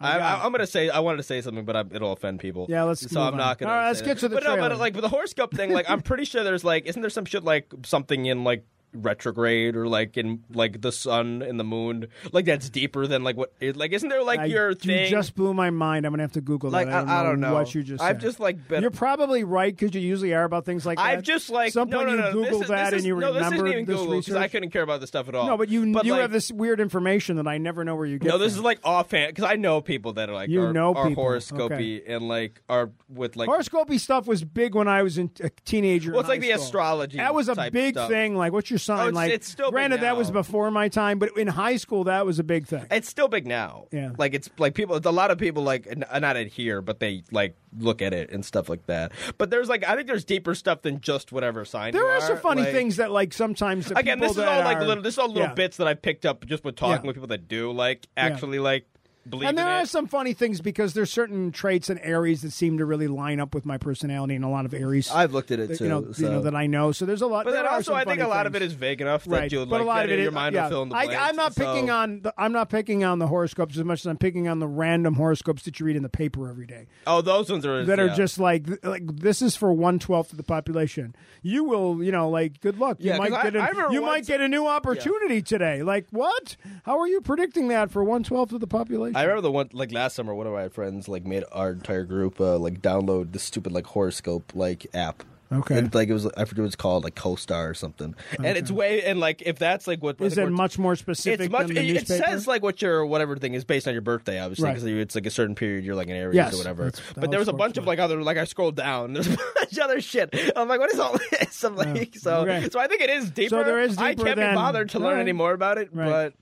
Speaker 3: I,
Speaker 1: got
Speaker 3: I, I'm gonna say I wanted to say something, but I, it'll offend people.
Speaker 1: Yeah, let's
Speaker 3: So
Speaker 1: move
Speaker 3: I'm
Speaker 1: on.
Speaker 3: not gonna.
Speaker 1: All right, let's
Speaker 3: say
Speaker 1: get
Speaker 3: that.
Speaker 1: to the
Speaker 3: But no,
Speaker 1: trailer.
Speaker 3: but like with the horoscope thing, like I'm pretty sure there's like, isn't there some shit like something in like retrograde or like in like the sun and the moon, like that's deeper than like what it- like isn't there like
Speaker 1: I-
Speaker 3: your
Speaker 1: you
Speaker 3: thing?
Speaker 1: just blew my mind. I'm gonna have to Google
Speaker 3: Like,
Speaker 1: that. I don't,
Speaker 3: I- I don't know.
Speaker 1: what you just.
Speaker 3: I've
Speaker 1: said.
Speaker 3: just, like, been-
Speaker 1: You're probably right because you usually are about things like that.
Speaker 3: I've just like
Speaker 1: some
Speaker 3: no,
Speaker 1: point
Speaker 3: no, no.
Speaker 1: you Googled
Speaker 3: this is,
Speaker 1: that
Speaker 3: this is,
Speaker 1: and you
Speaker 3: no, this
Speaker 1: remembered
Speaker 3: isn't even Google
Speaker 1: research.
Speaker 3: because I couldn't care about this stuff at all.
Speaker 1: no, but you you
Speaker 3: like,
Speaker 1: have this weird information that I never know where you get.
Speaker 3: No, this
Speaker 1: from.
Speaker 3: is like offhand because I know people that are like
Speaker 1: You
Speaker 3: are,
Speaker 1: know
Speaker 3: are
Speaker 1: people.
Speaker 3: horoscopy and like are with like
Speaker 1: horoscopy stuff was big when I was in, a teenager.
Speaker 3: Well,
Speaker 1: in
Speaker 3: it's like
Speaker 1: high
Speaker 3: the
Speaker 1: school.
Speaker 3: astrology
Speaker 1: That was a
Speaker 3: type
Speaker 1: big
Speaker 3: stuff. Oh,
Speaker 1: thing. Like, what's your sign?
Speaker 3: it's-
Speaker 1: like,
Speaker 3: it's still big
Speaker 1: granted, that
Speaker 3: now.
Speaker 1: was before my time, but in high school, that was a big thing.
Speaker 3: It's still big now.
Speaker 1: Yeah.
Speaker 3: like it's like people. A lot of people like n- not adhere, but they like look at it and stuff like that. But there's like I think there's deeper stuff than just whatever sign.
Speaker 1: there
Speaker 3: you
Speaker 1: are some funny
Speaker 3: like-
Speaker 1: things that, like, sometimes the
Speaker 3: Again,
Speaker 1: people
Speaker 3: this is
Speaker 1: that
Speaker 3: all like
Speaker 1: are-
Speaker 3: little. This is all little
Speaker 1: yeah.
Speaker 3: bits that I picked up just with talking
Speaker 1: Yeah.
Speaker 3: with people that do like actually like believe.
Speaker 1: And there
Speaker 3: in
Speaker 1: are
Speaker 3: it.
Speaker 1: some funny things because there's certain traits in Aries that seem to really line up with my personality, and a lot of Aries,
Speaker 2: I've looked at it
Speaker 1: that,
Speaker 2: too.
Speaker 1: you know,
Speaker 2: so.
Speaker 1: you know that I know. So there's a lot.
Speaker 3: But
Speaker 1: there
Speaker 3: then
Speaker 1: are
Speaker 3: also,
Speaker 1: some
Speaker 3: I think
Speaker 1: funny
Speaker 3: a lot of
Speaker 1: things.
Speaker 3: it is vague enough
Speaker 1: right.
Speaker 3: that you like
Speaker 1: but a lot
Speaker 3: that
Speaker 1: of it
Speaker 3: your
Speaker 1: is-
Speaker 3: mind
Speaker 1: yeah.
Speaker 3: will fill in the
Speaker 1: I,
Speaker 3: blanks.
Speaker 1: I'm not
Speaker 3: So-
Speaker 1: picking on the, I'm not picking on the horoscopes as much as I'm picking on the random horoscopes that you read in the paper every day
Speaker 3: Oh, those ones are
Speaker 1: that
Speaker 3: yeah.
Speaker 1: are just like th- like this is for one twelfth of the population. You will, you know, like good luck. You
Speaker 3: Yeah, 'cause
Speaker 1: might
Speaker 3: I-
Speaker 1: get a
Speaker 3: I remember
Speaker 1: you might
Speaker 3: once-
Speaker 1: get a new opportunity today. Like what? How are you predicting that for one twelfth of the population?
Speaker 3: I remember the one
Speaker 2: like last summer, one of my friends like made our entire group uh, like download this stupid like horoscope like app.
Speaker 1: Okay.
Speaker 2: And, like it was I forget what it's called like CoStar or something.
Speaker 3: and it's way and like if that's like what I
Speaker 1: is
Speaker 3: think
Speaker 1: it
Speaker 3: we're-
Speaker 1: much more specific
Speaker 3: It's much.
Speaker 1: than
Speaker 3: It,
Speaker 1: the
Speaker 3: it
Speaker 1: newspaper?
Speaker 3: says like what your whatever thing is based on your birthday, obviously,
Speaker 1: Right.
Speaker 3: because it's like a certain period you're like an Aries
Speaker 1: Yes,
Speaker 3: or whatever.
Speaker 1: that's- that
Speaker 3: But there
Speaker 1: was
Speaker 3: was a bunch of
Speaker 1: fortunate.
Speaker 3: like other like I scrolled down. There's a bunch of other shit. I'm like, what is all this? I'm like, so
Speaker 1: okay.
Speaker 3: so I think it is deeper.
Speaker 1: there is
Speaker 3: I
Speaker 1: deeper
Speaker 3: can't
Speaker 1: than-
Speaker 3: be bothered to learn
Speaker 1: Right.
Speaker 3: any more about it,
Speaker 1: Right.
Speaker 3: but.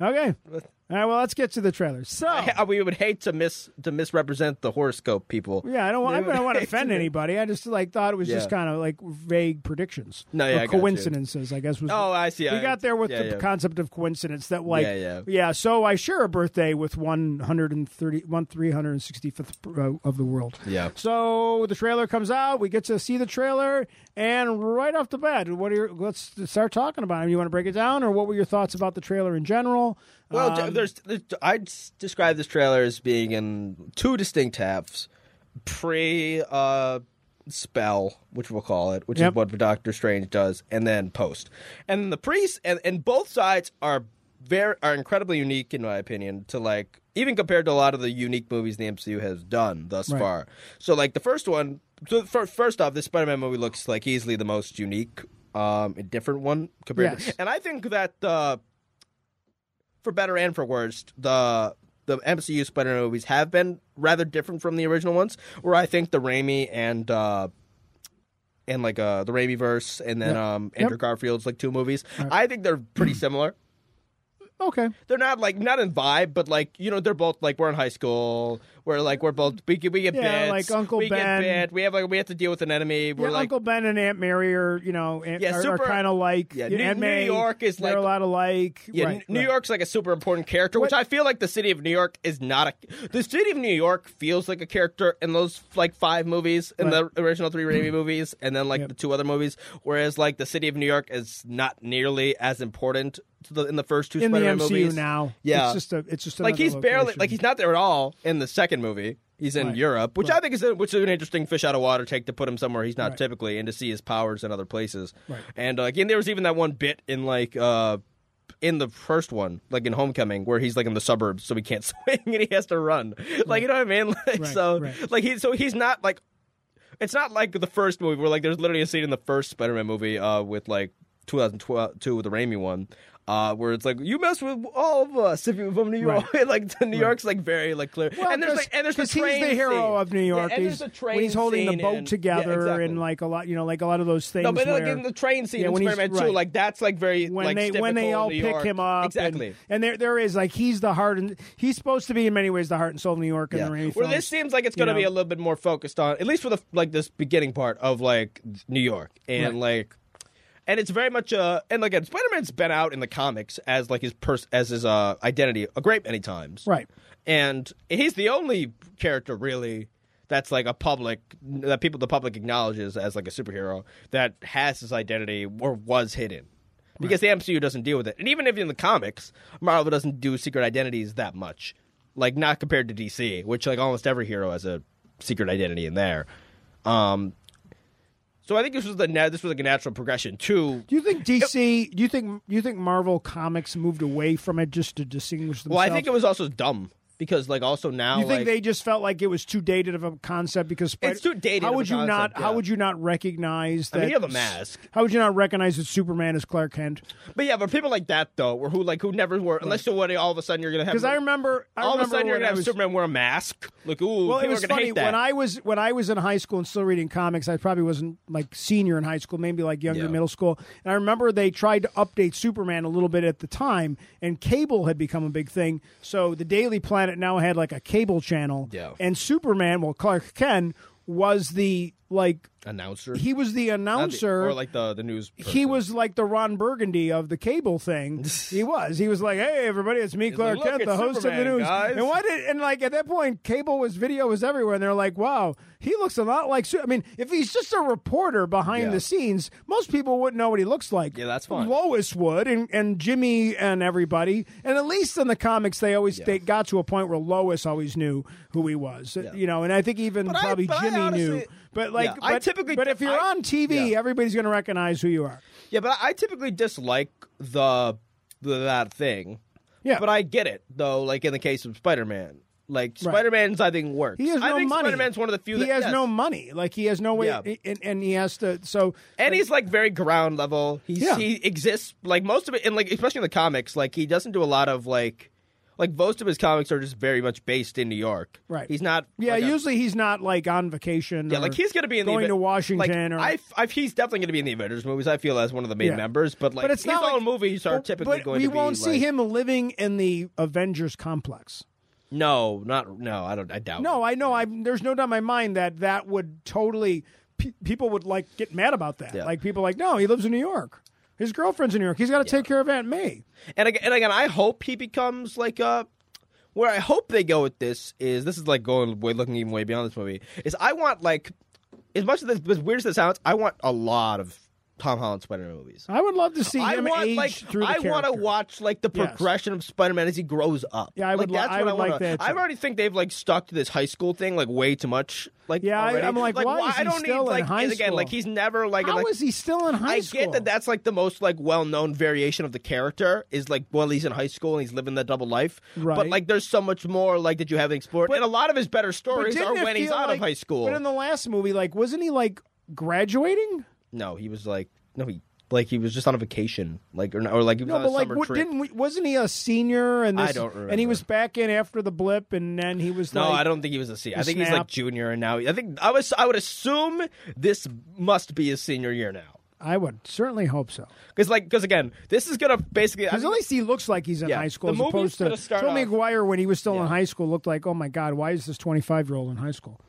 Speaker 1: okay. All right, well, let's get to the trailer. So,
Speaker 3: I- we would hate to miss to misrepresent the horoscope people.
Speaker 1: yeah, I don't, want- I
Speaker 3: They would
Speaker 1: don't want to
Speaker 3: hate
Speaker 1: offend anybody. I just like thought it was just
Speaker 3: Yeah.
Speaker 1: kind of like vague predictions.
Speaker 3: No, yeah,
Speaker 1: or
Speaker 3: I got you.
Speaker 1: coincidences, I guess. Was
Speaker 3: Oh, I see.
Speaker 1: We
Speaker 3: I-
Speaker 1: got there with
Speaker 3: yeah,
Speaker 1: the
Speaker 3: yeah.
Speaker 1: concept of coincidence that, like,
Speaker 3: Yeah, yeah.
Speaker 1: So I share a birthday with one hundred and thirty, one three hundred and sixty fifth of the world.
Speaker 3: Yeah.
Speaker 1: So the trailer comes out. We get to see the trailer, and right off the bat, what are your, let's start talking about it. You want to break it down, or what were your thoughts about the trailer in general?
Speaker 3: Well,
Speaker 1: Um,
Speaker 3: d there's, there's I'd s- describe this trailer as being in two distinct halves. Pre uh, spell, which we'll call it, which
Speaker 1: Yep.
Speaker 3: is what Doctor Strange does, and then post. And the priest and, and both sides are very are incredibly unique in my opinion to like even compared to a lot of the unique movies the MCU has done thus
Speaker 1: Right.
Speaker 3: far. So like the first one, so fir- first off, this Spider-Man movie looks like easily the most unique um and different one compared
Speaker 1: Yes.
Speaker 3: to, and I think that uh for better and for worse, the the MCU Spider-Man movies have been rather different from the original ones. Where I think the Raimi and uh, and like uh, the Raimi verse and then um, Andrew Garfield's like two movies, I think they're pretty similar.
Speaker 1: okay.
Speaker 3: They're not like not in vibe, but like you know they're both like we're in high school. We're like we're both we get we get
Speaker 1: Yeah,
Speaker 3: bits,
Speaker 1: like Uncle
Speaker 3: we
Speaker 1: Ben.
Speaker 3: get bit, we have like we have to deal with an enemy. We're
Speaker 1: Yeah,
Speaker 3: like
Speaker 1: Uncle Ben and Aunt Mary are, you know, Aunt,
Speaker 3: Yeah,
Speaker 1: are- are,
Speaker 3: super-
Speaker 1: kind of like
Speaker 3: Yeah, New-
Speaker 1: Aunt
Speaker 3: New
Speaker 1: May,
Speaker 3: York is
Speaker 1: they're
Speaker 3: like-
Speaker 1: a lot alike.
Speaker 3: Yeah,
Speaker 1: right,
Speaker 3: N- New
Speaker 1: right.
Speaker 3: York's like a super important character, which I feel like the city of New York is not a. The city of New York feels like a character in those like five movies, in the original three Raimi movies, and then like the two other movies. Whereas like the city of New York is not nearly as important to the, in the first two
Speaker 1: in the
Speaker 3: Spider-Man
Speaker 1: MCU
Speaker 3: movies.
Speaker 1: now.
Speaker 3: Yeah,
Speaker 1: it's just a, it's just
Speaker 3: like
Speaker 1: another
Speaker 3: he's barely
Speaker 1: location.
Speaker 3: like he's not there at all in the second movie. He's in
Speaker 1: Right.
Speaker 3: Europe, which I think is a, which is an interesting fish out of water take to put him somewhere he's not typically, and to see his powers in other places.
Speaker 1: Right.
Speaker 3: And uh, again, there was even that one bit in like uh in the first one, like in Homecoming, where he's like in the suburbs, so he can't swing and he has to run. Like you know what I mean? Like,
Speaker 1: Right,
Speaker 3: So
Speaker 1: right.
Speaker 3: like he so he's not like it's not like the first movie where like there's literally a scene in the first Spider-Man movie uh, with like 2002 with the Raimi one, uh, where it's like you mess with all of us if you're from New York. like the New York's like very like clear.
Speaker 1: Well,
Speaker 3: and there's
Speaker 1: 'cause-
Speaker 3: like and there's the
Speaker 1: 'cause
Speaker 3: train
Speaker 1: he's the hero
Speaker 3: scene.
Speaker 1: of New York.
Speaker 3: Yeah, and
Speaker 1: he's,
Speaker 3: there's the train
Speaker 1: when he's holding the
Speaker 3: scene
Speaker 1: boat
Speaker 3: and-
Speaker 1: together
Speaker 3: yeah, exactly.
Speaker 1: and like a lot, you know, like a lot of those things.
Speaker 3: No, but
Speaker 1: where,
Speaker 3: like in the train scene
Speaker 1: Yeah,
Speaker 3: in
Speaker 1: when he's-
Speaker 3: Spider-Man 2,
Speaker 1: right.
Speaker 3: like that's like very
Speaker 1: when
Speaker 3: like
Speaker 1: they when they
Speaker 3: typical
Speaker 1: all
Speaker 3: New
Speaker 1: pick
Speaker 3: York.
Speaker 1: him up and-
Speaker 3: exactly.
Speaker 1: and, there there is like he's the heart and he's supposed to be in many ways the heart and soul of New York and the Raimi
Speaker 3: Well,
Speaker 1: films.
Speaker 3: this seems like it's
Speaker 1: you
Speaker 3: going to be
Speaker 1: know.
Speaker 3: a little bit more focused on, at least for the like this beginning part of like New York and like, and it's very much uh and like Spider Man's been out in the comics as like his pers as his uh identity a great many times,
Speaker 1: right
Speaker 3: And he's the only character really that's like a public that people the public acknowledges as like a superhero that has his identity or was hidden. Because the MCU doesn't deal with it, and even if in the comics, Marvel doesn't do secret identities that much like not compared to DC, which like almost every hero has a secret identity in there. Um, so I think this was the na- this was like a natural progression too.
Speaker 1: do you think DC do you think you think Marvel comics moved away from it just to distinguish themselves
Speaker 3: Well, I think it was also dumb because like also now
Speaker 1: you think
Speaker 3: like,
Speaker 1: they just felt like it was too dated of a concept because Spider-
Speaker 3: It's too dated
Speaker 1: How
Speaker 3: of a
Speaker 1: would you not?
Speaker 3: concept,
Speaker 1: How
Speaker 3: yeah.
Speaker 1: would you not recognize that?
Speaker 3: mean, you have a mask.
Speaker 1: How would you not recognize that Superman is Clark Kent?
Speaker 3: but yeah, but people like that though, were who like who never were unless you're what all of a sudden you're gonna have
Speaker 1: Because I remember, I
Speaker 3: all of a
Speaker 1: remember
Speaker 3: sudden you're
Speaker 1: when
Speaker 3: gonna
Speaker 1: I
Speaker 3: have
Speaker 1: was,
Speaker 3: Superman wear a mask. Like ooh,
Speaker 1: Well, it
Speaker 3: people
Speaker 1: was
Speaker 3: are gonna
Speaker 1: funny
Speaker 3: hate that.
Speaker 1: when I was when I was in high school and still reading comics. I probably wasn't like senior in high school, maybe like younger
Speaker 3: Yeah.
Speaker 1: middle school. And I remember they tried to update Superman a little bit at the time, and cable had become a big thing. So the Daily Planet now had like a cable channel,
Speaker 3: Yeah.
Speaker 1: and Superman, well, Clark Kent was the like
Speaker 3: announcer,
Speaker 1: he was the
Speaker 3: Not the-
Speaker 1: announcer.
Speaker 3: or like the the news.
Speaker 1: he
Speaker 3: person.
Speaker 1: was like the Ron Burgundy of the cable thing. he was. He was like, "Hey, everybody, it's me, Clark
Speaker 3: like, "Look,
Speaker 1: Kent, the
Speaker 3: it's
Speaker 1: host of the
Speaker 3: Superman,
Speaker 1: news."
Speaker 3: guys.
Speaker 1: And why did and like at that point, cable was video was everywhere, and they're like, "Wow, he looks a lot like." Su- I mean, if he's just a reporter behind
Speaker 3: Yeah.
Speaker 1: the scenes, most people wouldn't know what he looks like.
Speaker 3: Yeah, that's fine.
Speaker 1: Lois would, and and Jimmy and everybody, and at least in the comics, they always they got to a point where Lois always knew who he was. You know, and I think even
Speaker 3: I-
Speaker 1: probably
Speaker 3: but I
Speaker 1: Jimmy knew.
Speaker 3: honestly-
Speaker 1: But like,
Speaker 3: Yeah, I
Speaker 1: but-
Speaker 3: typically-
Speaker 1: but if you're
Speaker 3: I-
Speaker 1: on TV,
Speaker 3: Yeah.
Speaker 1: everybody's going to recognize who you are.
Speaker 3: Yeah, but I typically dislike the, the that thing.
Speaker 1: Yeah.
Speaker 3: but I get it though. Like in the case of Spider Man, like Spider Man's, I think works.
Speaker 1: He has
Speaker 3: I
Speaker 1: no
Speaker 3: think
Speaker 1: money.
Speaker 3: Spider Man's one of the few
Speaker 1: He
Speaker 3: that
Speaker 1: has
Speaker 3: yes.
Speaker 1: no money. Like he has no way,
Speaker 3: Yeah.
Speaker 1: and, and he has to. So
Speaker 3: And he's like very ground level. He's,
Speaker 1: Yeah.
Speaker 3: He exists like most of it, and like especially in the comics, like he doesn't do a lot of like, like most of his comics are just very much based in New York.
Speaker 1: Right.
Speaker 3: He's not.
Speaker 1: yeah,
Speaker 3: like a-
Speaker 1: usually he's not like on vacation.
Speaker 3: yeah,
Speaker 1: or
Speaker 3: like he's gonna be in the
Speaker 1: going
Speaker 3: Aven-
Speaker 1: to Washington or.
Speaker 3: Like, I, I, he's definitely gonna be in the Avengers movies. I feel as one of the main
Speaker 1: Yeah.
Speaker 3: members, but like
Speaker 1: but it's
Speaker 3: his
Speaker 1: not
Speaker 3: own
Speaker 1: like,
Speaker 3: movies are
Speaker 1: but-
Speaker 3: typically
Speaker 1: but
Speaker 3: going
Speaker 1: we
Speaker 3: to be.
Speaker 1: won't see
Speaker 3: like-
Speaker 1: him living in the Avengers complex.
Speaker 3: No, not no. I don't. I doubt. it.
Speaker 1: No, I know. I there's no doubt in my mind that that would totally pe- people would like get mad about that.
Speaker 3: Yeah.
Speaker 1: Like people are like, no, he lives in New York. His girlfriend's in New York. He's got to take care of Aunt May.
Speaker 3: And again, and again, I hope he becomes like a. Where I hope they go with this is this is like going way looking even way beyond this movie is I want like as much as this as weird as this sounds I want a lot of Tom Holland Spider Man movies.
Speaker 1: I would love to see
Speaker 3: I
Speaker 1: him
Speaker 3: want
Speaker 1: age
Speaker 3: like
Speaker 1: through the
Speaker 3: I want to
Speaker 1: character.
Speaker 3: watch like the
Speaker 1: Yes.
Speaker 3: progression of Spider Man as he grows up.
Speaker 1: Yeah, I would li-
Speaker 3: Like, that's
Speaker 1: I
Speaker 3: what
Speaker 1: would like
Speaker 3: wanna-
Speaker 1: that,
Speaker 3: I
Speaker 1: too.
Speaker 3: already think they've like stuck to this high school thing like way too much. Like
Speaker 1: Yeah, I-
Speaker 3: already.
Speaker 1: I'm like, why is
Speaker 3: I
Speaker 1: he
Speaker 3: don't
Speaker 1: still in
Speaker 3: need like
Speaker 1: high
Speaker 3: and again like
Speaker 1: school?
Speaker 3: he's never like
Speaker 1: How
Speaker 3: like,
Speaker 1: is he still in high
Speaker 3: I
Speaker 1: school?
Speaker 3: get that that's like the most like well-known variation of the character is like well he's in high school and he's living that double life.
Speaker 1: Right.
Speaker 3: But like there's so much more like that you haven't explored. and a lot of his better
Speaker 1: But
Speaker 3: stories are
Speaker 1: didn't it
Speaker 3: when he's
Speaker 1: feel
Speaker 3: out
Speaker 1: like-
Speaker 3: of high school.
Speaker 1: But in the last movie, like, wasn't he like graduating?
Speaker 3: no, he was like no he like he was just on a vacation like or, or like he was
Speaker 1: No,
Speaker 3: on
Speaker 1: but
Speaker 3: a
Speaker 1: like,
Speaker 3: summer
Speaker 1: what,
Speaker 3: trip.
Speaker 1: didn't we, wasn't he a senior? And
Speaker 3: I
Speaker 1: this,
Speaker 3: don't
Speaker 1: And he
Speaker 3: remember.
Speaker 1: was back in after the blip, and then he was
Speaker 3: no,
Speaker 1: like,
Speaker 3: I don't think he was a senior. I think he's
Speaker 1: snap.
Speaker 3: like junior and now I think I was I would assume this must be his senior year now.
Speaker 1: I would certainly hope so.
Speaker 3: Cuz like cuz again, this is going to basically I
Speaker 1: Because at
Speaker 3: think-
Speaker 1: least he looks like he's in
Speaker 3: Yeah,
Speaker 1: high school,
Speaker 3: the
Speaker 1: as
Speaker 3: movie's
Speaker 1: opposed to
Speaker 3: gonna start
Speaker 1: Tobey
Speaker 3: off-
Speaker 1: Maguire when he was still in
Speaker 3: Yeah.
Speaker 1: high school looked like, oh my god, why is this twenty five year old in high school?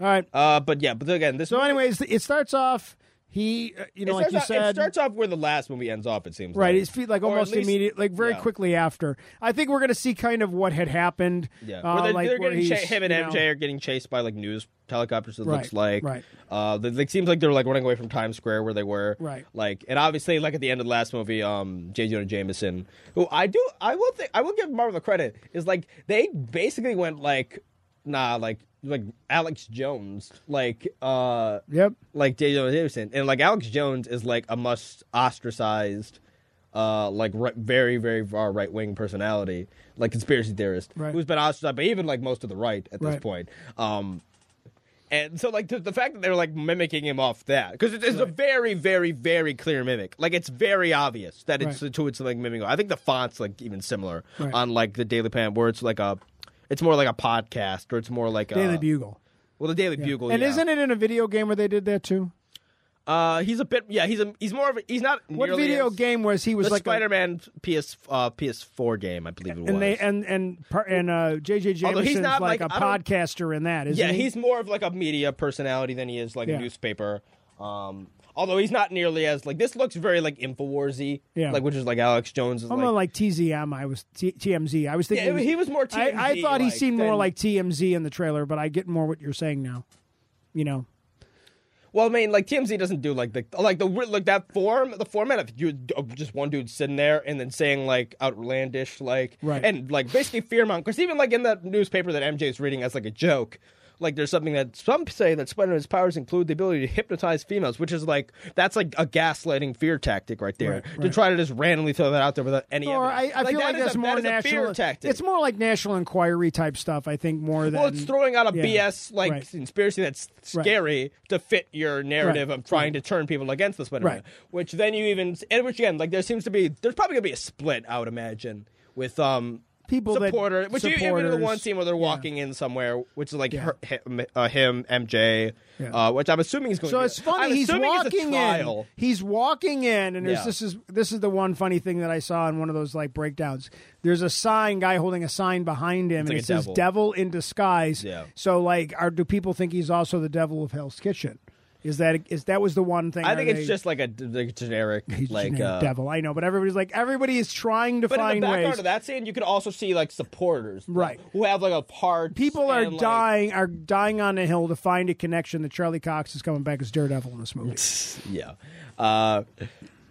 Speaker 1: All right.
Speaker 3: uh but yeah, but again, this
Speaker 1: So,
Speaker 3: movie-
Speaker 1: anyways, it starts off. He, uh, you know, like
Speaker 3: starts
Speaker 1: you
Speaker 3: off-
Speaker 1: said,
Speaker 3: it starts off where the last movie ends off. It seems
Speaker 1: Right,
Speaker 3: Like.
Speaker 1: his feet like
Speaker 3: Or at
Speaker 1: almost
Speaker 3: least-
Speaker 1: immediate, like very
Speaker 3: yeah.
Speaker 1: quickly after. I think we're going to see kind of what had happened.
Speaker 3: Yeah,
Speaker 1: uh,
Speaker 3: where they're,
Speaker 1: like
Speaker 3: they're
Speaker 1: where
Speaker 3: getting cha-
Speaker 1: he's,
Speaker 3: him and
Speaker 1: you
Speaker 3: MJ
Speaker 1: know-
Speaker 3: are getting chased by like news helicopters. It
Speaker 1: Right,
Speaker 3: looks like
Speaker 1: right.
Speaker 3: Uh, they, they seems like they're like running away from Times Square where they were.
Speaker 1: Right.
Speaker 3: Like, and obviously, like at the end of the last movie, um, J. Jonah Jameson, who I do, I will think, I will give Marvel the credit is like they basically went like, nah, like like Alex Jones, like uh,
Speaker 1: Yep.
Speaker 3: like J. Jonah Jameson, and like Alex Jones is like a must ostracized, uh, like right, very very far right wing personality, like conspiracy theorist
Speaker 1: Right.
Speaker 3: who's been ostracized by even like most of the right at this
Speaker 1: Right.
Speaker 3: point. Um, And so, like the, the fact that they're like mimicking him off that because it's, it's a
Speaker 1: Right.
Speaker 3: very, very, very clear mimic. Like it's very obvious that it's
Speaker 1: Right.
Speaker 3: to it's like mimicking. I think the font's like even similar
Speaker 1: Right.
Speaker 3: on like the Daily Planet, where it's like a, it's more like a podcast or it's more like
Speaker 1: Daily
Speaker 3: a,
Speaker 1: Bugle.
Speaker 3: Well, the Daily Uh, Bugle.
Speaker 1: and
Speaker 3: yeah.
Speaker 1: isn't it in a video game where they did that too?
Speaker 3: Uh, he's a bit. Yeah, he's a. He's more of. A, he's not.
Speaker 1: What
Speaker 3: nearly
Speaker 1: video
Speaker 3: as-
Speaker 1: game was he was
Speaker 3: The
Speaker 1: like a-
Speaker 3: Spider-Man PS uh, PS4 game, I believe it was.
Speaker 1: and they and and par- and uh, JJ
Speaker 3: Although
Speaker 1: Jameson's
Speaker 3: he's not,
Speaker 1: like,
Speaker 3: like,
Speaker 1: a
Speaker 3: I don't-
Speaker 1: podcaster in that, isn't
Speaker 3: yeah,
Speaker 1: he?
Speaker 3: he's more of like a media personality than he is like
Speaker 1: Yeah.
Speaker 3: a newspaper. Um, although he's not nearly as like this looks very like Infowarsy.
Speaker 1: Yeah.
Speaker 3: like which is like Alex Jones. Is,
Speaker 1: I'm
Speaker 3: like,
Speaker 1: not like TZM. I was T- TMZ. I was thinking
Speaker 3: Yeah, he was more
Speaker 1: I- I,
Speaker 3: TMZ,
Speaker 1: thought he
Speaker 3: like,
Speaker 1: seemed more
Speaker 3: than-
Speaker 1: like TMZ in the trailer, but I get more what you're saying now. You know,
Speaker 3: Well, I mean, like TMZ doesn't do like the like the like that form the format of you of just one dude sitting there and then saying like outlandish like
Speaker 1: Right.
Speaker 3: and like basically fear mongering because even like in that newspaper that MJ is reading as like a joke. Like there's something that some say that Spider-Man's powers include the ability to hypnotize females, which is like that's like a gaslighting fear tactic right there
Speaker 1: Right,
Speaker 3: to
Speaker 1: right.
Speaker 3: try to just randomly throw that out there without any.
Speaker 1: or I,
Speaker 3: evidence.
Speaker 1: I feel
Speaker 3: that
Speaker 1: like
Speaker 3: is
Speaker 1: that's
Speaker 3: a,
Speaker 1: more
Speaker 3: that is a
Speaker 1: national.
Speaker 3: fear tactic.
Speaker 1: It's more like National Inquiry type stuff. I think more than
Speaker 3: Well, it's throwing out a
Speaker 1: yeah,
Speaker 3: BS like
Speaker 1: right.
Speaker 3: conspiracy that's
Speaker 1: Right.
Speaker 3: scary to fit your narrative
Speaker 1: Right,
Speaker 3: of trying to turn people against the Spider-Man.
Speaker 1: Right.
Speaker 3: Which then you even and which again like there seems to be there's probably gonna be a split I would imagine with um
Speaker 1: People that-
Speaker 3: supporter which you even in the one
Speaker 1: supporters,
Speaker 3: scene where they're walking in somewhere which is like her, him, uh, him MJ
Speaker 1: Yeah.
Speaker 3: uh, which I'm assuming is going
Speaker 1: So
Speaker 3: to
Speaker 1: it's
Speaker 3: be,
Speaker 1: funny.
Speaker 3: I'm
Speaker 1: he's
Speaker 3: assuming it's a
Speaker 1: walking in.
Speaker 3: trial.
Speaker 1: He's walking in, and there's
Speaker 3: Yeah.
Speaker 1: this is this is the one funny thing that I saw in one of those like breakdowns. There's a sign guy holding a sign behind him, and
Speaker 3: like
Speaker 1: it
Speaker 3: a
Speaker 1: says
Speaker 3: devil.
Speaker 1: "Devil in disguise."
Speaker 3: Yeah.
Speaker 1: So like, are do people think he's also the devil of Hell's Kitchen? Is that is that was the one thing?
Speaker 3: I
Speaker 1: are
Speaker 3: think it's
Speaker 1: they-
Speaker 3: just like a d- like generic
Speaker 1: he's
Speaker 3: like
Speaker 1: generic
Speaker 3: uh,
Speaker 1: devil. I know, but everybody's like everybody is trying to
Speaker 3: But in
Speaker 1: find
Speaker 3: the background
Speaker 1: ways.
Speaker 3: of that scene, you could also see like supporters, like,
Speaker 1: Right.
Speaker 3: Who have like a hard.
Speaker 1: People are
Speaker 3: and, like,
Speaker 1: dying are dying on the hill to find a connection that Charlie Cox is coming back as Daredevil in this movie.
Speaker 3: Yeah. Uh,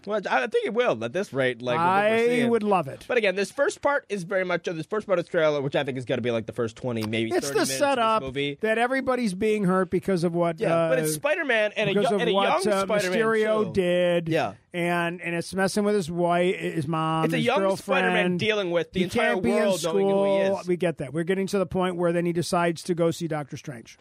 Speaker 3: well, I I think it will at this rate. Like what we're
Speaker 1: I
Speaker 3: seeing.
Speaker 1: would love it.
Speaker 3: But again, this first part is very much uh, this first part of the trailer, which I think is going to be like the first twenty, maybe
Speaker 1: It's
Speaker 3: 30
Speaker 1: the
Speaker 3: minutes of this
Speaker 1: setup
Speaker 3: movie.
Speaker 1: that everybody's being hurt because of what.
Speaker 3: Yeah,
Speaker 1: uh,
Speaker 3: but it's Spider Man and a,
Speaker 1: because
Speaker 3: yo-
Speaker 1: of
Speaker 3: and a
Speaker 1: what
Speaker 3: young
Speaker 1: uh,
Speaker 3: Spider Man.
Speaker 1: Mysterio did.
Speaker 3: Yeah.
Speaker 1: and and it's messing with his wife, his mom.
Speaker 3: It's a
Speaker 1: his
Speaker 3: young
Speaker 1: girlfriend.
Speaker 3: Spider-Man dealing with the
Speaker 1: He
Speaker 3: entire
Speaker 1: can't be
Speaker 3: world
Speaker 1: in
Speaker 3: knowing who
Speaker 1: school.
Speaker 3: he is.
Speaker 1: We get that. We're getting to the point where then he decides to go see Doctor Strange.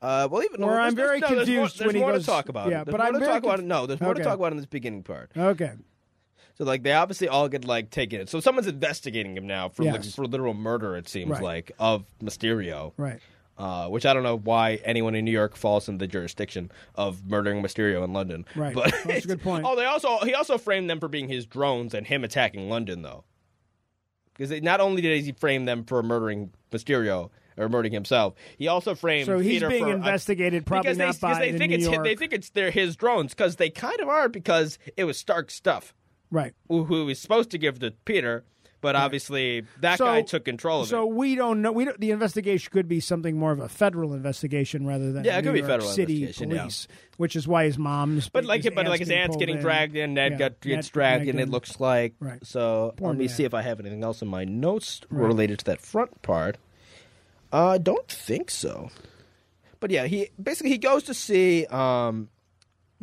Speaker 3: Uh, well, even
Speaker 1: Or
Speaker 3: there's-
Speaker 1: I'm
Speaker 3: there's-
Speaker 1: very
Speaker 3: no, there's more-
Speaker 1: confused
Speaker 3: there's
Speaker 1: when he
Speaker 3: more
Speaker 1: goes-
Speaker 3: to talk about.
Speaker 1: yeah,
Speaker 3: There's
Speaker 1: but
Speaker 3: more
Speaker 1: I'm
Speaker 3: to
Speaker 1: very
Speaker 3: talk about.
Speaker 1: conf-
Speaker 3: No, there's more to
Speaker 1: Okay.
Speaker 3: talk about in this beginning part.
Speaker 1: Okay,
Speaker 3: So like they obviously all get like taken it. So someone's investigating him now for like,
Speaker 1: Yes.
Speaker 3: for literal murder. It seems
Speaker 1: Right.
Speaker 3: like of Mysterio.
Speaker 1: right.
Speaker 3: uh, which I don't know why anyone in New York falls in the jurisdiction of murdering Mysterio in London.
Speaker 1: Right.
Speaker 3: but
Speaker 1: That's a good
Speaker 3: it's-
Speaker 1: point.
Speaker 3: Oh, they also he also framed them for being his drones and him attacking London though, because not only did he frame them for murdering Mysterio or murdering himself, he also framed
Speaker 1: So he's
Speaker 3: Peter
Speaker 1: being
Speaker 3: for uh,
Speaker 1: investigated
Speaker 3: because
Speaker 1: probably
Speaker 3: they,
Speaker 1: not
Speaker 3: because
Speaker 1: by
Speaker 3: they
Speaker 1: the
Speaker 3: think
Speaker 1: New
Speaker 3: it's hi-
Speaker 1: York.
Speaker 3: they think it's they're his drones because they kind of are because it was Stark stuff
Speaker 1: Right.
Speaker 3: who who he's supposed to give to Peter, but obviously that
Speaker 1: So-
Speaker 3: guy took control of it.
Speaker 1: So we don't know. We don't, the investigation could be something more of a federal investigation rather than
Speaker 3: Yeah, it
Speaker 1: New
Speaker 3: could be
Speaker 1: York
Speaker 3: federal
Speaker 1: City
Speaker 3: investigation, yeah.
Speaker 1: police, which is why his mom's.
Speaker 3: But like,
Speaker 1: his
Speaker 3: but like
Speaker 1: aunt's
Speaker 3: his aunt's
Speaker 1: pulled
Speaker 3: getting
Speaker 1: in.
Speaker 3: dragged in. Ned
Speaker 1: Yeah,
Speaker 3: got gets
Speaker 1: Ned's
Speaker 3: dragged, and it
Speaker 1: in.
Speaker 3: looks like
Speaker 1: Right.
Speaker 3: So
Speaker 1: Poor
Speaker 3: let me
Speaker 1: Ned.
Speaker 3: see if I have anything else in my notes related to that front part. Uh, I don't think so. But yeah, he basically he goes to see um,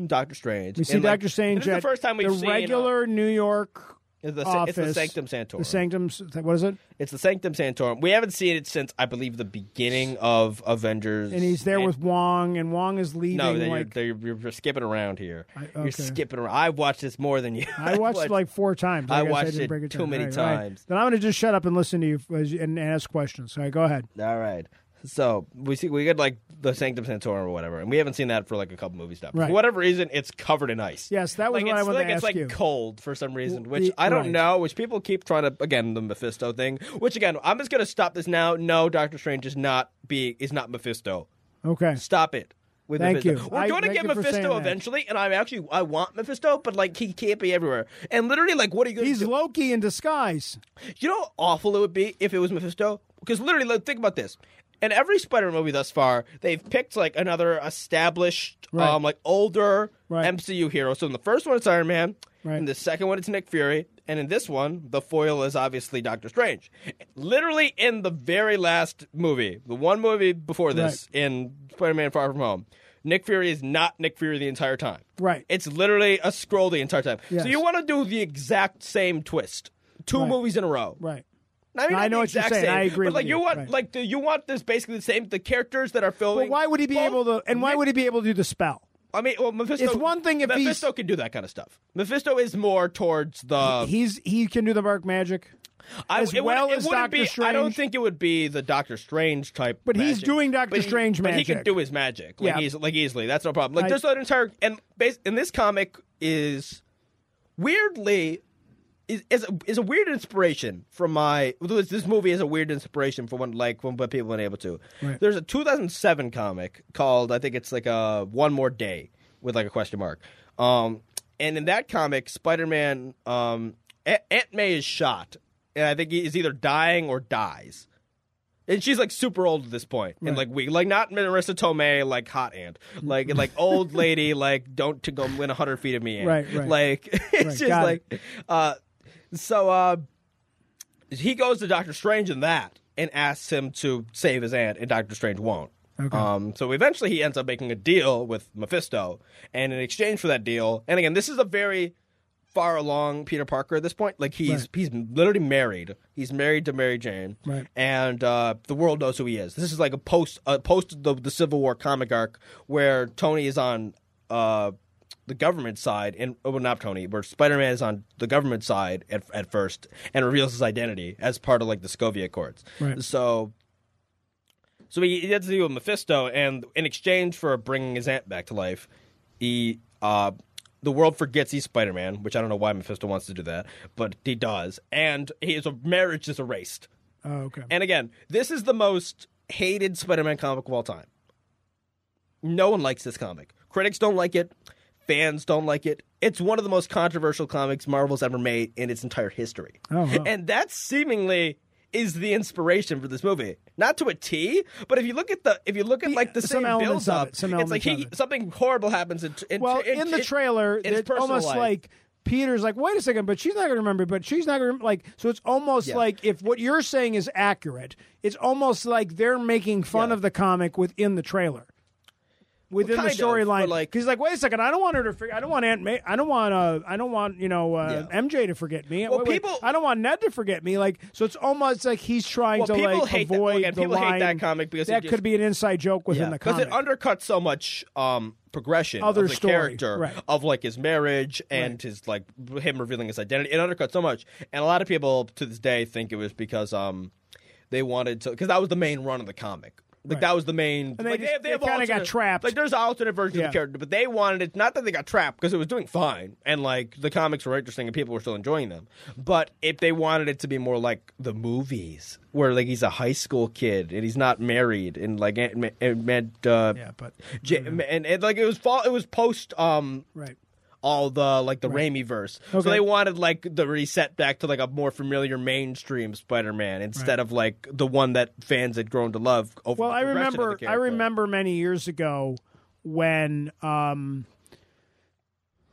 Speaker 3: Doctor Strange.
Speaker 1: We see
Speaker 3: and, like,
Speaker 1: Doctor Strange
Speaker 3: This is the
Speaker 1: at
Speaker 3: first time we've
Speaker 1: the
Speaker 3: seen
Speaker 1: regular New York
Speaker 3: uh, the, sa-
Speaker 1: office.
Speaker 3: It's the Sanctum Sanctorum.
Speaker 1: The Sanctum. What is it?
Speaker 3: it's the Sanctum Sanctorum. We haven't seen it since I believe the beginning of Avengers.
Speaker 1: And he's there
Speaker 3: Ant-
Speaker 1: with Wong, and Wong is leaving.
Speaker 3: No, you're,
Speaker 1: like
Speaker 3: you're, you're, you're skipping around here.
Speaker 1: okay.
Speaker 3: You're skipping around. I've watched this more than you.
Speaker 1: I watched it like four times.
Speaker 3: I
Speaker 1: guess
Speaker 3: watched
Speaker 1: didn't
Speaker 3: it
Speaker 1: break it
Speaker 3: too
Speaker 1: down.
Speaker 3: many
Speaker 1: All right, all right.
Speaker 3: times.
Speaker 1: Then I'm going to just shut up and listen to you as you- and ask questions. All right, go ahead.
Speaker 3: All right. So we see we get like the Sanctum Sanctorum or whatever, and we haven't seen that for like a couple movies now.
Speaker 1: Right.
Speaker 3: For whatever reason, it's covered in ice.
Speaker 1: Yes, that was
Speaker 3: like,
Speaker 1: what
Speaker 3: it's,
Speaker 1: I wanted
Speaker 3: like,
Speaker 1: to
Speaker 3: It's
Speaker 1: ask
Speaker 3: like
Speaker 1: you.
Speaker 3: cold for some reason, which
Speaker 1: the-
Speaker 3: I don't
Speaker 1: right.
Speaker 3: know. Which people keep trying to again the Mephisto thing. Which again, I'm just gonna stop this now. No, Doctor Strange is not be is not Mephisto.
Speaker 1: Okay.
Speaker 3: Stop it. With
Speaker 1: Thank
Speaker 3: Mephisto.
Speaker 1: you.
Speaker 3: We're
Speaker 1: I-
Speaker 3: going to
Speaker 1: thank
Speaker 3: get
Speaker 1: you for saying
Speaker 3: Mephisto
Speaker 1: that.
Speaker 3: eventually, and I'm actually I want Mephisto, but like he can't be everywhere. And literally, like, what are you going to
Speaker 1: He's
Speaker 3: do?
Speaker 1: Loki in disguise.
Speaker 3: You know how awful it would be if it was Mephisto? Because literally, like, think about this. In every Spider-Man movie thus far, they've picked like another established,
Speaker 1: Right.
Speaker 3: um, like older
Speaker 1: Right.
Speaker 3: MCU hero. So in the first one, it's Iron Man.
Speaker 1: Right.
Speaker 3: In the second one, it's Nick Fury, and in this one, the foil is obviously Doctor Strange. Literally, in the very last movie, the one movie before this, in Spider-Man: Far From Home, Nick Fury is not Nick Fury the entire time.
Speaker 1: Right.
Speaker 3: It's literally a scroll the entire time.
Speaker 1: Yes.
Speaker 3: So you want to do the exact same twist, two
Speaker 1: Right.
Speaker 3: movies in a row.
Speaker 1: Right.
Speaker 3: I, mean,
Speaker 1: No, I
Speaker 3: not
Speaker 1: know
Speaker 3: the
Speaker 1: what you're
Speaker 3: exact
Speaker 1: saying.
Speaker 3: same,
Speaker 1: I agree
Speaker 3: But
Speaker 1: with
Speaker 3: like
Speaker 1: you.
Speaker 3: you, want
Speaker 1: Right.
Speaker 3: like the, you want this basically the same the characters that are filming.
Speaker 1: But why would he be
Speaker 3: both-
Speaker 1: able to? And why would he be able to do the spell?
Speaker 3: I mean, well, Mephisto.
Speaker 1: It's one thing if he's-
Speaker 3: Mephisto can do that kind of stuff. Mephisto is more towards the
Speaker 1: He's he can do the dark magic,
Speaker 3: I,
Speaker 1: as
Speaker 3: it wouldn't-
Speaker 1: well
Speaker 3: it
Speaker 1: as
Speaker 3: wouldn't
Speaker 1: Doctor
Speaker 3: be, I don't
Speaker 1: Strange.
Speaker 3: think it would be the Doctor Strange type.
Speaker 1: But he's
Speaker 3: magic.
Speaker 1: doing Doctor
Speaker 3: But he-
Speaker 1: Strange
Speaker 3: But he can
Speaker 1: magic.
Speaker 3: do his magic. Like
Speaker 1: Yeah.
Speaker 3: eas- like easily. That's no problem. Like
Speaker 1: I-
Speaker 3: there's an entire and base and this comic is weirdly is is a, is a weird inspiration from my this, this movie is a weird inspiration for when like when, when people weren't able to.
Speaker 1: Right.
Speaker 3: There's a 2007 comic called I think it's like a One More Day with like a question mark. Um, and in that comic, Spider-Man um, A- Aunt May is shot, and I think he is either dying or dies. And she's like super old at this point, and like we like not Marissa Tomei, like hot aunt, like like old lady, like don't to go win hundred feet of me, aunt.
Speaker 1: Right, right.
Speaker 3: Like it's
Speaker 1: Right,
Speaker 3: just
Speaker 1: got
Speaker 3: like, uh, so uh, he goes to Doctor Strange in that and asks him to save his aunt, and Doctor Strange won't.
Speaker 1: Okay.
Speaker 3: Um, so eventually he ends up making a deal with Mephisto, and in exchange for that deal, and again, this is a very far along Peter Parker at this point. Like he's he's literally married. He's married to Mary Jane,
Speaker 1: Right.
Speaker 3: and uh, the world knows who he is. This is like a post a post the, the Civil War comic arc where Tony is on uh, the government side, and oh, well, not Tony, where Spider Man is on the government side at at first, and reveals his identity as part of like the Scovia Accords.
Speaker 1: Right.
Speaker 3: So so he, he gets to deal with Mephisto, and in exchange for bringing his aunt back to life, he uh, the world forgets he's Spider Man, which I don't know why Mephisto wants to do that, but he does, and his marriage is erased.
Speaker 1: Oh, okay.
Speaker 3: And again, this is the most hated Spider Man comic of all time. No one likes this comic. Critics don't like it. Fans don't like it. It's one of the most controversial comics Marvel's ever made in its entire history.
Speaker 1: Oh, wow.
Speaker 3: And that seemingly is the inspiration for this movie. Not to a T, but if you look at the if you look at like the
Speaker 1: Some
Speaker 3: same
Speaker 1: elements
Speaker 3: builds
Speaker 1: of
Speaker 3: up,
Speaker 1: it, some
Speaker 3: it's
Speaker 1: elements
Speaker 3: like he,
Speaker 1: of it.
Speaker 3: something horrible happens in, in
Speaker 1: well,
Speaker 3: in,
Speaker 1: in the trailer,
Speaker 3: in his
Speaker 1: it's
Speaker 3: personal
Speaker 1: almost
Speaker 3: life.
Speaker 1: like Peter's like, wait a second, but she's not going to remember. But she's not going to like. So it's almost
Speaker 3: Yeah.
Speaker 1: like if what you're saying is accurate, it's almost like they're making fun
Speaker 3: Yeah.
Speaker 1: of the comic within the trailer. Within
Speaker 3: kind
Speaker 1: the
Speaker 3: of,
Speaker 1: storyline,
Speaker 3: but, like-
Speaker 1: 'Cause he's like, wait a second, I don't want her to. Figure, I don't want Aunt May. I don't want. Uh, I don't want you know uh,
Speaker 3: Yeah.
Speaker 1: MJ to forget me.
Speaker 3: Well,
Speaker 1: Wait, wait,
Speaker 3: people-
Speaker 1: I don't want Ned to forget me. Like, so it's almost like he's trying
Speaker 3: Well,
Speaker 1: to
Speaker 3: people
Speaker 1: like
Speaker 3: hate that- well,
Speaker 1: avoid
Speaker 3: again,
Speaker 1: the
Speaker 3: people hate
Speaker 1: line-
Speaker 3: that comic because it
Speaker 1: that
Speaker 3: just-
Speaker 1: could be an inside joke within the
Speaker 3: because
Speaker 1: comic.
Speaker 3: it undercuts so much um, progression
Speaker 1: Other
Speaker 3: of the
Speaker 1: story,
Speaker 3: character
Speaker 1: right.
Speaker 3: of like his marriage and his like him revealing his identity. It undercuts so much, and a lot of people to this day think it was because um, they wanted to because that was the main run of the comic. Like
Speaker 1: Right.
Speaker 3: that was the main.
Speaker 1: they
Speaker 3: like,
Speaker 1: just-
Speaker 3: have-
Speaker 1: they
Speaker 3: have
Speaker 1: kinda got
Speaker 3: alternate-
Speaker 1: trapped.
Speaker 3: Like there's an alternate version
Speaker 1: Yeah.
Speaker 3: of the character, but they wanted it. Not that they got trapped because it was doing fine and like the comics were interesting and people were still enjoying them. But if they wanted it to be more like the movies, where like he's a high school kid and he's not married and like and, and, and, uh,
Speaker 1: yeah, but
Speaker 3: J- and, and like it was fall, it was post um
Speaker 1: right.
Speaker 3: all the like the Raimi verse. So
Speaker 1: Okay.
Speaker 3: they wanted like the reset back to like a more familiar mainstream Spider-Man instead of like the one that fans had grown to love. Over
Speaker 1: Well,
Speaker 3: the
Speaker 1: I
Speaker 3: progression of the
Speaker 1: remember. I
Speaker 3: character.
Speaker 1: remember many years ago when, um,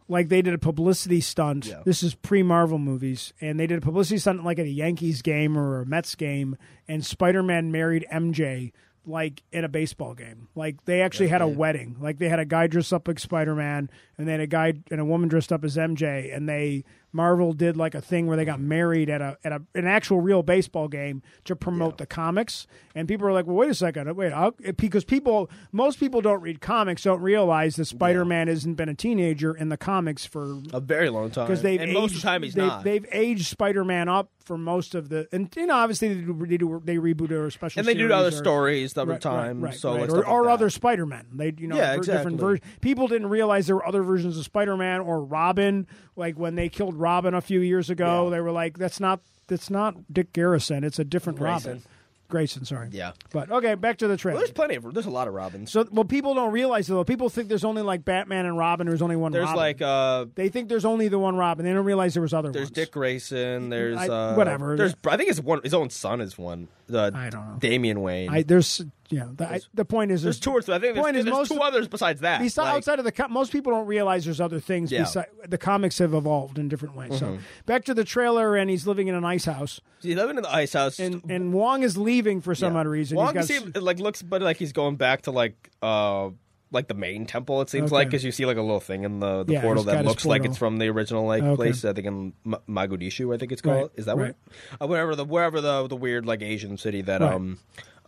Speaker 1: like, they did a publicity stunt. This is pre-Marvel movies, and they did a publicity stunt, like at a Yankees game or a Mets game, and Spider-Man married MJ. Like in a baseball game, like they actually had a wedding. Like they had a guy dressed up like Spider Man, and then a guy and a woman dressed up as MJ, and they Marvel did like a thing where they got married at a at a, an actual real baseball game to promote the comics, and people are like, "Well, wait a second, uh, wait," I'll, because people, most people don't read comics, don't realize that Spider Man hasn't been a teenager in the comics for
Speaker 3: a very long time
Speaker 1: because they've
Speaker 3: Uh, and
Speaker 1: aged,
Speaker 3: most of the time he's
Speaker 1: they've,
Speaker 3: not.
Speaker 1: They've aged Spider Man up for most of the, and you know, obviously they do, they, do, they reboot or special,
Speaker 3: and they do
Speaker 1: series
Speaker 3: other
Speaker 1: or-
Speaker 3: stories other
Speaker 1: Right, right,
Speaker 3: time.
Speaker 1: right,
Speaker 3: so
Speaker 1: right.
Speaker 3: like,
Speaker 1: or,
Speaker 3: stuff like
Speaker 1: or
Speaker 3: that.
Speaker 1: other Spider Men. They you know
Speaker 3: Yeah,
Speaker 1: ver-
Speaker 3: exactly.
Speaker 1: different versions. People didn't realize there were other versions of Spider Man or Robin. Like when they killed Robin a few years ago, they were like, "That's not that's not Dick Garrison. It's a different
Speaker 3: Grayson.
Speaker 1: Robin." Grayson, sorry.
Speaker 3: Yeah.
Speaker 1: But okay, back to the trailer.
Speaker 3: There's plenty of there's a lot of Robins.
Speaker 1: so well, people don't realize it, though. People think there's only like Batman and Robin. There's only one.
Speaker 3: There's
Speaker 1: Robin.
Speaker 3: like uh
Speaker 1: they think there's only the one Robin. They don't realize there was other
Speaker 3: there's
Speaker 1: ones.
Speaker 3: Dick Grayson. There's
Speaker 1: I-
Speaker 3: uh,
Speaker 1: whatever.
Speaker 3: There's I think it's one his own son is one. The
Speaker 1: I don't know.
Speaker 3: Damian Wayne.
Speaker 1: I, there's yeah. The, I, the point is
Speaker 3: there's two or three. I think there's,
Speaker 1: point is
Speaker 3: there's
Speaker 1: most
Speaker 3: two
Speaker 1: of-
Speaker 3: others besides that.
Speaker 1: Besi-
Speaker 3: Like-
Speaker 1: outside of the co- most people don't realize there's other things.
Speaker 3: Yeah. Mm-hmm.
Speaker 1: Besides, the comics have evolved in different ways. So back to the trailer, and he's living in an ice house,
Speaker 3: He's living in the ice house.
Speaker 1: and and Wong is leaving for some
Speaker 3: Yeah.
Speaker 1: odd reason.
Speaker 3: Wong
Speaker 1: he's got
Speaker 3: seem-
Speaker 1: s-
Speaker 3: like looks, but like he's going back to like uh like the main temple. It seems
Speaker 1: Okay.
Speaker 3: like because you see like a little thing in the, the
Speaker 1: Yeah,
Speaker 3: portal
Speaker 1: it's
Speaker 3: that
Speaker 1: got
Speaker 3: looks
Speaker 1: his
Speaker 3: like
Speaker 1: portal.
Speaker 3: it's from the original like
Speaker 1: Okay.
Speaker 3: place. I think in M- Mogadishu, I think it's called.
Speaker 1: Right,
Speaker 3: Is that
Speaker 1: right.
Speaker 3: Uh, wherever the wherever the the weird like Asian city that
Speaker 1: Right.
Speaker 3: um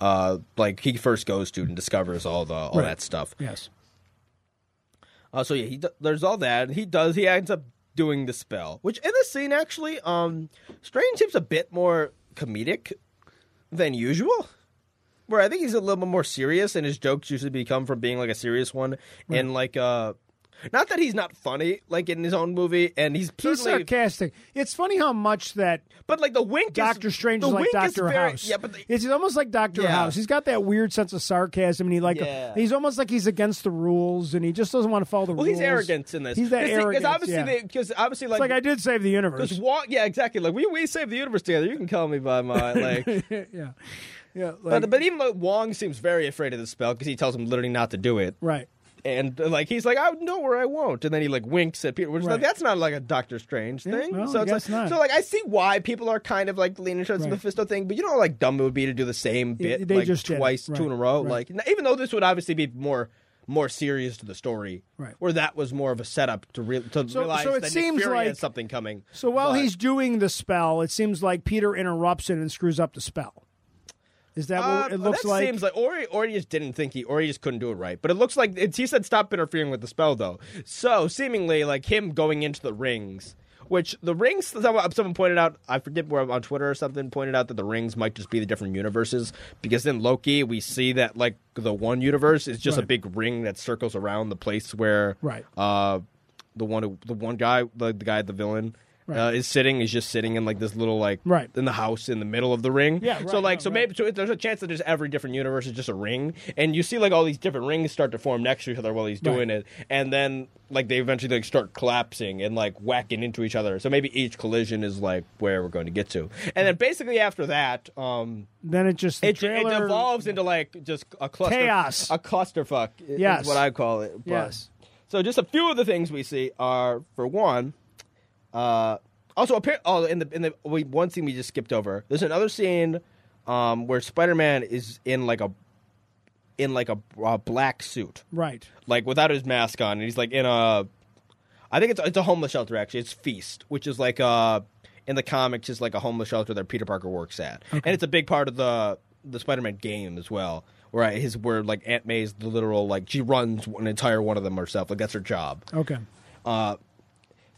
Speaker 3: uh like he first goes to and discovers all the all
Speaker 1: Right.
Speaker 3: that stuff.
Speaker 1: Yes.
Speaker 3: Uh, so yeah, he d- there's all that. and He does. He ends up doing the spell, which in this scene actually, um, Strange seems a bit more comedic than usual. Where I think he's a little bit more serious, and his jokes usually become from being like a serious one and like uh, not that he's not funny like in his own movie, and he's
Speaker 1: He's
Speaker 3: certainly.
Speaker 1: sarcastic. It's funny how much that
Speaker 3: but like the wink,
Speaker 1: Doctor
Speaker 3: is,
Speaker 1: Strange
Speaker 3: the
Speaker 1: is like
Speaker 3: wink is
Speaker 1: Doctor
Speaker 3: very-
Speaker 1: House.
Speaker 3: Yeah, but the,
Speaker 1: it's almost like Doctor
Speaker 3: Yeah.
Speaker 1: House. He's got that weird sense of sarcasm, and he like
Speaker 3: Yeah.
Speaker 1: he's almost like he's against the rules, and he just doesn't want to follow the
Speaker 3: well,
Speaker 1: rules.
Speaker 3: he's arrogant in this.
Speaker 1: He's that arrogant.
Speaker 3: Because obviously,
Speaker 1: yeah.
Speaker 3: because obviously,
Speaker 1: it's like I did save the universe.
Speaker 3: Just walk, yeah, exactly. Like we we saved the universe together. You can call me by my like
Speaker 1: yeah, yeah. Like,
Speaker 3: But, but even like Wong seems very afraid of the spell because he tells him literally not to do it,
Speaker 1: right.
Speaker 3: and uh, like he's like, "I know where I won't," and then he like winks at Peter. Which is like,
Speaker 1: Right.
Speaker 3: that's not like a Doctor Strange thing.
Speaker 1: no, I
Speaker 3: so it's
Speaker 1: guess
Speaker 3: like,
Speaker 1: not.
Speaker 3: so like I see why people are kind of like leaning towards
Speaker 1: Right.
Speaker 3: the Mephisto thing, but you know, how, like dumb it would be to do the same
Speaker 1: Yeah,
Speaker 3: bit
Speaker 1: they
Speaker 3: like
Speaker 1: just did it.
Speaker 3: twice, two
Speaker 1: Right,
Speaker 3: in a row.
Speaker 1: right.
Speaker 3: Like n- even though this would obviously be more more serious to the story,
Speaker 1: Right.
Speaker 3: Where that was more of a setup to real to
Speaker 1: So-
Speaker 3: realize
Speaker 1: so it
Speaker 3: that
Speaker 1: seems
Speaker 3: Nick Fury
Speaker 1: like-
Speaker 3: has something coming.
Speaker 1: So while
Speaker 3: But-
Speaker 1: he's doing the spell, it seems like Peter interrupts it and screws up the spell. Is that
Speaker 3: Uh,
Speaker 1: what it looks
Speaker 3: that
Speaker 1: like?
Speaker 3: seems like or or he just didn't think he or he just couldn't do it right. But it looks like it's, he said stop interfering with the spell though. So seemingly like him going into the rings, which the rings someone, someone pointed out I forget where on Twitter or something pointed out that the rings might just be the different universes because in Loki we see that like the one universe is just a
Speaker 1: Right.
Speaker 3: big ring that circles around the place where
Speaker 1: Right.
Speaker 3: uh the one who, the one guy the, the guy the villain. Uh,
Speaker 1: Right.
Speaker 3: is sitting is just sitting in like this little like
Speaker 1: Right.
Speaker 3: in the house in the middle of the ring
Speaker 1: Yeah,
Speaker 3: so
Speaker 1: right,
Speaker 3: like
Speaker 1: no,
Speaker 3: so
Speaker 1: right.
Speaker 3: maybe so there's a chance that just every different universe is just a ring, and you see like all these different rings start to form next to each other while he's doing it, and then like they eventually like start collapsing and like whacking into each other. So maybe each collision is like where we're going to get to, and then basically after that, um,
Speaker 1: then it just the
Speaker 3: it, it
Speaker 1: trailer-
Speaker 3: evolves into like just a cluster
Speaker 1: Chaos.
Speaker 3: a clusterfuck. i-
Speaker 1: Yes.
Speaker 3: is what I call it. But-
Speaker 1: Yes.
Speaker 3: So just a few of the things we see are for one. Uh, also, appear- oh, in the in the we, one scene we just skipped over. There's another scene um, where Spider-Man is in like a in like a, a black suit,
Speaker 1: Right.
Speaker 3: like without his mask on, and he's like in a. I think it's it's a homeless shelter actually. It's Feast, which is like uh in the comics is like a homeless shelter that Peter Parker works at, and it's a big part of the the Spider-Man game as well. Where I- his where like Aunt May's the literal like she runs an entire one of them herself, like that's her job.
Speaker 1: Okay.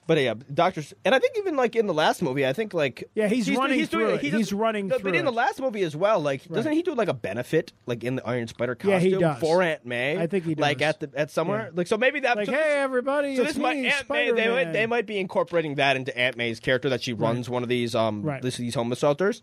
Speaker 3: But yeah, doctors, and I think even like in the last movie, I think like
Speaker 1: Yeah, he's running
Speaker 3: doing-
Speaker 1: through it.
Speaker 3: does-
Speaker 1: He's running
Speaker 3: But
Speaker 1: through
Speaker 3: in the
Speaker 1: it.
Speaker 3: last movie as well, like doesn't
Speaker 1: Right.
Speaker 3: he do like a benefit like in the Iron Spider costume
Speaker 1: Yeah, he does.
Speaker 3: for Aunt May?
Speaker 1: I think he
Speaker 3: like
Speaker 1: does.
Speaker 3: at the at somewhere
Speaker 1: Yeah.
Speaker 3: like so maybe that
Speaker 1: Like,
Speaker 3: so
Speaker 1: hey
Speaker 3: this-
Speaker 1: everybody,
Speaker 3: so
Speaker 1: it's
Speaker 3: this might
Speaker 1: me,
Speaker 3: Aunt May, they
Speaker 1: Spider-Man."
Speaker 3: might they might be incorporating that into Aunt May's character that she runs one of these um
Speaker 1: Right.
Speaker 3: this, these homeless shelters.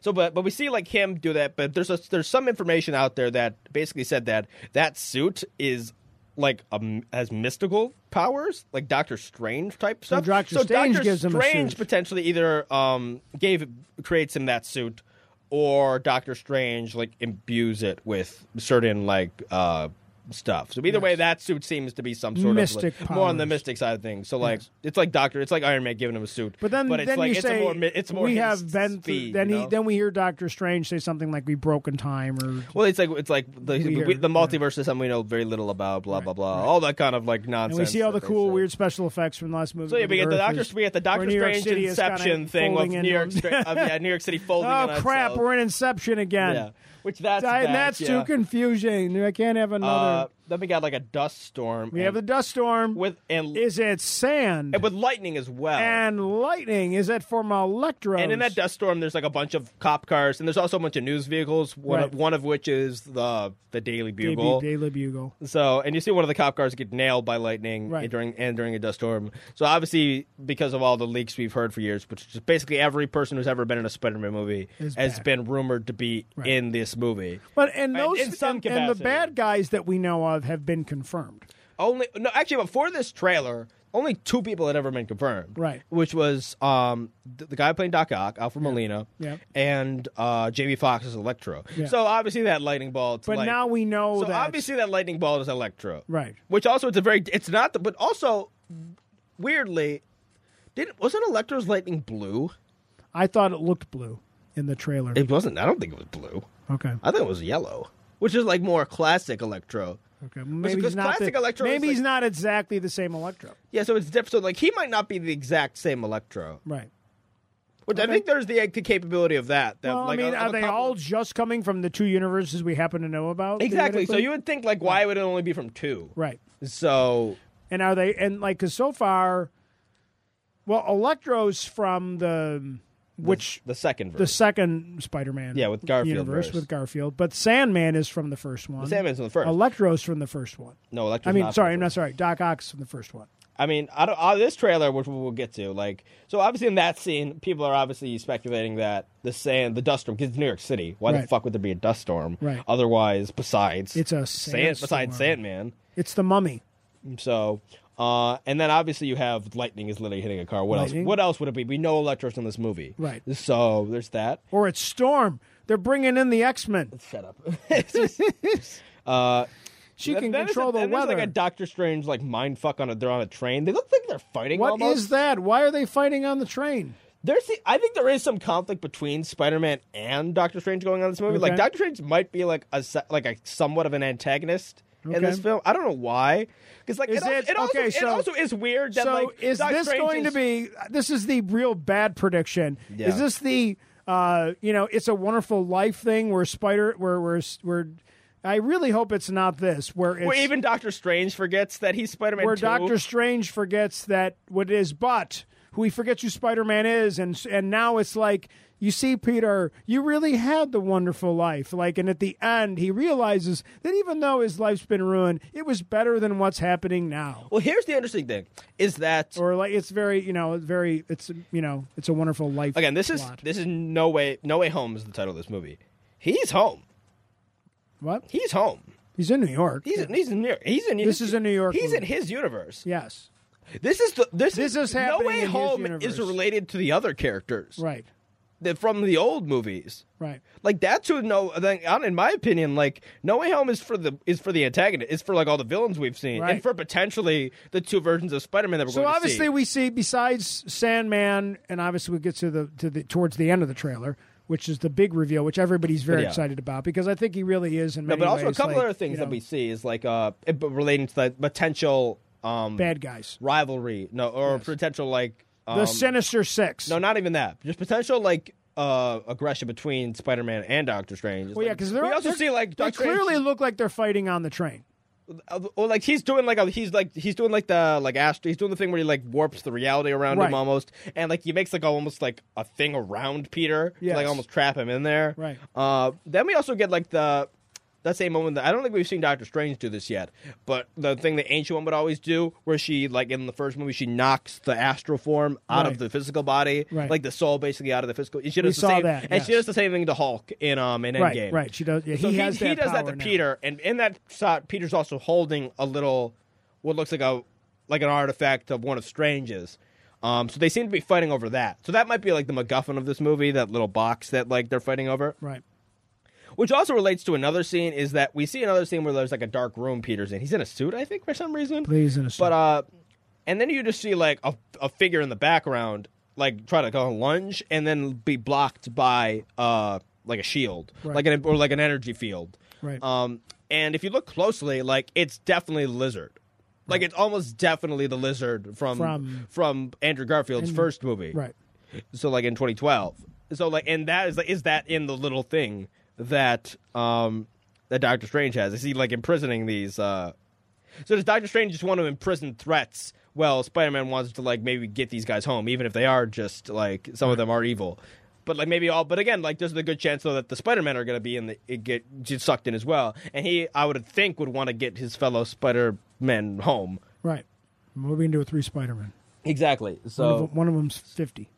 Speaker 3: So, but but we see like him do that. But there's a, there's some information out there that basically said that that suit is like um has mystical powers, like Doctor Strange type stuff.
Speaker 1: Doctor Strange gives him a
Speaker 3: Strange
Speaker 1: suit.
Speaker 3: potentially either um gave creates him that suit, or Doctor Strange like imbues it with certain like uh stuff. So either way, that suit seems to be some sort
Speaker 1: Mystic
Speaker 3: of like, more on the
Speaker 1: powers.
Speaker 3: mystic side of things. So like it's like Doctor, it's like Iron Man giving him a suit.
Speaker 1: But then,
Speaker 3: it's
Speaker 1: then
Speaker 3: like
Speaker 1: you
Speaker 3: it's
Speaker 1: say
Speaker 3: a more, mi- it's more
Speaker 1: we
Speaker 3: his
Speaker 1: have been through-
Speaker 3: speed,
Speaker 1: then
Speaker 3: you
Speaker 1: he
Speaker 3: know?
Speaker 1: then we hear Doctor Strange say something like we've broken time or
Speaker 3: Well, it's like it's like the,
Speaker 1: Weird,
Speaker 3: we- the
Speaker 1: yeah.
Speaker 3: multiverse is something we know very little about. Blah blah blah. All that kind of like nonsense.
Speaker 1: and we see all the
Speaker 3: that they
Speaker 1: cool
Speaker 3: say.
Speaker 1: weird special effects from the last movie.
Speaker 3: So yeah,
Speaker 1: where
Speaker 3: we get the
Speaker 1: Earth
Speaker 3: Doctor
Speaker 1: is-
Speaker 3: we get the
Speaker 1: where
Speaker 3: Doctor
Speaker 1: New York
Speaker 3: Strange
Speaker 1: City is kinda
Speaker 3: Inception thing with
Speaker 1: folding
Speaker 3: New York,
Speaker 1: in-
Speaker 3: Stra- of, yeah, New York City folding. in
Speaker 1: Oh
Speaker 3: on
Speaker 1: crap,
Speaker 3: itself.
Speaker 1: we're in Inception again.
Speaker 3: yeah, which that's
Speaker 1: Di- and
Speaker 3: back,
Speaker 1: that's
Speaker 3: yeah.
Speaker 1: too confusing. I can't have another.
Speaker 3: Uh, then we got like a dust storm.
Speaker 1: we
Speaker 3: and-
Speaker 1: have the dust storm.
Speaker 3: with and,
Speaker 1: is it sand?
Speaker 3: and with lightning as well.
Speaker 1: and lightning. Is it from electros?
Speaker 3: And in that dust storm, there's like a bunch of cop cars, and there's also a bunch of news vehicles. One,
Speaker 1: Right.
Speaker 3: one of which is the the
Speaker 1: Daily-
Speaker 3: Daily Bugle.
Speaker 1: Daily Bugle.
Speaker 3: So, and you see one of the cop cars get nailed by lightning
Speaker 1: Right.
Speaker 3: during and during a dust storm. So, obviously, because of all the leaks we've heard for years, which is basically every person who's ever been in a Spider-Man movie
Speaker 1: Is
Speaker 3: has
Speaker 1: back.
Speaker 3: been rumored to be
Speaker 1: Right.
Speaker 3: in this movie.
Speaker 1: But and
Speaker 3: And
Speaker 1: those
Speaker 3: in some
Speaker 1: and, and the
Speaker 3: capacity.
Speaker 1: bad guys that we know of have been confirmed.
Speaker 3: Only no, actually, before this trailer, only two people had ever been confirmed.
Speaker 1: Right.
Speaker 3: which was um th- the guy playing Doc Ock, Alfred Molina,
Speaker 1: Yeah.
Speaker 3: and uh Jamie Foxx as Electro.
Speaker 1: Yeah.
Speaker 3: So obviously, that lightning ball. it's
Speaker 1: But
Speaker 3: like-
Speaker 1: now we know
Speaker 3: So
Speaker 1: that
Speaker 3: obviously that lightning ball is Electro.
Speaker 1: Right.
Speaker 3: Which also it's a very it's not the, but also weirdly didn't wasn't Electro's lightning blue?
Speaker 1: I thought it looked blue in the trailer.
Speaker 3: It wasn't. I don't think it was blue.
Speaker 1: okay.
Speaker 3: I think it was yellow, which is like more classic Electro.
Speaker 1: Okay, maybe
Speaker 3: because
Speaker 1: he's not.
Speaker 3: classic
Speaker 1: the-
Speaker 3: Electro is
Speaker 1: maybe
Speaker 3: like-
Speaker 1: he's not exactly the same Electro.
Speaker 3: Yeah, so it's different. So like he might not be the exact same Electro,
Speaker 1: Right.
Speaker 3: which I think there's the, the capability of that. that
Speaker 1: Well,
Speaker 3: like,
Speaker 1: I mean,
Speaker 3: on- on
Speaker 1: are
Speaker 3: the
Speaker 1: they
Speaker 3: couple-
Speaker 1: all just coming from the two universes we happen to know about?
Speaker 3: exactly? So
Speaker 1: theoretically?
Speaker 3: you would think like why would it only be from two?
Speaker 1: right.
Speaker 3: So
Speaker 1: And are they and like because so far, well, Electro's from the which
Speaker 3: the second
Speaker 1: the
Speaker 3: verse.
Speaker 1: second Spider-Man,
Speaker 3: Yeah, with Garfield
Speaker 1: universe
Speaker 3: verse.
Speaker 1: with Garfield, but Sandman is from the first one.
Speaker 3: Sandman's from the first.
Speaker 1: Electro's from the first one.
Speaker 3: no, Electro's
Speaker 1: I mean,
Speaker 3: not
Speaker 1: sorry,
Speaker 3: from
Speaker 1: I'm
Speaker 3: the
Speaker 1: not
Speaker 3: first.
Speaker 1: sorry. Doc Ock's from the first one.
Speaker 3: I mean, I don't. Uh, this trailer, which we'll get to, like, so obviously in that scene, people are obviously speculating that the sand, the dust storm, because it's New York City. Why the
Speaker 1: Right.
Speaker 3: fuck would there be a dust storm?
Speaker 1: Right.
Speaker 3: Otherwise, besides
Speaker 1: It's a
Speaker 3: sand, besides
Speaker 1: sandstorm.
Speaker 3: Sandman.
Speaker 1: It's the Mummy.
Speaker 3: So, uh, and then obviously you have lightning is literally hitting a car. What
Speaker 1: Lightning.
Speaker 3: else? What else would it be? We know Electro's in this movie,
Speaker 1: Right.
Speaker 3: So there's that.
Speaker 1: or it's Storm. They're bringing in the X Men.
Speaker 3: Shut up. It's just- uh,
Speaker 1: She
Speaker 3: then-
Speaker 1: can
Speaker 3: then there's
Speaker 1: control
Speaker 3: a-
Speaker 1: the
Speaker 3: then there's
Speaker 1: weather.
Speaker 3: like a Doctor Strange like mind fuck on a. They're on a train. They look like they're fighting.
Speaker 1: What
Speaker 3: almost.
Speaker 1: is that? Why are they fighting on the train?
Speaker 3: There's, the, I think there is some conflict between Spider-Man and Doctor Strange going on in this movie. Like
Speaker 1: Okay.
Speaker 3: Doctor Strange might be like a se- like a somewhat of an antagonist in
Speaker 1: Okay.
Speaker 3: this film. I don't know why, because like
Speaker 1: Is
Speaker 3: it, also,
Speaker 1: it-
Speaker 3: it also-
Speaker 1: okay,
Speaker 3: it
Speaker 1: so-
Speaker 3: also is weird that
Speaker 1: so
Speaker 3: like
Speaker 1: is
Speaker 3: Doc
Speaker 1: this
Speaker 3: Strange
Speaker 1: going
Speaker 3: is-
Speaker 1: to be? This is the real bad prediction.
Speaker 3: Yeah.
Speaker 1: Is this the? Uh, you know, it's a Wonderful Life thing where Spider, where where where. I really hope it's not this where it's
Speaker 3: where even Doctor Strange forgets that he's Spider-Man.
Speaker 1: where
Speaker 3: too.
Speaker 1: Doctor Strange forgets that what it is, but who he forgets who Spider Man is, and and now it's like you see, Peter, you really had the wonderful life, like, and at the end he realizes that even though his life's been ruined, it was better than what's happening now.
Speaker 3: Well, here's the interesting thing: is that
Speaker 1: Or like it's very, you know, very, it's you know, it's a wonderful life.
Speaker 3: again, this is
Speaker 1: plot.
Speaker 3: this is no way, no way home is the title of this movie. He's home.
Speaker 1: what
Speaker 3: He's home.
Speaker 1: he's in New York.
Speaker 3: He's he's in New York. He's in
Speaker 1: This is a New York
Speaker 3: He's in
Speaker 1: movie.
Speaker 3: his universe.
Speaker 1: yes,
Speaker 3: This is the this,
Speaker 1: This is
Speaker 3: no
Speaker 1: happening
Speaker 3: way
Speaker 1: in his
Speaker 3: home
Speaker 1: universe.
Speaker 3: is related to the other characters
Speaker 1: right,
Speaker 3: that from the old movies.
Speaker 1: right.
Speaker 3: Like that's who no then on in my opinion like No Way Home is for the is for the antagonist is for like all the villains we've seen and
Speaker 1: Right.
Speaker 3: for potentially the two versions of Spider Man that we're
Speaker 1: So
Speaker 3: going
Speaker 1: obviously
Speaker 3: to see.
Speaker 1: we see besides Sandman, and obviously we get to the to the towards the end of the trailer, which is the big reveal, which everybody's very
Speaker 3: Yeah.
Speaker 1: excited about because I think he really is in
Speaker 3: No,
Speaker 1: many
Speaker 3: but also a
Speaker 1: ways,
Speaker 3: couple
Speaker 1: like,
Speaker 3: other things
Speaker 1: you
Speaker 3: that
Speaker 1: know,
Speaker 3: we see is like uh it- but relating to the potential um
Speaker 1: bad guys,
Speaker 3: rivalry no or potential like um,
Speaker 1: the Sinister Six.
Speaker 3: no not even that just potential like. Uh, aggression between Spider-Man and Doctor Strange. It's
Speaker 1: well, yeah,
Speaker 3: like-
Speaker 1: because they're
Speaker 3: we also
Speaker 1: they're-
Speaker 3: see like
Speaker 1: they
Speaker 3: Doctor Strange-
Speaker 1: clearly look like they're fighting on the train.
Speaker 3: Uh, well, like he's doing like a, he's like he's doing like the like astro he's doing the thing where he like warps the reality around
Speaker 1: Right.
Speaker 3: him almost and like he makes like almost like a thing around Peter to, like
Speaker 1: Yes.
Speaker 3: almost trap him in there
Speaker 1: Right.
Speaker 3: uh then we also get like the that same moment that I don't think we've seen Doctor Strange do this yet but the thing the ancient one would always do where she like in the first movie she knocks the astral form out of
Speaker 1: Right.
Speaker 3: the physical body
Speaker 1: Right.
Speaker 3: like the soul basically out of the physical she does the
Speaker 1: saw
Speaker 3: same,
Speaker 1: that,
Speaker 3: and she
Speaker 1: yes.
Speaker 3: does the same thing to Hulk in um in
Speaker 1: Right,
Speaker 3: Endgame
Speaker 1: right. She does. Yeah,
Speaker 3: so
Speaker 1: he, has that
Speaker 3: does that
Speaker 1: power
Speaker 3: to
Speaker 1: now.
Speaker 3: Peter, and in that shot, Peter's also holding a little, what looks like a like an artifact of one of Strange's. Um, so they seem to be fighting over that. So that might be like the MacGuffin of this movie, that little box that like they're fighting over.
Speaker 1: Right.
Speaker 3: Which also relates to another scene is that we see another scene where there's like a dark room Peter's in. He's in a suit, I think, for some reason.
Speaker 1: Please, in a
Speaker 3: But uh, and then you just see like a, a figure in the background, like try to go lunge and then be blocked by uh like a shield,
Speaker 1: Right.
Speaker 3: like an or like an energy field.
Speaker 1: Right.
Speaker 3: Um, and if you look closely, like it's definitely the lizard. Like it's almost definitely the lizard from
Speaker 1: From-
Speaker 3: from, Andrew Garfield's first movie.
Speaker 1: right.
Speaker 3: So like in 2012. So like and that is like is that in the little thing that um that Doctor Strange has? Is he like imprisoning these uh so does Doctor Strange just want to imprison threats? Well, Spider-Man wants to like maybe get these guys home, even if they are just like some of them are evil. But like maybe all, but again, like there's a good chance though that the Spider-Men are going to be in the it get just sucked in as well, and he I would think would want to get his fellow Spider-Men home.
Speaker 1: Right. Moving into a three Spider Man.
Speaker 3: Exactly.
Speaker 1: One, of, one of them's fifty,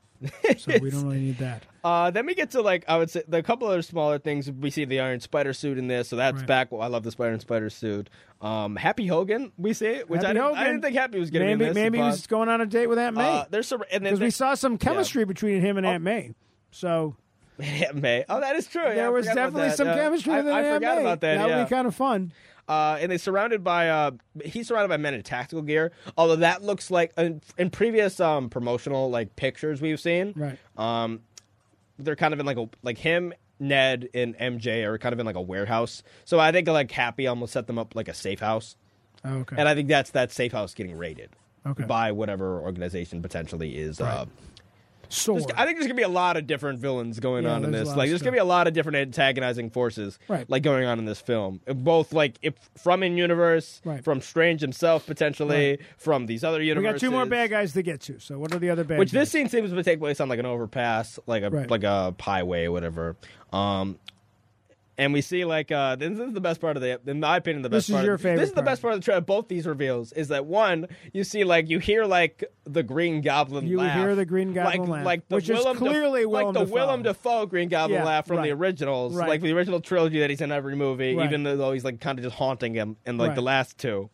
Speaker 1: so we don't really need that.
Speaker 3: Uh, then we get to like I would say the couple other smaller things. We see the Iron Spider suit in this, so that's
Speaker 1: Right.
Speaker 3: back. Well, I love the Spider and Spider suit. Um, Happy Hogan, we see, which I
Speaker 1: Happy
Speaker 3: didn't, I
Speaker 1: Hogan.
Speaker 3: didn't think Happy was getting
Speaker 1: maybe
Speaker 3: in this.
Speaker 1: maybe
Speaker 3: but,
Speaker 1: he's going on a date with Aunt May.
Speaker 3: uh, there's some, and then
Speaker 1: because we
Speaker 3: they-
Speaker 1: saw some chemistry between
Speaker 3: Oh.
Speaker 1: him and Aunt May. So
Speaker 3: Aunt May. Oh, that is true. Yeah, I
Speaker 1: there was
Speaker 3: forgot about
Speaker 1: definitely
Speaker 3: that.
Speaker 1: some
Speaker 3: Yeah.
Speaker 1: chemistry
Speaker 3: I,
Speaker 1: with
Speaker 3: I
Speaker 1: Aunt
Speaker 3: forgot
Speaker 1: May.
Speaker 3: about that.
Speaker 1: That
Speaker 3: yeah.
Speaker 1: would be kind of fun.
Speaker 3: uh, and they surrounded by uh, he's surrounded by men in tactical gear. Although that looks like in, in previous um promotional like pictures we've seen,
Speaker 1: Right.
Speaker 3: Um, they're kind of in like a like him Ned and MJ are kind of in like a warehouse. So I think like Happy almost set them up like a safe house.
Speaker 1: Oh, okay.
Speaker 3: And I think that's that safe house getting raided
Speaker 1: Okay.
Speaker 3: by whatever organization potentially is. Uh,
Speaker 1: Sword.
Speaker 3: I think there's gonna be a lot of different villains going
Speaker 1: Yeah,
Speaker 3: on in
Speaker 1: there's a
Speaker 3: this.
Speaker 1: lot of
Speaker 3: Like, there's
Speaker 1: stuff.
Speaker 3: gonna be a lot of different antagonizing forces,
Speaker 1: Right.
Speaker 3: Like going on in this film, both like if from in universe,
Speaker 1: Right.
Speaker 3: from Strange himself potentially, from these other
Speaker 1: we
Speaker 3: universes.
Speaker 1: got two more bad guys to get to. So what are the other bad?
Speaker 3: Which this
Speaker 1: guys?
Speaker 3: scene seems to take place on like an overpass, like a
Speaker 1: Right.
Speaker 3: like a highway, or whatever. Um, and we see like uh, this is the best part of the, in my opinion, the
Speaker 1: This
Speaker 3: best.
Speaker 1: is
Speaker 3: part
Speaker 1: your
Speaker 3: of,
Speaker 1: favorite
Speaker 3: This is the
Speaker 1: part.
Speaker 3: best part of the trailer. Both these reveals is that one, you see like you hear like the Green Goblin.
Speaker 1: You
Speaker 3: laugh,
Speaker 1: hear the Green Goblin
Speaker 3: like,
Speaker 1: laugh,
Speaker 3: like the
Speaker 1: which is
Speaker 3: Willem Daf-
Speaker 1: clearly Willem
Speaker 3: like the
Speaker 1: Dafoe.
Speaker 3: Willem Dafoe Green Goblin
Speaker 1: Yeah,
Speaker 3: laugh from
Speaker 1: right.
Speaker 3: the originals,
Speaker 1: Right.
Speaker 3: like the original trilogy that he's in every movie,
Speaker 1: Right.
Speaker 3: even though he's like kind of just haunting him in like the
Speaker 1: Right.
Speaker 3: last two.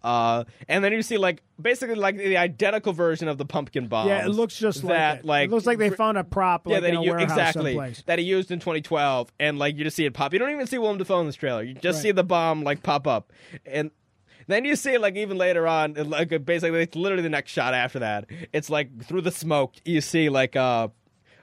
Speaker 3: Uh, and then you see like basically like the identical version of the pumpkin bomb.
Speaker 1: yeah, it looks just
Speaker 3: Um, that
Speaker 1: like, it. It looks like they found a prop
Speaker 3: yeah
Speaker 1: like,
Speaker 3: that
Speaker 1: in a
Speaker 3: he u-
Speaker 1: warehouse
Speaker 3: exactly
Speaker 1: someplace.
Speaker 3: that he used in 2012, and like you just see it pop. You don't even see Willem Dafoe in this trailer. You just
Speaker 1: Right.
Speaker 3: see the bomb like pop up, and then you see like even later on, it, like basically it's literally the next shot after that. It's like through the smoke, you see like uh.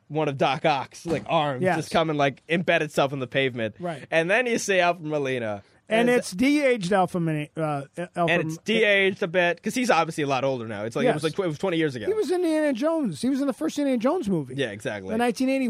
Speaker 3: One of Doc Ock's like arms
Speaker 1: Yes.
Speaker 3: just come and like embed itself in the pavement,
Speaker 1: Right.
Speaker 3: And then you see Alfred Molina,
Speaker 1: And it's de-aged alpha mini. Uh, alpha,
Speaker 3: and it's de-aged a bit because he's obviously a lot older now. It's like it
Speaker 1: Yes.
Speaker 3: was like tw- it was twenty years ago.
Speaker 1: He was in Indiana Jones. He was in the first Indiana Jones movie.
Speaker 3: yeah, exactly. Mm-hmm.
Speaker 1: in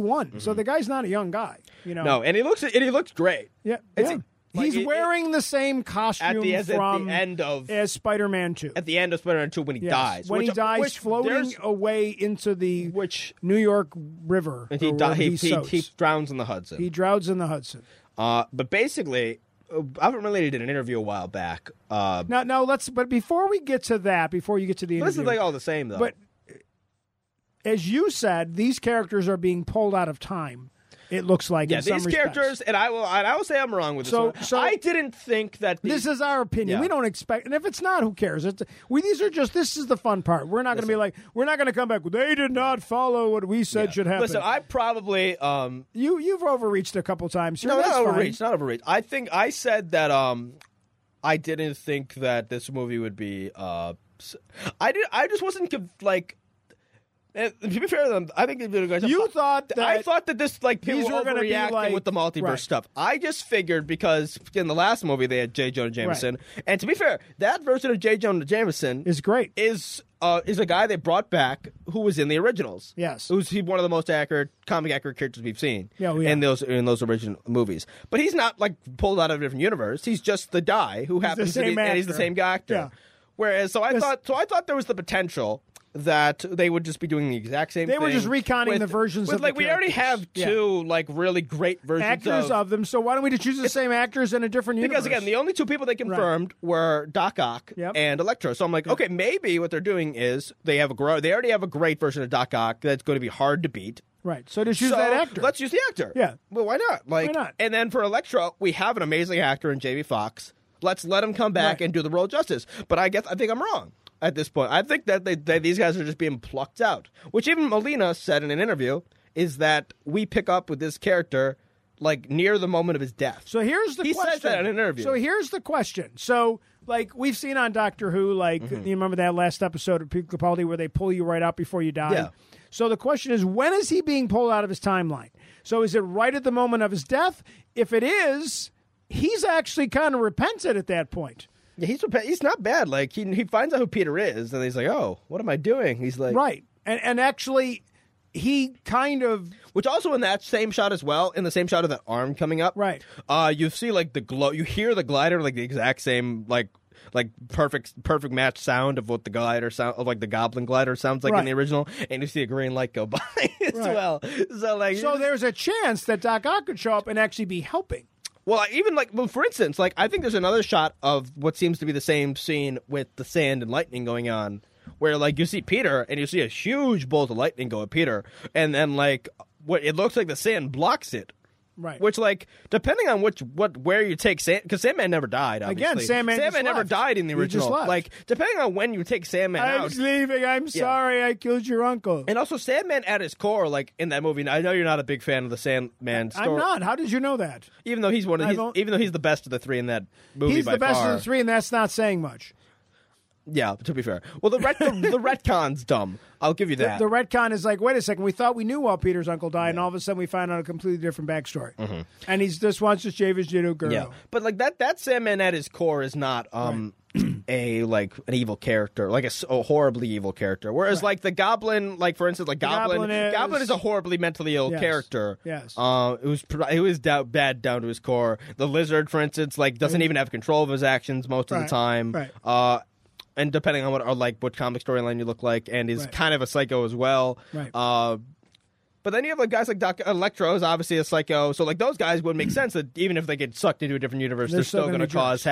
Speaker 1: 1981. So the guy's not a young guy. You know.
Speaker 3: No, and he looks and he looks great.
Speaker 1: Yeah.
Speaker 3: It's-
Speaker 1: yeah.
Speaker 3: like,
Speaker 1: He's
Speaker 3: it- it-
Speaker 1: wearing the same costume
Speaker 3: At the, as, at
Speaker 1: from
Speaker 3: the end of
Speaker 1: as Spider-Man 2.
Speaker 3: at the end of Spider-Man Two when he
Speaker 1: Yes.
Speaker 3: dies.
Speaker 1: when
Speaker 3: which,
Speaker 1: he dies
Speaker 3: which
Speaker 1: floating
Speaker 3: there's-
Speaker 1: away into the
Speaker 3: which
Speaker 1: New York River.
Speaker 3: and he,
Speaker 1: or
Speaker 3: di-
Speaker 1: wherever
Speaker 3: he,
Speaker 1: he,
Speaker 3: he,
Speaker 1: soaks.
Speaker 3: he drowns in the Hudson.
Speaker 1: He drowns in the Hudson.
Speaker 3: uh, but basically, uh, Alfred Molina did an interview a while back. Uh,
Speaker 1: Now, now let's. But before we get to that, before you get to the
Speaker 3: this
Speaker 1: interview,
Speaker 3: is like oh. all the same though.
Speaker 1: but as you said, these characters are being pulled out of time. It looks like
Speaker 3: yeah,
Speaker 1: in some
Speaker 3: these
Speaker 1: respects.
Speaker 3: characters, and I will, and I will say I'm wrong with this.
Speaker 1: So-
Speaker 3: one.
Speaker 1: so-
Speaker 3: I didn't think that the,
Speaker 1: This is our opinion.
Speaker 3: Yeah.
Speaker 1: We don't expect, and if it's not, who cares? It's, we these are just. This is the fun part. We're not going to be like. We're not going to come back. They did not follow what we said should happen.
Speaker 3: Listen, I probably um,
Speaker 1: you you've overreached a couple times. Here.
Speaker 3: No,
Speaker 1: that's
Speaker 3: not
Speaker 1: fine.
Speaker 3: overreach, not overreach. I think I said that um I didn't think that this movie would be uh s- I did I just wasn't conv- like eh, to be fair, to them, I think they did a good job.
Speaker 1: You thought that
Speaker 3: I thought that this like people
Speaker 1: these
Speaker 3: were
Speaker 1: were gonna be
Speaker 3: overreacting
Speaker 1: like-
Speaker 3: with the multiverse
Speaker 1: right.
Speaker 3: stuff. I just figured because in the last movie they had J. Jonah Jameson, and to be fair, that version of J. Jonah Jameson
Speaker 1: is great.
Speaker 3: is uh, is a guy they brought back who was in the originals.
Speaker 1: Yes.
Speaker 3: who's he one of the most accurate comic accurate characters we've seen.
Speaker 1: Yeah, oh, yeah.
Speaker 3: in those in those original movies. But he's not like pulled out of a different universe. He's just the guy who happens to
Speaker 1: same
Speaker 3: be and he's the
Speaker 1: actor.
Speaker 3: same guy actor.
Speaker 1: Yeah.
Speaker 3: Whereas, so I
Speaker 1: This-
Speaker 3: thought so I thought there was the potential. That they would just be doing the exact same
Speaker 1: They
Speaker 3: thing.
Speaker 1: were just reconning
Speaker 3: with-
Speaker 1: the versions
Speaker 3: with,
Speaker 1: of the
Speaker 3: like we already have
Speaker 1: characters. Yeah.
Speaker 3: two like really great versions
Speaker 1: actors of,
Speaker 3: of
Speaker 1: them. So why don't we just choose the same actors in a different universe?
Speaker 3: because again, the only two people they confirmed were Doc Ock
Speaker 1: Yep.
Speaker 3: and Electro. So I'm like, okay, maybe what they're doing is they have a grow. They already have a great version of Doc Ock that's going to be hard to beat.
Speaker 1: right. So just use
Speaker 3: So
Speaker 1: that actor.
Speaker 3: Let's use the actor.
Speaker 1: Yeah.
Speaker 3: Well, why not? Like,
Speaker 1: Why not?
Speaker 3: And then for Electro, we have an amazing actor in Jamie Foxx. Let's let him come back
Speaker 1: Right.
Speaker 3: and do the role justice. But I guess I think I'm wrong at this point. I think that, they, that these guys are just being plucked out, which even Molina said in an interview is that we pick up with this character like near the moment of his death.
Speaker 1: So here's the
Speaker 3: He says
Speaker 1: question.
Speaker 3: that in an interview.
Speaker 1: So here's the question. So like we've seen on Doctor Who, like
Speaker 3: Mm-hmm.
Speaker 1: you remember that last episode of Peter Capaldi where they pull you right out before you die.
Speaker 3: Yeah.
Speaker 1: So the question is, when is he being pulled out of his timeline? So is it right at the moment of his death? If it is, he's actually kind of repented at that point.
Speaker 3: Yeah, he's repe- he's not bad. Like he he finds out who Peter is, and he's like, "Oh, what am I doing?" He's like,
Speaker 1: Right. And and actually he kind of
Speaker 3: Which also in that same shot as well, in the same shot of that arm coming up,
Speaker 1: Right.
Speaker 3: Uh, you see like the glow. You hear the glider like the exact same like like perfect perfect match sound of what the glider sound of like the goblin glider sounds like
Speaker 1: Right.
Speaker 3: in the original, and you see a green light go by as
Speaker 1: Right.
Speaker 3: well. So like
Speaker 1: so there's a chance that Doc Ock could show up and actually be helping.
Speaker 3: Well, I- even like, well, for instance, like I think there's another shot of what seems to be the same scene with the sand and lightning going on, where like you see Peter and you see a huge bolt of lightning go at Peter, and then like what it looks like the sand blocks it.
Speaker 1: Right.
Speaker 3: Which, like, depending on which, what, where you take Sand, because Sandman never died. Obviously.
Speaker 1: Again, Sandman just
Speaker 3: never
Speaker 1: left.
Speaker 3: died in the
Speaker 1: He just
Speaker 3: original.
Speaker 1: left.
Speaker 3: Like, depending on when you take Sandman
Speaker 1: I'm
Speaker 3: out,
Speaker 1: leaving. I'm sorry I killed your uncle.
Speaker 3: and also Sandman at his core, like in that movie. and I know you're not a big fan of the Sandman story,
Speaker 1: I'm not. How did you know that?
Speaker 3: even though he's one of
Speaker 1: I
Speaker 3: he's,
Speaker 1: don't-
Speaker 3: even though he's the best of the three in that movie.
Speaker 1: He's
Speaker 3: by
Speaker 1: the best
Speaker 3: far.
Speaker 1: of the three, and that's not saying much.
Speaker 3: Yeah, to be fair. Well, the ret- the, the retcon's dumb. I'll give you
Speaker 1: The,
Speaker 3: that.
Speaker 1: the retcon is like, wait a second, we thought we knew Walt Peter's uncle died, and all of a sudden we find out a completely different backstory. And he's just wants to shave his judo girl.
Speaker 3: Mm-hmm. yeah, but like that that Sandman at his core is not um a like an evil character, like a, s- a horribly evil character. Whereas like the Goblin, like for instance, like Goblin,
Speaker 1: Goblin is-
Speaker 3: a horribly mentally ill
Speaker 1: Yes.
Speaker 3: character.
Speaker 1: Yes.
Speaker 3: Uh, it was pr- it was dou- bad down to his core. The Lizard, for instance, like doesn't even have control of his actions most of
Speaker 1: Right,
Speaker 3: the time.
Speaker 1: right.
Speaker 3: Uh. And depending on what or like what comic storyline you look like, and is
Speaker 1: Right.
Speaker 3: kind of a psycho as well.
Speaker 1: Right.
Speaker 3: Uh, But then you have like guys like Doc Electro is obviously a psycho, so like those guys would make sense that even if they get sucked into a different universe,
Speaker 1: They're
Speaker 3: they're,
Speaker 1: still
Speaker 3: still,
Speaker 1: gonna
Speaker 3: going
Speaker 1: be
Speaker 3: to cause
Speaker 1: jerks,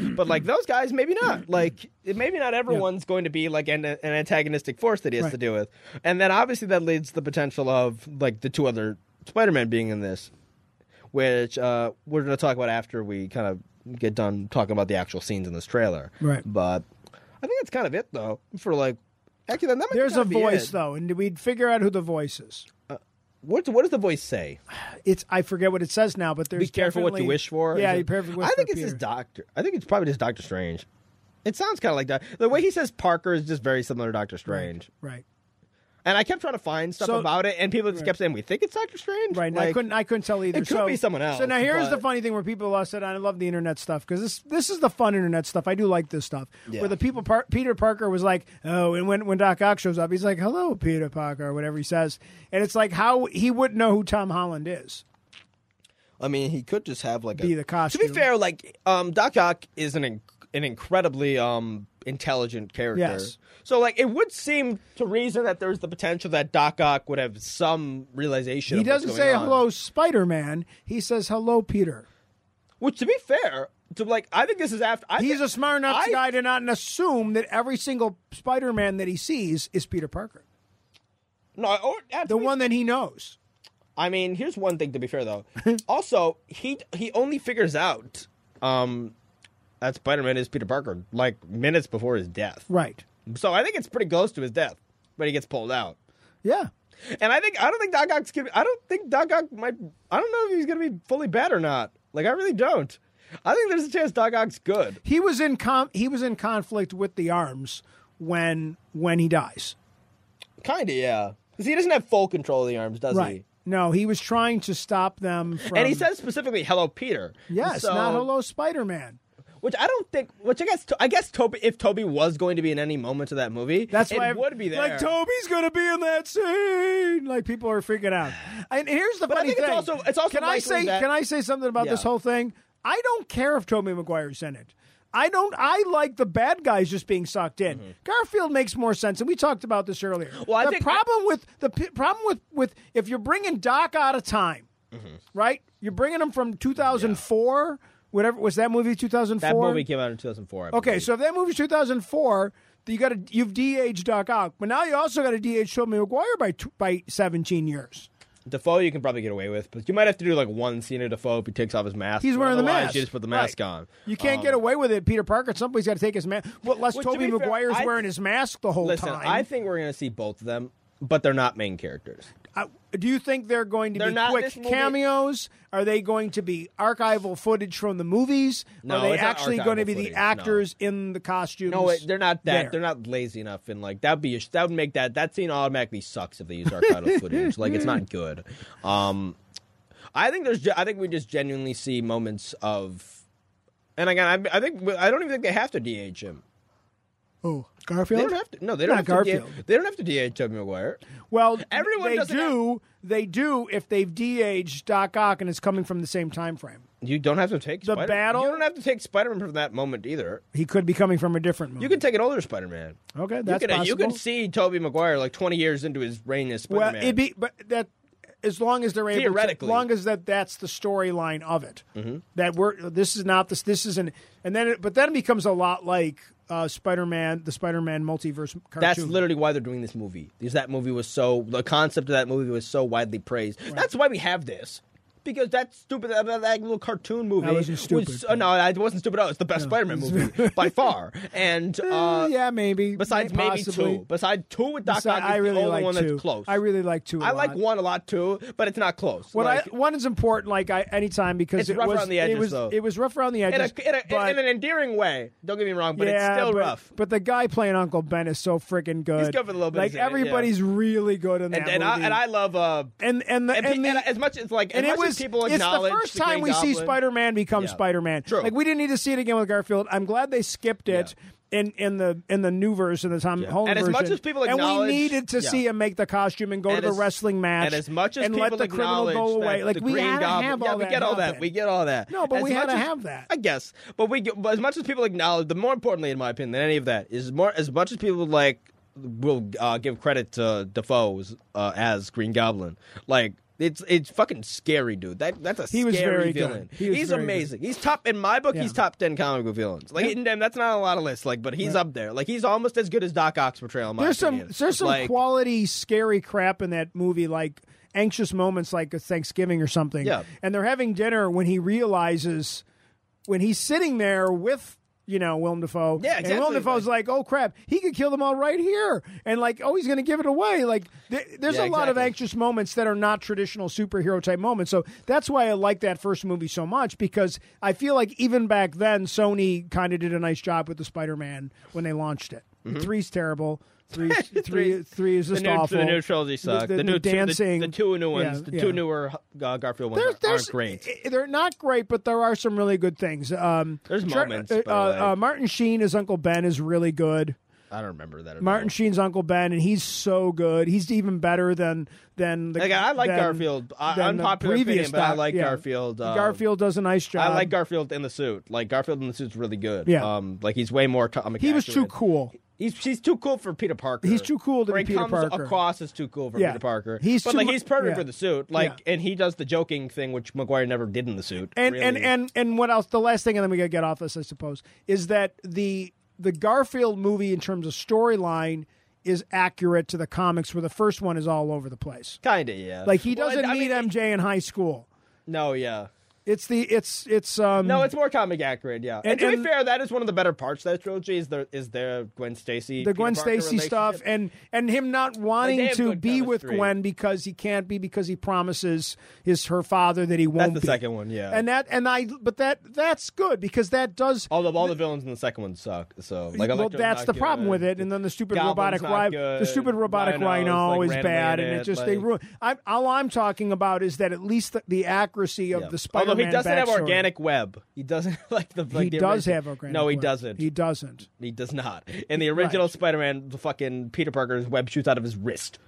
Speaker 3: havoc. But like those guys, maybe not. Like it- maybe not everyone's going to be like an, an antagonistic force that he has
Speaker 1: Right.
Speaker 3: to deal with. And then obviously that leads to the potential of like the two other Spider-Man being in this, which uh, we're going to talk about after we kind of get done talking about the actual scenes in this trailer.
Speaker 1: Right.
Speaker 3: But I think that's kind of it though for like. Actually, that might
Speaker 1: There's
Speaker 3: kinda
Speaker 1: a
Speaker 3: be
Speaker 1: voice
Speaker 3: it.
Speaker 1: though, and we'd figure out who the voice is.
Speaker 3: What, what does the voice say?
Speaker 1: It's I forget what it says now, but there's
Speaker 3: be careful what you
Speaker 1: definitely-
Speaker 3: wish for.
Speaker 1: Yeah,
Speaker 3: Is
Speaker 1: be
Speaker 3: it-
Speaker 1: careful. what you wish
Speaker 3: I think
Speaker 1: for,
Speaker 3: it's his
Speaker 1: Peter.
Speaker 3: doctor. I think it's probably just Doctor Strange. It sounds kind of like that. The way he says Parker is just very similar to Doctor Strange.
Speaker 1: Right,
Speaker 3: And I kept trying to find stuff
Speaker 1: So-
Speaker 3: about it, and people just kept saying, "We think it's Doctor Strange."
Speaker 1: right. And I
Speaker 3: Like,
Speaker 1: couldn't. I couldn't tell either.
Speaker 3: could
Speaker 1: so,
Speaker 3: be someone else,
Speaker 1: So now here's
Speaker 3: but-
Speaker 1: the funny thing where people lost it. and I love the internet stuff because this this is the fun internet stuff. I do like this stuff where the people. Par- Peter Parker was like, oh, and when when Doc Ock shows up, he's like, hello, Peter Parker, or whatever he says, and it's like how he wouldn't know who Tom Holland is.
Speaker 3: I mean, he could just have like
Speaker 1: Be
Speaker 3: a,
Speaker 1: the
Speaker 3: To
Speaker 1: costume.
Speaker 3: be fair, like um, Doc Ock is an in- an incredibly um, intelligent character.
Speaker 1: Yes.
Speaker 3: So like it would seem to reason that there's the potential that Doc Ock would have some realization.
Speaker 1: He
Speaker 3: of what's
Speaker 1: doesn't
Speaker 3: going
Speaker 1: say
Speaker 3: on.
Speaker 1: hello, Spider Man. He says hello, Peter.
Speaker 3: Which, to be fair, to like I think this is after I
Speaker 1: He's
Speaker 3: think-
Speaker 1: a smart enough
Speaker 3: I
Speaker 1: guy to not assume that every single Spider Man that he sees is Peter Parker,
Speaker 3: No, or yeah, to
Speaker 1: the
Speaker 3: be
Speaker 1: one that he knows.
Speaker 3: I mean, here's one thing to be fair though. also, he he only figures out um that Spider-Man is Peter Parker like minutes before his death.
Speaker 1: Right.
Speaker 3: So I think it's pretty close to his death, but he gets pulled out.
Speaker 1: Yeah.
Speaker 3: And I think I don't think Doc Ock's gonna. I don't think Doc Ock might. I don't know if he's gonna be fully bad or not. Like I really don't. I think there's a chance Doc Ock's good.
Speaker 1: He was in com- he was in conflict with the arms when when he dies.
Speaker 3: Kinda, yeah. Because he doesn't have full control of the arms, does
Speaker 1: Right. No, he was trying to stop them from
Speaker 3: he? And he says specifically, "Hello, Peter."
Speaker 1: Yes,
Speaker 3: So-
Speaker 1: not hello Spider Man.
Speaker 3: Which I don't think. Which I guess. I guess Toby. If Toby was going to be in any moment of that movie,
Speaker 1: That's
Speaker 3: it
Speaker 1: why I-
Speaker 3: would be there.
Speaker 1: Like Toby's gonna be in that scene. Like people are freaking out. And here's the
Speaker 3: I
Speaker 1: funny
Speaker 3: think it's
Speaker 1: thing.
Speaker 3: also- it's also
Speaker 1: can I
Speaker 3: likely
Speaker 1: say
Speaker 3: that-
Speaker 1: can I say something about this
Speaker 3: Yeah.
Speaker 1: whole thing? I don't care if Toby Maguire's in it. I don't. I like the bad guys just being sucked in. Garfield makes more sense, and we talked about this earlier.
Speaker 3: Mm-hmm. Well, I
Speaker 1: the
Speaker 3: think-
Speaker 1: problem with the p- problem with with if you're bringing Doc out of time,
Speaker 3: Mm-hmm.
Speaker 1: right? You're bringing him from 2004. Whatever was that movie? 2004.
Speaker 3: that movie came out in 2004. I
Speaker 1: Okay,
Speaker 3: believe.
Speaker 1: so if that movie's 2004, then you got to you've de-aged Doc Ock, but now you also got to de-age Tobey Maguire by tw- by 17 years.
Speaker 3: Defoe, you can probably get away with, but you might have to do like one scene of Defoe if he takes off his mask.
Speaker 1: He's wearing the
Speaker 3: Otherwise,
Speaker 1: mask.
Speaker 3: You just put the
Speaker 1: Right.
Speaker 3: mask on.
Speaker 1: You can't get away with it, Peter Parker. Somebody's got to take his mask. Well, unless
Speaker 3: Which, to
Speaker 1: Tobey
Speaker 3: be fair,
Speaker 1: Maguire's
Speaker 3: I-
Speaker 1: wearing his mask the whole
Speaker 3: Listen,
Speaker 1: time.
Speaker 3: I think we're gonna see both of them, but they're not main characters.
Speaker 1: I- Uh, do you think they're going to
Speaker 3: They're
Speaker 1: be
Speaker 3: not-
Speaker 1: quick
Speaker 3: this movie-
Speaker 1: cameos? Are they going to be archival footage from the movies?
Speaker 3: No,
Speaker 1: Are they
Speaker 3: it's not
Speaker 1: actually
Speaker 3: archival
Speaker 1: going to be the
Speaker 3: footage, no.
Speaker 1: actors in the costumes?
Speaker 3: No, it, they're not that.
Speaker 1: there?
Speaker 3: They're not lazy enough, and like that'd be a, sh- that would make that that scene automatically sucks if they use archival footage. Like it's not good. Um, I think there's. ge- I think we just genuinely see moments of, and again, I, I think I don't even think they have to DH him.
Speaker 1: Oh,
Speaker 3: They
Speaker 1: Garfield.
Speaker 3: don't have to. No, they don't
Speaker 1: Not
Speaker 3: have to.
Speaker 1: Garfield.
Speaker 3: DH, they don't have to DH Tobey Maguire.
Speaker 1: Well,
Speaker 3: Everyone
Speaker 1: they
Speaker 3: doesn't
Speaker 1: do. They do if they've de-aged Doc Ock and it's coming from the same time frame.
Speaker 3: You don't have to take
Speaker 1: The
Speaker 3: Spider-
Speaker 1: battle-
Speaker 3: You don't have to take Spider-Man from that moment either.
Speaker 1: He could be coming from a different movie.
Speaker 3: You can take an older Spider-Man.
Speaker 1: okay, Oh, that's
Speaker 3: you can, You
Speaker 1: possible.
Speaker 3: can see Tobey Maguire like 20 years into his reign as
Speaker 1: well,
Speaker 3: Spider-Man.
Speaker 1: it'd be but that as long as they're able
Speaker 3: Theoretically. Mm-hmm.
Speaker 1: to, as long as that that's the storyline of it. That we're this is not this this isn't and then it, but then it becomes a lot like uh, Spider-Man, the Spider-Man multiverse cartoon.
Speaker 3: That's literally why they're doing this movie. Because that movie was so the concept of that movie was so widely praised. That's why we have this. Because that stupid that, that- that little cartoon movie
Speaker 1: wasn't stupid,
Speaker 3: was uh, no, it wasn't stupid. at all. It's the best Spider-Man movie by far. And
Speaker 1: Uh,
Speaker 3: uh,
Speaker 1: yeah, maybe.
Speaker 3: besides
Speaker 1: May-
Speaker 3: maybe
Speaker 1: possibly.
Speaker 3: two, besides two with Doc
Speaker 1: Besides,
Speaker 3: Ock, is
Speaker 1: I really
Speaker 3: the only
Speaker 1: like
Speaker 3: one
Speaker 1: two.
Speaker 3: that's close.
Speaker 1: I really like two.
Speaker 3: I
Speaker 1: a
Speaker 3: like
Speaker 1: lot.
Speaker 3: one a lot too, but it's not close.
Speaker 1: What
Speaker 3: like,
Speaker 1: I, one is important, like I, anytime because
Speaker 3: It's
Speaker 1: it
Speaker 3: rough
Speaker 1: was
Speaker 3: around the
Speaker 1: it
Speaker 3: edges,
Speaker 1: was
Speaker 3: though.
Speaker 1: it was rough around the
Speaker 3: in, a,
Speaker 1: edges.
Speaker 3: in, a,
Speaker 1: but-
Speaker 3: in an endearing way. Don't get me wrong, but
Speaker 1: yeah,
Speaker 3: it's still
Speaker 1: but,
Speaker 3: rough.
Speaker 1: But the guy playing Uncle Ben is so freaking good.
Speaker 3: good for the little bit
Speaker 1: Like
Speaker 3: he's in it, yeah.
Speaker 1: everybody's really good in that
Speaker 3: And, and,
Speaker 1: movie.
Speaker 3: I, and I love uh,
Speaker 1: and and the,
Speaker 3: and,
Speaker 1: and,
Speaker 3: pe-
Speaker 1: the-
Speaker 3: and as much as like
Speaker 1: and
Speaker 3: as
Speaker 1: it
Speaker 3: much as
Speaker 1: was
Speaker 3: people
Speaker 1: it's the
Speaker 3: acknowledge
Speaker 1: first
Speaker 3: Green
Speaker 1: time we see
Speaker 3: Goblin-
Speaker 1: Spider-Man become
Speaker 3: Yeah.
Speaker 1: Spider-Man.
Speaker 3: True.
Speaker 1: Like we didn't need to see it again with Garfield. I'm glad they skipped it. In, in the in the new version, the Tom Holland
Speaker 3: And as much
Speaker 1: version.
Speaker 3: as people
Speaker 1: and we
Speaker 3: acknowledge-
Speaker 1: needed to
Speaker 3: yeah.
Speaker 1: see him make the costume and go
Speaker 3: And
Speaker 1: to the
Speaker 3: as-
Speaker 1: wrestling match,
Speaker 3: and as much as
Speaker 1: and
Speaker 3: people
Speaker 1: let the criminal
Speaker 3: acknowledge
Speaker 1: go away,
Speaker 3: that
Speaker 1: like
Speaker 3: the
Speaker 1: we
Speaker 3: Green
Speaker 1: had
Speaker 3: Goblin,
Speaker 1: to have
Speaker 3: yeah,
Speaker 1: all
Speaker 3: we
Speaker 1: that
Speaker 3: get all that,
Speaker 1: happen.
Speaker 3: we get all that.
Speaker 1: No, but
Speaker 3: As
Speaker 1: we had to
Speaker 3: much as-
Speaker 1: have that.
Speaker 3: I guess, but we get- but as much as people acknowledge, the more importantly, in my opinion, than any of that is more as much as people like will uh, give credit to Defoe's uh, as Green Goblin, like. It's it's fucking scary, dude. That that's a
Speaker 1: He was
Speaker 3: scary
Speaker 1: very good.
Speaker 3: villain.
Speaker 1: He was
Speaker 3: he's
Speaker 1: very
Speaker 3: amazing. He's top in my book.
Speaker 1: Yeah.
Speaker 3: He's top ten comic book villains. Like, and damn, that's not on a lot of lists. Like, but he's up there. Like, he's almost as good as Doc Ock's portrayal. In my
Speaker 1: there's some
Speaker 3: opinion.
Speaker 1: there's some
Speaker 3: Like,
Speaker 1: quality scary crap in that movie like anxious moments like a thanksgiving or something
Speaker 3: Yeah.
Speaker 1: and they're having dinner when he realizes when he's sitting there with you know Willem Dafoe.
Speaker 3: Yeah,
Speaker 1: And Willem
Speaker 3: exactly.
Speaker 1: Dafoe's like, "Oh crap, he could kill them all right here," and like, "Oh, he's going to give it away." Like, th- there's
Speaker 3: Yeah,
Speaker 1: a lot of
Speaker 3: exactly.
Speaker 1: anxious moments that are not traditional superhero type moments. So that's why I like that first movie so much because I feel like even back then, Sony kind of did a nice job with the Spider-Man when they launched it. Three's terrible. Three, three, three is just
Speaker 3: Mm-hmm. the new,
Speaker 1: awful.
Speaker 3: The new trilogy suck.
Speaker 1: The-
Speaker 3: The,
Speaker 1: the
Speaker 3: new two- the-
Speaker 1: dancing.
Speaker 3: the, two new ones.
Speaker 1: Yeah,
Speaker 3: the
Speaker 1: yeah.
Speaker 3: two newer uh, Garfield ones
Speaker 1: There's,
Speaker 3: aren't-
Speaker 1: there's,
Speaker 3: aren't great.
Speaker 1: i- They're not great, but there are some really good things. Um,
Speaker 3: There's
Speaker 1: Char-
Speaker 3: moments,
Speaker 1: Uh,
Speaker 3: by the way.
Speaker 1: uh, Martin Sheen as Uncle Ben is really good.
Speaker 3: I don't remember that. At
Speaker 1: Martin
Speaker 3: all.
Speaker 1: Sheen's Uncle Ben, and he's so good. He's even better than than the.
Speaker 3: Like, I like
Speaker 1: than-
Speaker 3: Garfield. I-
Speaker 1: than the
Speaker 3: unpopular opinion,
Speaker 1: previous
Speaker 3: but I
Speaker 1: doc-
Speaker 3: like
Speaker 1: yeah.
Speaker 3: Garfield, um,
Speaker 1: Garfield does a nice job.
Speaker 3: I like Garfield in the suit. Like Garfield in the suit's really good.
Speaker 1: Yeah.
Speaker 3: Um, like he's way more comic.
Speaker 1: He was too
Speaker 3: accurate.
Speaker 1: cool.
Speaker 3: He's he's too cool for Peter Parker.
Speaker 1: He's too cool to
Speaker 3: Or
Speaker 1: be
Speaker 3: he
Speaker 1: Peter
Speaker 3: comes
Speaker 1: Parker.
Speaker 3: Across as too cool for
Speaker 1: Yeah.
Speaker 3: Peter Parker.
Speaker 1: He's
Speaker 3: but
Speaker 1: too
Speaker 3: like
Speaker 1: mu-
Speaker 3: he's perfect
Speaker 1: yeah.
Speaker 3: for the suit. Like
Speaker 1: Yeah.
Speaker 3: and he does the joking thing which McGuire never did in the suit.
Speaker 1: and
Speaker 3: really.
Speaker 1: and and and what else? The last thing, and then we gotta get off this, I suppose, is that the the Garfield movie in terms of storyline is accurate to the comics, where the first one is all over the place.
Speaker 3: kinda yeah.
Speaker 1: Like he
Speaker 3: Well,
Speaker 1: doesn't
Speaker 3: I
Speaker 1: meet
Speaker 3: mean,
Speaker 1: MJ in high school.
Speaker 3: No, yeah.
Speaker 1: It's the it's it's um
Speaker 3: No, it's more comic accurate, yeah. And,
Speaker 1: And-
Speaker 3: to
Speaker 1: and-
Speaker 3: be fair, that is one of the better parts of that trilogy is the is their Gwen Stacy,
Speaker 1: the Gwen
Speaker 3: Peter Parker
Speaker 1: Stacy stuff
Speaker 3: relationship.
Speaker 1: and and him not wanting
Speaker 3: have
Speaker 1: to
Speaker 3: good
Speaker 1: be with
Speaker 3: chemistry.
Speaker 1: Gwen because he can't be because he promises his her father that he won't.
Speaker 3: That's the
Speaker 1: be.
Speaker 3: second one, yeah.
Speaker 1: And that and I but that that's good because that does
Speaker 3: all the all the villains in the second one suck. So like,
Speaker 1: well,
Speaker 3: Electro's
Speaker 1: that's the
Speaker 3: not
Speaker 1: problem
Speaker 3: good.
Speaker 1: with it. And then the stupid
Speaker 3: Goblin's
Speaker 1: robotic
Speaker 3: not
Speaker 1: rhino, the
Speaker 3: good.
Speaker 1: stupid robotic
Speaker 3: Rhino's,
Speaker 1: rhino
Speaker 3: like,
Speaker 1: is
Speaker 3: randomly
Speaker 1: bad,
Speaker 3: in
Speaker 1: and it
Speaker 3: it,
Speaker 1: just they
Speaker 3: like-
Speaker 1: ruin. I, all I'm talking about is that at least the, the accuracy of
Speaker 3: Yeah.
Speaker 1: the Spider-Man.
Speaker 3: Although he doesn't have
Speaker 1: backstory-
Speaker 3: organic web, he doesn't like the. Like
Speaker 1: He
Speaker 3: the
Speaker 1: does
Speaker 3: original-
Speaker 1: have organic.
Speaker 3: No, he
Speaker 1: web.
Speaker 3: doesn't.
Speaker 1: He
Speaker 3: He,
Speaker 1: doesn't.
Speaker 3: does not. In the original
Speaker 1: Right.
Speaker 3: Spider-Man, the fucking Peter Parker's web shoots out of his wrist.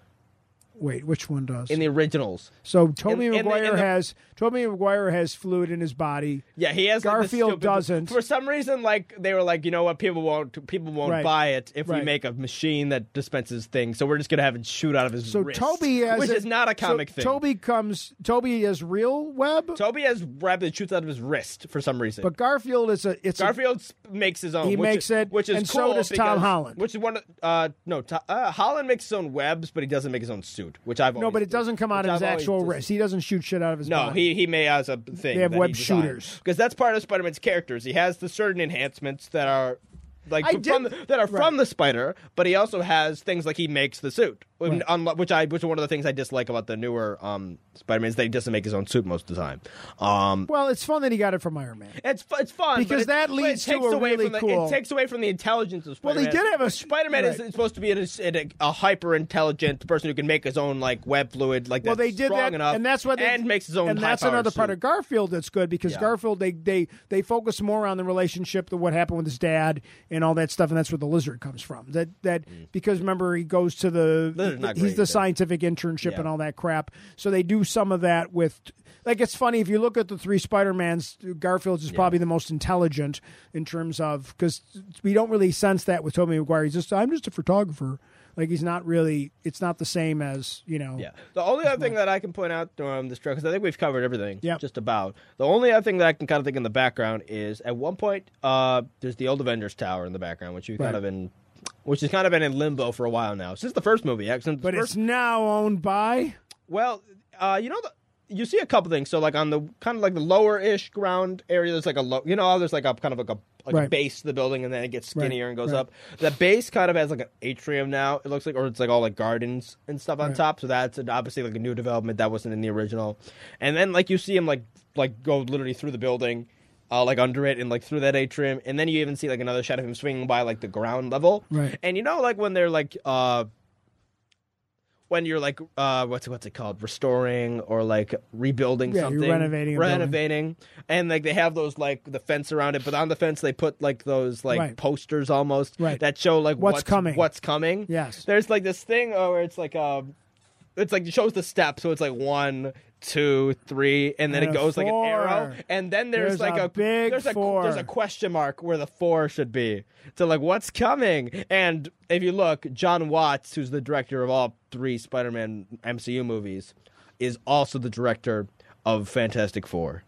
Speaker 1: Wait, which one does?
Speaker 3: In the originals,
Speaker 1: so Tobey
Speaker 3: in the- in
Speaker 1: Maguire
Speaker 3: the-
Speaker 1: has Tobey Maguire has fluid in his body.
Speaker 3: Yeah, he has. like, this
Speaker 1: Garfield
Speaker 3: stupid-
Speaker 1: doesn't.
Speaker 3: For some reason, like they were like, you know what? People won't. People won't
Speaker 1: Right.
Speaker 3: buy it if
Speaker 1: Right.
Speaker 3: we make a machine that dispenses things. So we're just gonna have it shoot out of his
Speaker 1: So
Speaker 3: wrist.
Speaker 1: Toby has
Speaker 3: which
Speaker 1: a-
Speaker 3: is not a
Speaker 1: so
Speaker 3: comic thing.
Speaker 1: Toby comes. Toby has real web,
Speaker 3: Toby has rabbit that shoots out of his wrist for some reason.
Speaker 1: but Garfield is a. It's a,
Speaker 3: Garfield s- makes his own.
Speaker 1: He
Speaker 3: which
Speaker 1: makes
Speaker 3: is,
Speaker 1: it,
Speaker 3: which is
Speaker 1: and so
Speaker 3: cool
Speaker 1: does Tom
Speaker 3: because-
Speaker 1: Holland.
Speaker 3: Which is one. Of, uh, no, To- uh, Holland makes his own webs, but he doesn't make his own suit. Which I've
Speaker 1: no, but it doesn't come out of his actual
Speaker 3: wrist.
Speaker 1: wrist. He doesn't shoot shit out of his
Speaker 3: No,
Speaker 1: body.
Speaker 3: he he may has a thing.
Speaker 1: Uh, They have web shooters.
Speaker 3: because that's part of Spider-Man's characters. He has the certain enhancements that are like
Speaker 1: I
Speaker 3: from from
Speaker 1: did-
Speaker 3: the, that are from the spider, but he also has things like he makes the suit, And unlo- which I which is one of the things I dislike about the newer um, Spider-Man is that he doesn't make his own suit most of the time. Um,
Speaker 1: Well, it's fun that he got it from Iron Man.
Speaker 3: it's fu- it's fun
Speaker 1: Because
Speaker 3: but it-
Speaker 1: that
Speaker 3: but
Speaker 1: leads to
Speaker 3: it takes
Speaker 1: a
Speaker 3: away
Speaker 1: really
Speaker 3: from the,
Speaker 1: cool-
Speaker 3: It takes away from the intelligence of
Speaker 1: Well,
Speaker 3: Spider-Man.
Speaker 1: they did have a s-
Speaker 3: Spider-Man is
Speaker 1: right.
Speaker 3: is supposed to be a, a, a hyper intelligent person who can make his own like web fluid. Like
Speaker 1: Well,
Speaker 3: that's
Speaker 1: they did
Speaker 3: strong
Speaker 1: that,
Speaker 3: enough,
Speaker 1: and that's why they
Speaker 3: and makes his own.
Speaker 1: And that's
Speaker 3: high-powered
Speaker 1: another part
Speaker 3: suit.
Speaker 1: of Garfield that's good because
Speaker 3: Yeah.
Speaker 1: Garfield they they they focus more on the relationship, the what happened with his dad, and all that stuff, and that's where the lizard comes from. That that because remember he goes to the
Speaker 3: Mm. Lizard's not
Speaker 1: he's
Speaker 3: great
Speaker 1: the
Speaker 3: either.
Speaker 1: scientific internship
Speaker 3: Yeah.
Speaker 1: and all that crap. So they do some of that with. Like it's funny if you look at the three Spider Mans, Garfield's is probably the most intelligent in terms of because we don't really sense that with Tobey Maguire. He's just I'm just a photographer. Like he's not really. It's not the same as you know.
Speaker 3: Yeah. The only other thing that I can point out um, this truck, because I think we've covered everything.
Speaker 1: Yeah.
Speaker 3: Just about. The only other thing that I can kind of think in the background is at one point uh, there's the old Avengers Tower in the background, which you kind
Speaker 1: Right.
Speaker 3: of in, which has kind of been in limbo for a while now since the first movie. Actually, since the
Speaker 1: But
Speaker 3: first,
Speaker 1: it's now owned by
Speaker 3: well, uh, you know the. you see a couple things. So like on the kind of like the lower ish ground area, there's like a low, you know, there's like a kind of like a like a
Speaker 1: Right.
Speaker 3: base to the building, and then it gets
Speaker 1: Right,
Speaker 3: skinnier and goes
Speaker 1: right.
Speaker 3: up. The base kind of has like an atrium now. It looks like, or it's like all like gardens and stuff on top. So that's an- obviously like a new development that wasn't in the original. And then like you see him like like go literally through the building. Uh, like under it and like through that atrium, and then you even see like another shot of him swinging by like the ground level.
Speaker 1: Right.
Speaker 3: And you know like when they're like uh when you're like uh what's what's it called restoring or like rebuilding
Speaker 1: Yeah, you're
Speaker 3: something
Speaker 1: renovating a building.
Speaker 3: renovating and like they have those like the fence around it but on the fence they put like those like
Speaker 1: Right.
Speaker 3: posters almost
Speaker 1: Right.
Speaker 3: that show like
Speaker 1: What's coming.
Speaker 3: what's coming
Speaker 1: Yes.
Speaker 3: there's like this thing uh, where it's like um it's like it shows the steps so it's like one two three and then
Speaker 1: And
Speaker 3: it
Speaker 1: a
Speaker 3: goes like an arrow
Speaker 1: four.
Speaker 3: and then there's,
Speaker 1: There's
Speaker 3: like
Speaker 1: a
Speaker 3: a,
Speaker 1: big
Speaker 3: there's a
Speaker 1: four.
Speaker 3: there's a question mark where the four should be. So like, what's coming? And if you look, John Watts, who's the director of all three Spider-Man MCU movies, is also the director of Fantastic Four.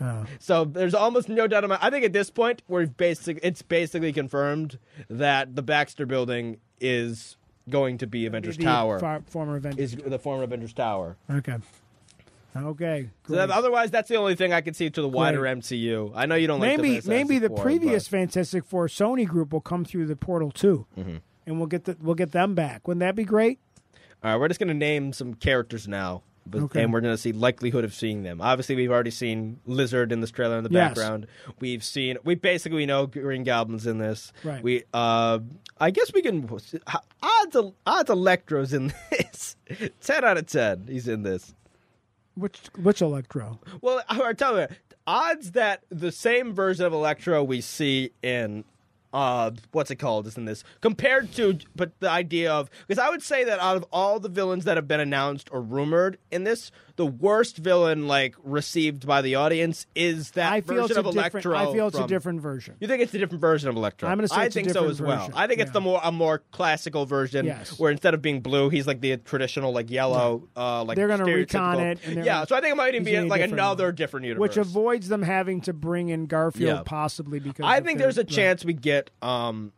Speaker 1: Oh.
Speaker 3: So there's almost no doubt in my. I think at this point we're basic. It's basically confirmed that the Baxter Building is going to be Avengers
Speaker 1: The
Speaker 3: Tower.
Speaker 1: far- former Avengers.
Speaker 3: is the former Avengers Tower.
Speaker 1: okay. Okay.
Speaker 3: So
Speaker 1: Great.
Speaker 3: that, otherwise, that's the only thing I can see to the wider
Speaker 1: Great.
Speaker 3: MCU. I know you don't like
Speaker 1: maybe
Speaker 3: the
Speaker 1: maybe the
Speaker 3: Fantastic Four,
Speaker 1: previous
Speaker 3: but- Mm-hmm.
Speaker 1: Fantastic Four Sony group will come through the portal too, and we'll get the, we'll get them back. Wouldn't that be great?
Speaker 3: All right, we're just going to name some characters now, but,
Speaker 1: Okay.
Speaker 3: and we're going to see likelihood of seeing them. Obviously, we've already seen Lizard in this trailer in the
Speaker 1: Yes.
Speaker 3: background. We've seen we basically know Green Goblin's in this.
Speaker 1: Right.
Speaker 3: We uh, I guess we can odds odds Electro's in this. ten out of ten, he's in this.
Speaker 1: Which which Electro?
Speaker 3: Well, I tell you, odds that the same version of Electro we see in uh, what's it called? Is in this compared to, but the idea of because I would say that out of all the villains that have been announced or rumored in this, the worst villain like received by the audience is that
Speaker 1: I feel it's
Speaker 3: version
Speaker 1: a
Speaker 3: of
Speaker 1: different.
Speaker 3: Electro.
Speaker 1: I feel it's a
Speaker 3: from-
Speaker 1: different version.
Speaker 3: You think it's a different version of Electro?
Speaker 1: I'm gonna say
Speaker 3: I
Speaker 1: it's a
Speaker 3: think so
Speaker 1: different
Speaker 3: as well.
Speaker 1: version.
Speaker 3: I think it's
Speaker 1: Yeah.
Speaker 3: the more a more classical version
Speaker 1: Yes.
Speaker 3: where instead of being blue, he's like the traditional like yellow, uh, like
Speaker 1: They're gonna recon
Speaker 3: stereotypical-
Speaker 1: it and they're
Speaker 3: yeah,
Speaker 1: gonna-
Speaker 3: so I think it might even
Speaker 1: he's
Speaker 3: be
Speaker 1: in a
Speaker 3: like
Speaker 1: different
Speaker 3: another
Speaker 1: one.
Speaker 3: different universe,
Speaker 1: Which avoids them having to bring in Garfield
Speaker 3: Yeah.
Speaker 1: possibly because
Speaker 3: I
Speaker 1: of
Speaker 3: think
Speaker 1: their-
Speaker 3: there's a
Speaker 1: right.
Speaker 3: chance we get. um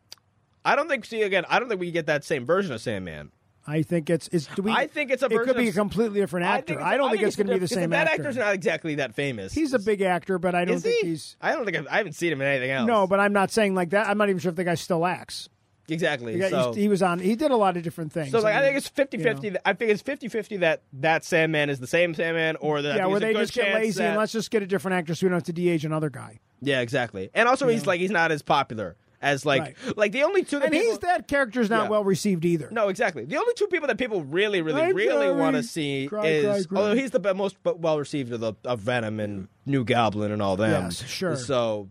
Speaker 3: I don't think. See again. I don't think we get that same version of Sandman.
Speaker 1: I think it's is do we
Speaker 3: I think it's a
Speaker 1: it could
Speaker 3: version
Speaker 1: be a
Speaker 3: of-
Speaker 1: completely different
Speaker 3: I
Speaker 1: actor.
Speaker 3: it's-
Speaker 1: I, don't think, it's
Speaker 3: a
Speaker 1: going to be the
Speaker 3: diff- 'cause
Speaker 1: same
Speaker 3: That
Speaker 1: actor.
Speaker 3: actor's not exactly that famous.
Speaker 1: He's a big actor, but I don't
Speaker 3: Is
Speaker 1: think
Speaker 3: he?
Speaker 1: he's
Speaker 3: I don't think I've, I haven't seen him in anything else.
Speaker 1: no. But I'm not saying like that. I'm not even sure if the guy still acts.
Speaker 3: exactly.
Speaker 1: He, got-
Speaker 3: so.
Speaker 1: he was on. He did a lot of different things.
Speaker 3: so like I
Speaker 1: mean,
Speaker 3: think it's 50-50
Speaker 1: you know.
Speaker 3: that- I think it's 50-50 that that Sandman is the same Sandman or that I
Speaker 1: Yeah,
Speaker 3: think
Speaker 1: where
Speaker 3: it's a
Speaker 1: they
Speaker 3: good
Speaker 1: just get
Speaker 3: chance
Speaker 1: lazy
Speaker 3: that,
Speaker 1: and let's just get a different actor so we don't have to de-age another guy.
Speaker 3: Yeah, exactly. And also he's like he's not as popular as like
Speaker 1: Right.
Speaker 3: like the only two that
Speaker 1: And
Speaker 3: people,
Speaker 1: he's that character's not
Speaker 3: Yeah.
Speaker 1: well received either.
Speaker 3: No, exactly. The only two people that people really, really,
Speaker 1: I'm
Speaker 3: really
Speaker 1: sorry.
Speaker 3: want to see
Speaker 1: Cry,
Speaker 3: is
Speaker 1: cry, cry.
Speaker 3: although he's the be- most well received of the of Venom and New Goblin and all them.
Speaker 1: Yes, sure.
Speaker 3: So,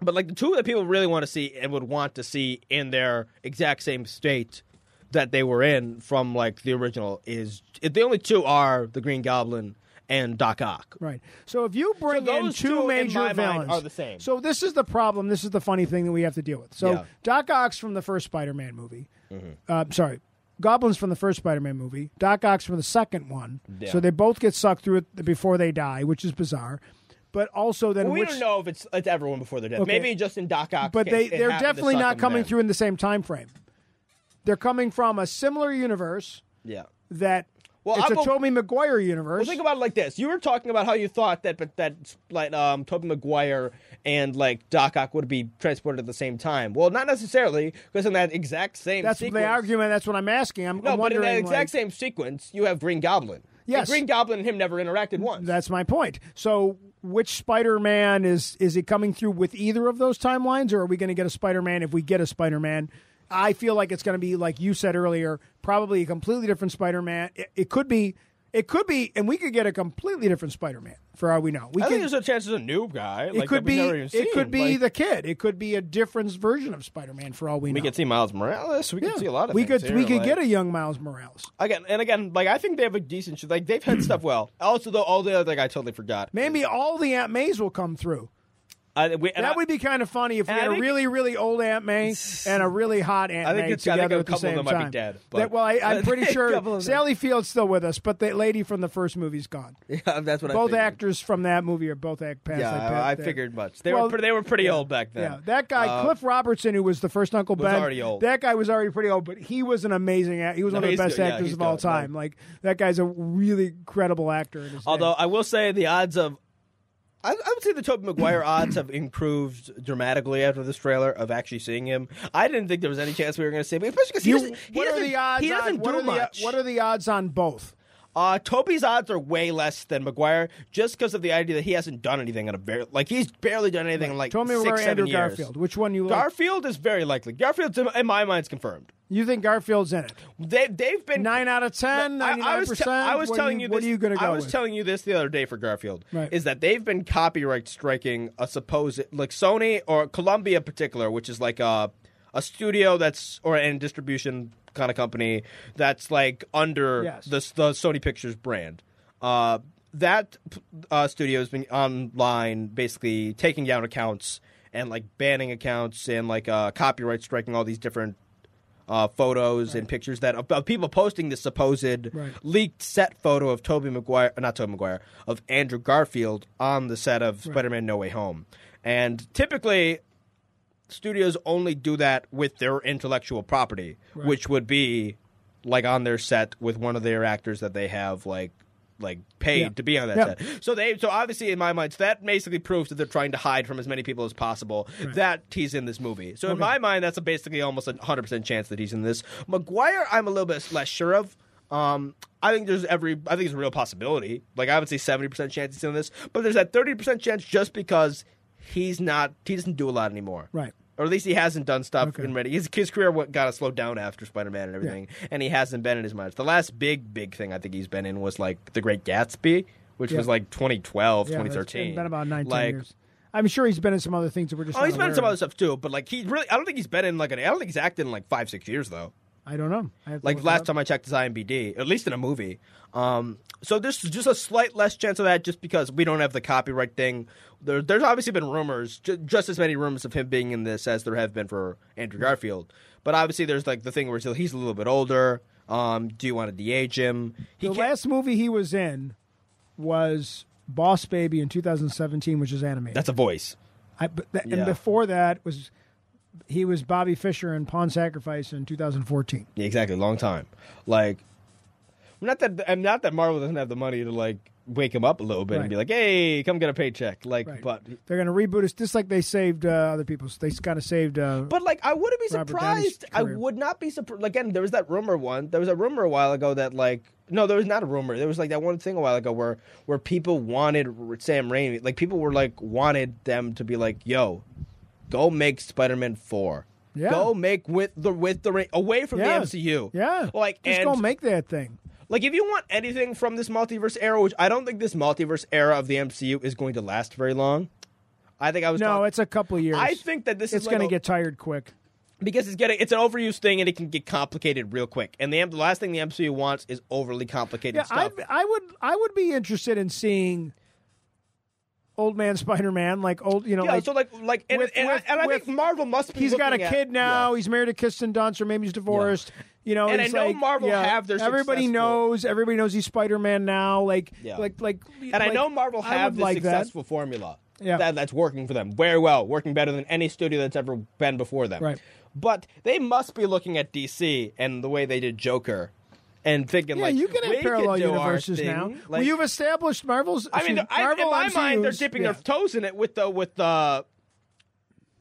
Speaker 3: but like the two that people really want to see and would want to see in their exact same state that they were in from like the original is the only two are the Green Goblin and Doc Ock.
Speaker 1: Right. So if you bring in
Speaker 3: those
Speaker 1: two,
Speaker 3: two, in
Speaker 1: major
Speaker 3: my mind,
Speaker 1: villains,
Speaker 3: are the same.
Speaker 1: So this is the problem. This is the funny thing that we have to deal with. So
Speaker 3: Yeah. Mm-hmm.
Speaker 1: Doc Ock's from the first Spider-Man movie. Uh, sorry, Goblin's from the first Spider-Man movie. Doc Ock's from the second one.
Speaker 3: Yeah.
Speaker 1: So they both get sucked through it before they die, which is bizarre. But also then
Speaker 3: Well, we
Speaker 1: which,
Speaker 3: don't know if it's it's everyone before their death.
Speaker 1: Okay.
Speaker 3: Maybe just in Doc Ock.
Speaker 1: but they they're definitely not coming through in the same time frame. They're coming from a similar universe
Speaker 3: Yeah.
Speaker 1: that
Speaker 3: Well,
Speaker 1: it's
Speaker 3: I
Speaker 1: a
Speaker 3: will-
Speaker 1: Tobey Maguire universe.
Speaker 3: Well, think about it like this. You were talking about how you thought that, but that like um, Tobey Maguire and like Doc Ock would be transported at the same time. Well, not necessarily, because in that exact same
Speaker 1: that's
Speaker 3: sequence,
Speaker 1: the argument. That's what I'm asking. I'm,
Speaker 3: No,
Speaker 1: I'm
Speaker 3: but in
Speaker 1: wondering.
Speaker 3: that exact
Speaker 1: like-
Speaker 3: same sequence, you have Green Goblin.
Speaker 1: Yes.
Speaker 3: The Green Goblin and him never interacted once.
Speaker 1: That's my point. So, which Spider-Man is is he coming through with either of those timelines, or are we going to get a Spider-Man if we get a Spider-Man? I feel like it's going to be like you said earlier, probably a completely different Spider-Man. It, it could be, it could be, and we could get a completely different Spider-Man for all we know. We
Speaker 3: I think
Speaker 1: could,
Speaker 3: there's a chance it's a new guy.
Speaker 1: it could be, it could be the kid. It could be a different version of Spider-Man for all we know.
Speaker 3: we could see Miles Morales. We
Speaker 1: Yeah.
Speaker 3: could see a lot of.
Speaker 1: we
Speaker 3: things
Speaker 1: could we
Speaker 3: here,
Speaker 1: could
Speaker 3: like-
Speaker 1: get a young Miles Morales.
Speaker 3: again and again. Like I think they have a decent. Like they've had stuff well. Also, though, all the other like I totally forgot.
Speaker 1: Maybe all the Aunt Mays will come through.
Speaker 4: I, we, and I-
Speaker 1: That would be kind of funny if we
Speaker 4: And I
Speaker 1: had a
Speaker 4: think-
Speaker 1: really, really old Aunt May and a really hot Aunt
Speaker 3: I think
Speaker 1: May
Speaker 3: it's- I
Speaker 1: together
Speaker 3: think a
Speaker 1: at the
Speaker 3: couple of
Speaker 1: same
Speaker 3: them might be
Speaker 1: time.
Speaker 3: dead,
Speaker 1: That-
Speaker 3: but-
Speaker 1: well, I, I'm pretty
Speaker 4: A couple
Speaker 1: sure
Speaker 4: of them.
Speaker 1: Sally Field's still with us, but the lady from the first movie's gone.
Speaker 3: that's what I
Speaker 1: both
Speaker 3: figured.
Speaker 1: actors from that movie are both act past.
Speaker 3: Yeah,
Speaker 1: that pa-
Speaker 3: I, I
Speaker 1: that-
Speaker 3: figured much. They
Speaker 1: Well,
Speaker 3: were pre- they were pretty old back then. Uh,
Speaker 1: Yeah, that guy Cliff Robertson, who was the first Uncle Ben,
Speaker 3: already old.
Speaker 1: That guy was already pretty old, but he was an amazing. act- He was
Speaker 3: No,
Speaker 1: one of the
Speaker 3: he's
Speaker 1: best
Speaker 3: good. Yeah,
Speaker 1: actors
Speaker 3: he's
Speaker 1: of all
Speaker 3: good.
Speaker 1: time. Like that guy's a really credible actor. In his day.
Speaker 4: although I will say the odds of
Speaker 3: I, I would say the Tobey Maguire odds have improved dramatically after this trailer of actually seeing him. I didn't think there was any chance we were going to see him, especially because he,
Speaker 1: You-
Speaker 3: doesn't, he
Speaker 1: what are
Speaker 3: doesn't,
Speaker 1: the odds?
Speaker 3: he doesn't
Speaker 1: on, what
Speaker 3: do
Speaker 1: are the-
Speaker 3: much.
Speaker 1: what are the odds on both?
Speaker 3: Uh, Toby's odds are way less than Maguire just because of the idea that he hasn't done anything in a very like he's barely done anything in like
Speaker 1: Tell me
Speaker 3: six,
Speaker 1: where
Speaker 3: seven
Speaker 1: Andrew
Speaker 3: years.
Speaker 1: Garfield. Which one you like?
Speaker 3: Garfield is very likely. Garfield's in, in my mind's confirmed.
Speaker 1: you think Garfield's in it?
Speaker 3: They they've been
Speaker 1: Nine out of ten.
Speaker 3: I, I
Speaker 1: Ninety-nine
Speaker 3: was, te-
Speaker 1: percent.
Speaker 3: I was
Speaker 1: What are
Speaker 3: telling you,
Speaker 1: What
Speaker 3: this,
Speaker 1: are you going to go
Speaker 3: I was
Speaker 1: with?
Speaker 3: telling you this the other day for Garfield
Speaker 1: Right.
Speaker 3: is that they've been copyright striking a supposed like Sony or Columbia in particular, which is like a a studio that's or and distribution kind of company that's like under
Speaker 1: Yes.
Speaker 3: the the Sony Pictures brand. Uh, that uh, studio has been online basically taking down accounts and like banning accounts and like uh, copyright striking all these different uh, photos and pictures that of, of people posting this supposed
Speaker 1: Right.
Speaker 3: leaked set photo of Toby Maguire, not Toby Maguire, of Andrew Garfield on the set of Spider-Man: No Way Home. And typically, studios only do that with their intellectual property, which would be like on their set with one of their actors that they have like like paid
Speaker 1: Yeah.
Speaker 3: to be on that
Speaker 1: Yeah.
Speaker 3: set. So they so obviously in my mind so that basically proves that they're trying to hide from as many people as possible that he's in this movie. So in my mind that's a basically almost a 100% chance that he's in this. McGuire I'm a little bit less sure of. Um I think there's every I think it's a real possibility. Like I would say 70% chance he's in this, but there's that 30% chance just because he's not he doesn't do a lot anymore
Speaker 1: Right.
Speaker 3: or at least he hasn't done stuff
Speaker 1: Okay.
Speaker 3: in ready. His, his career what got slowed down after Spider Man and everything, and he hasn't been in as much. The last big big thing I think he's been in was like The Great Gatsby, which
Speaker 1: Yeah.
Speaker 3: was like 2012,
Speaker 1: Yeah, that's-
Speaker 3: 2013.
Speaker 1: It's been about nine, ten
Speaker 3: Like,
Speaker 1: years. I'm sure he's been in some other things that we're just.
Speaker 3: Oh,
Speaker 1: not
Speaker 3: he's been in
Speaker 1: aware
Speaker 3: some
Speaker 1: of.
Speaker 3: other stuff too, but like he really, I don't think he's been in like an. I don't think he's acted in like five six years though.
Speaker 1: I don't know. I have to
Speaker 3: Like
Speaker 1: look
Speaker 3: last
Speaker 1: it up.
Speaker 3: time I checked his IMDb, at least in a movie. Um, so there's just a slight less chance of that, just because we don't have the copyright thing. There, there's obviously been rumors, ju- just as many rumors of him being in this as there have been for
Speaker 1: Mm-hmm.
Speaker 3: Andrew Garfield. But obviously, there's like the thing where still he's a little bit older. Um, do you want to de-age him? He
Speaker 1: the
Speaker 3: can't-
Speaker 1: last movie he was in was Boss Baby in 2017, which is animated.
Speaker 3: That's a voice.
Speaker 1: I, but that,
Speaker 3: Yeah.
Speaker 1: And before that was he was Bobby Fischer in Pawn Sacrifice in 2014.
Speaker 3: Yeah, exactly. Long time. Like, not that and not that Marvel doesn't have the money to like wake him up a little bit
Speaker 1: Right.
Speaker 3: and be like, "Hey, come get a paycheck." Like,
Speaker 1: Right.
Speaker 3: but
Speaker 1: They're going to reboot us just like they saved uh, other people's. They kind of saved. Uh,
Speaker 3: But like, I wouldn't be
Speaker 1: Robert Downey's
Speaker 3: surprised. I
Speaker 1: career.
Speaker 3: would not be surprised. Again, there was that rumor one. There was a rumor a while ago that like, no, there was not a rumor. There was like that one thing a while ago where where people wanted R- Sam Raimi. Like people were like wanted them to be like, yo, go make Spider Man four.
Speaker 1: Yeah.
Speaker 3: Go make with the with the Ra- away from
Speaker 1: Yeah.
Speaker 3: the MCU.
Speaker 1: yeah,
Speaker 3: Like
Speaker 1: just
Speaker 3: and
Speaker 1: go make that thing.
Speaker 3: like if you want anything from this multiverse era, which I don't think this multiverse era of the MCU is going to last very long. I think I was
Speaker 1: No,
Speaker 3: talk-
Speaker 1: it's a couple years.
Speaker 3: I think that this
Speaker 1: it's
Speaker 3: is like
Speaker 1: going to
Speaker 3: a-
Speaker 1: get tired quick.
Speaker 3: because it's getting it's an overused thing and it can get complicated real quick. And the, M- the last thing the MCU wants is overly complicated
Speaker 1: Yeah, I,
Speaker 3: stuff.
Speaker 1: I would I would be interested in seeing old man Spider Man like old you know
Speaker 3: yeah,
Speaker 1: like,
Speaker 3: so like like and,
Speaker 1: with-
Speaker 3: and,
Speaker 1: with-
Speaker 3: I, and I
Speaker 1: with-
Speaker 3: think Marvel must be
Speaker 1: he's got a
Speaker 3: looking at-
Speaker 1: kid now.
Speaker 3: Yeah.
Speaker 1: He's married to Kirsten Dunst, or maybe he's divorced. You know,
Speaker 3: And I
Speaker 1: it's
Speaker 3: know
Speaker 1: like,
Speaker 3: Marvel
Speaker 1: yeah,
Speaker 3: have their
Speaker 1: everybody
Speaker 3: successful-
Speaker 1: knows. Everybody knows he's Spider Man now. Like,
Speaker 3: Yeah.
Speaker 1: like, like,
Speaker 3: And I
Speaker 1: like,
Speaker 3: know Marvel
Speaker 1: I
Speaker 3: have
Speaker 1: would
Speaker 3: this
Speaker 1: like that.
Speaker 3: successful formula
Speaker 1: Yeah.
Speaker 3: that, that's working for them very well, working better than any studio that's ever been before them.
Speaker 1: Right.
Speaker 3: But they must be looking at DC and the way they did Joker and thinking
Speaker 1: Yeah,
Speaker 3: like
Speaker 1: you can
Speaker 3: we
Speaker 1: have
Speaker 3: could
Speaker 1: parallel
Speaker 3: do our
Speaker 1: universes
Speaker 3: thing.
Speaker 1: now. well,
Speaker 3: Like-
Speaker 1: you've established Marvel's.
Speaker 3: I mean,
Speaker 1: excuse-
Speaker 3: I,
Speaker 1: Marvel
Speaker 3: in my
Speaker 1: MCU's,
Speaker 3: mind, they're dipping
Speaker 1: yeah.
Speaker 3: their toes in it with the with the.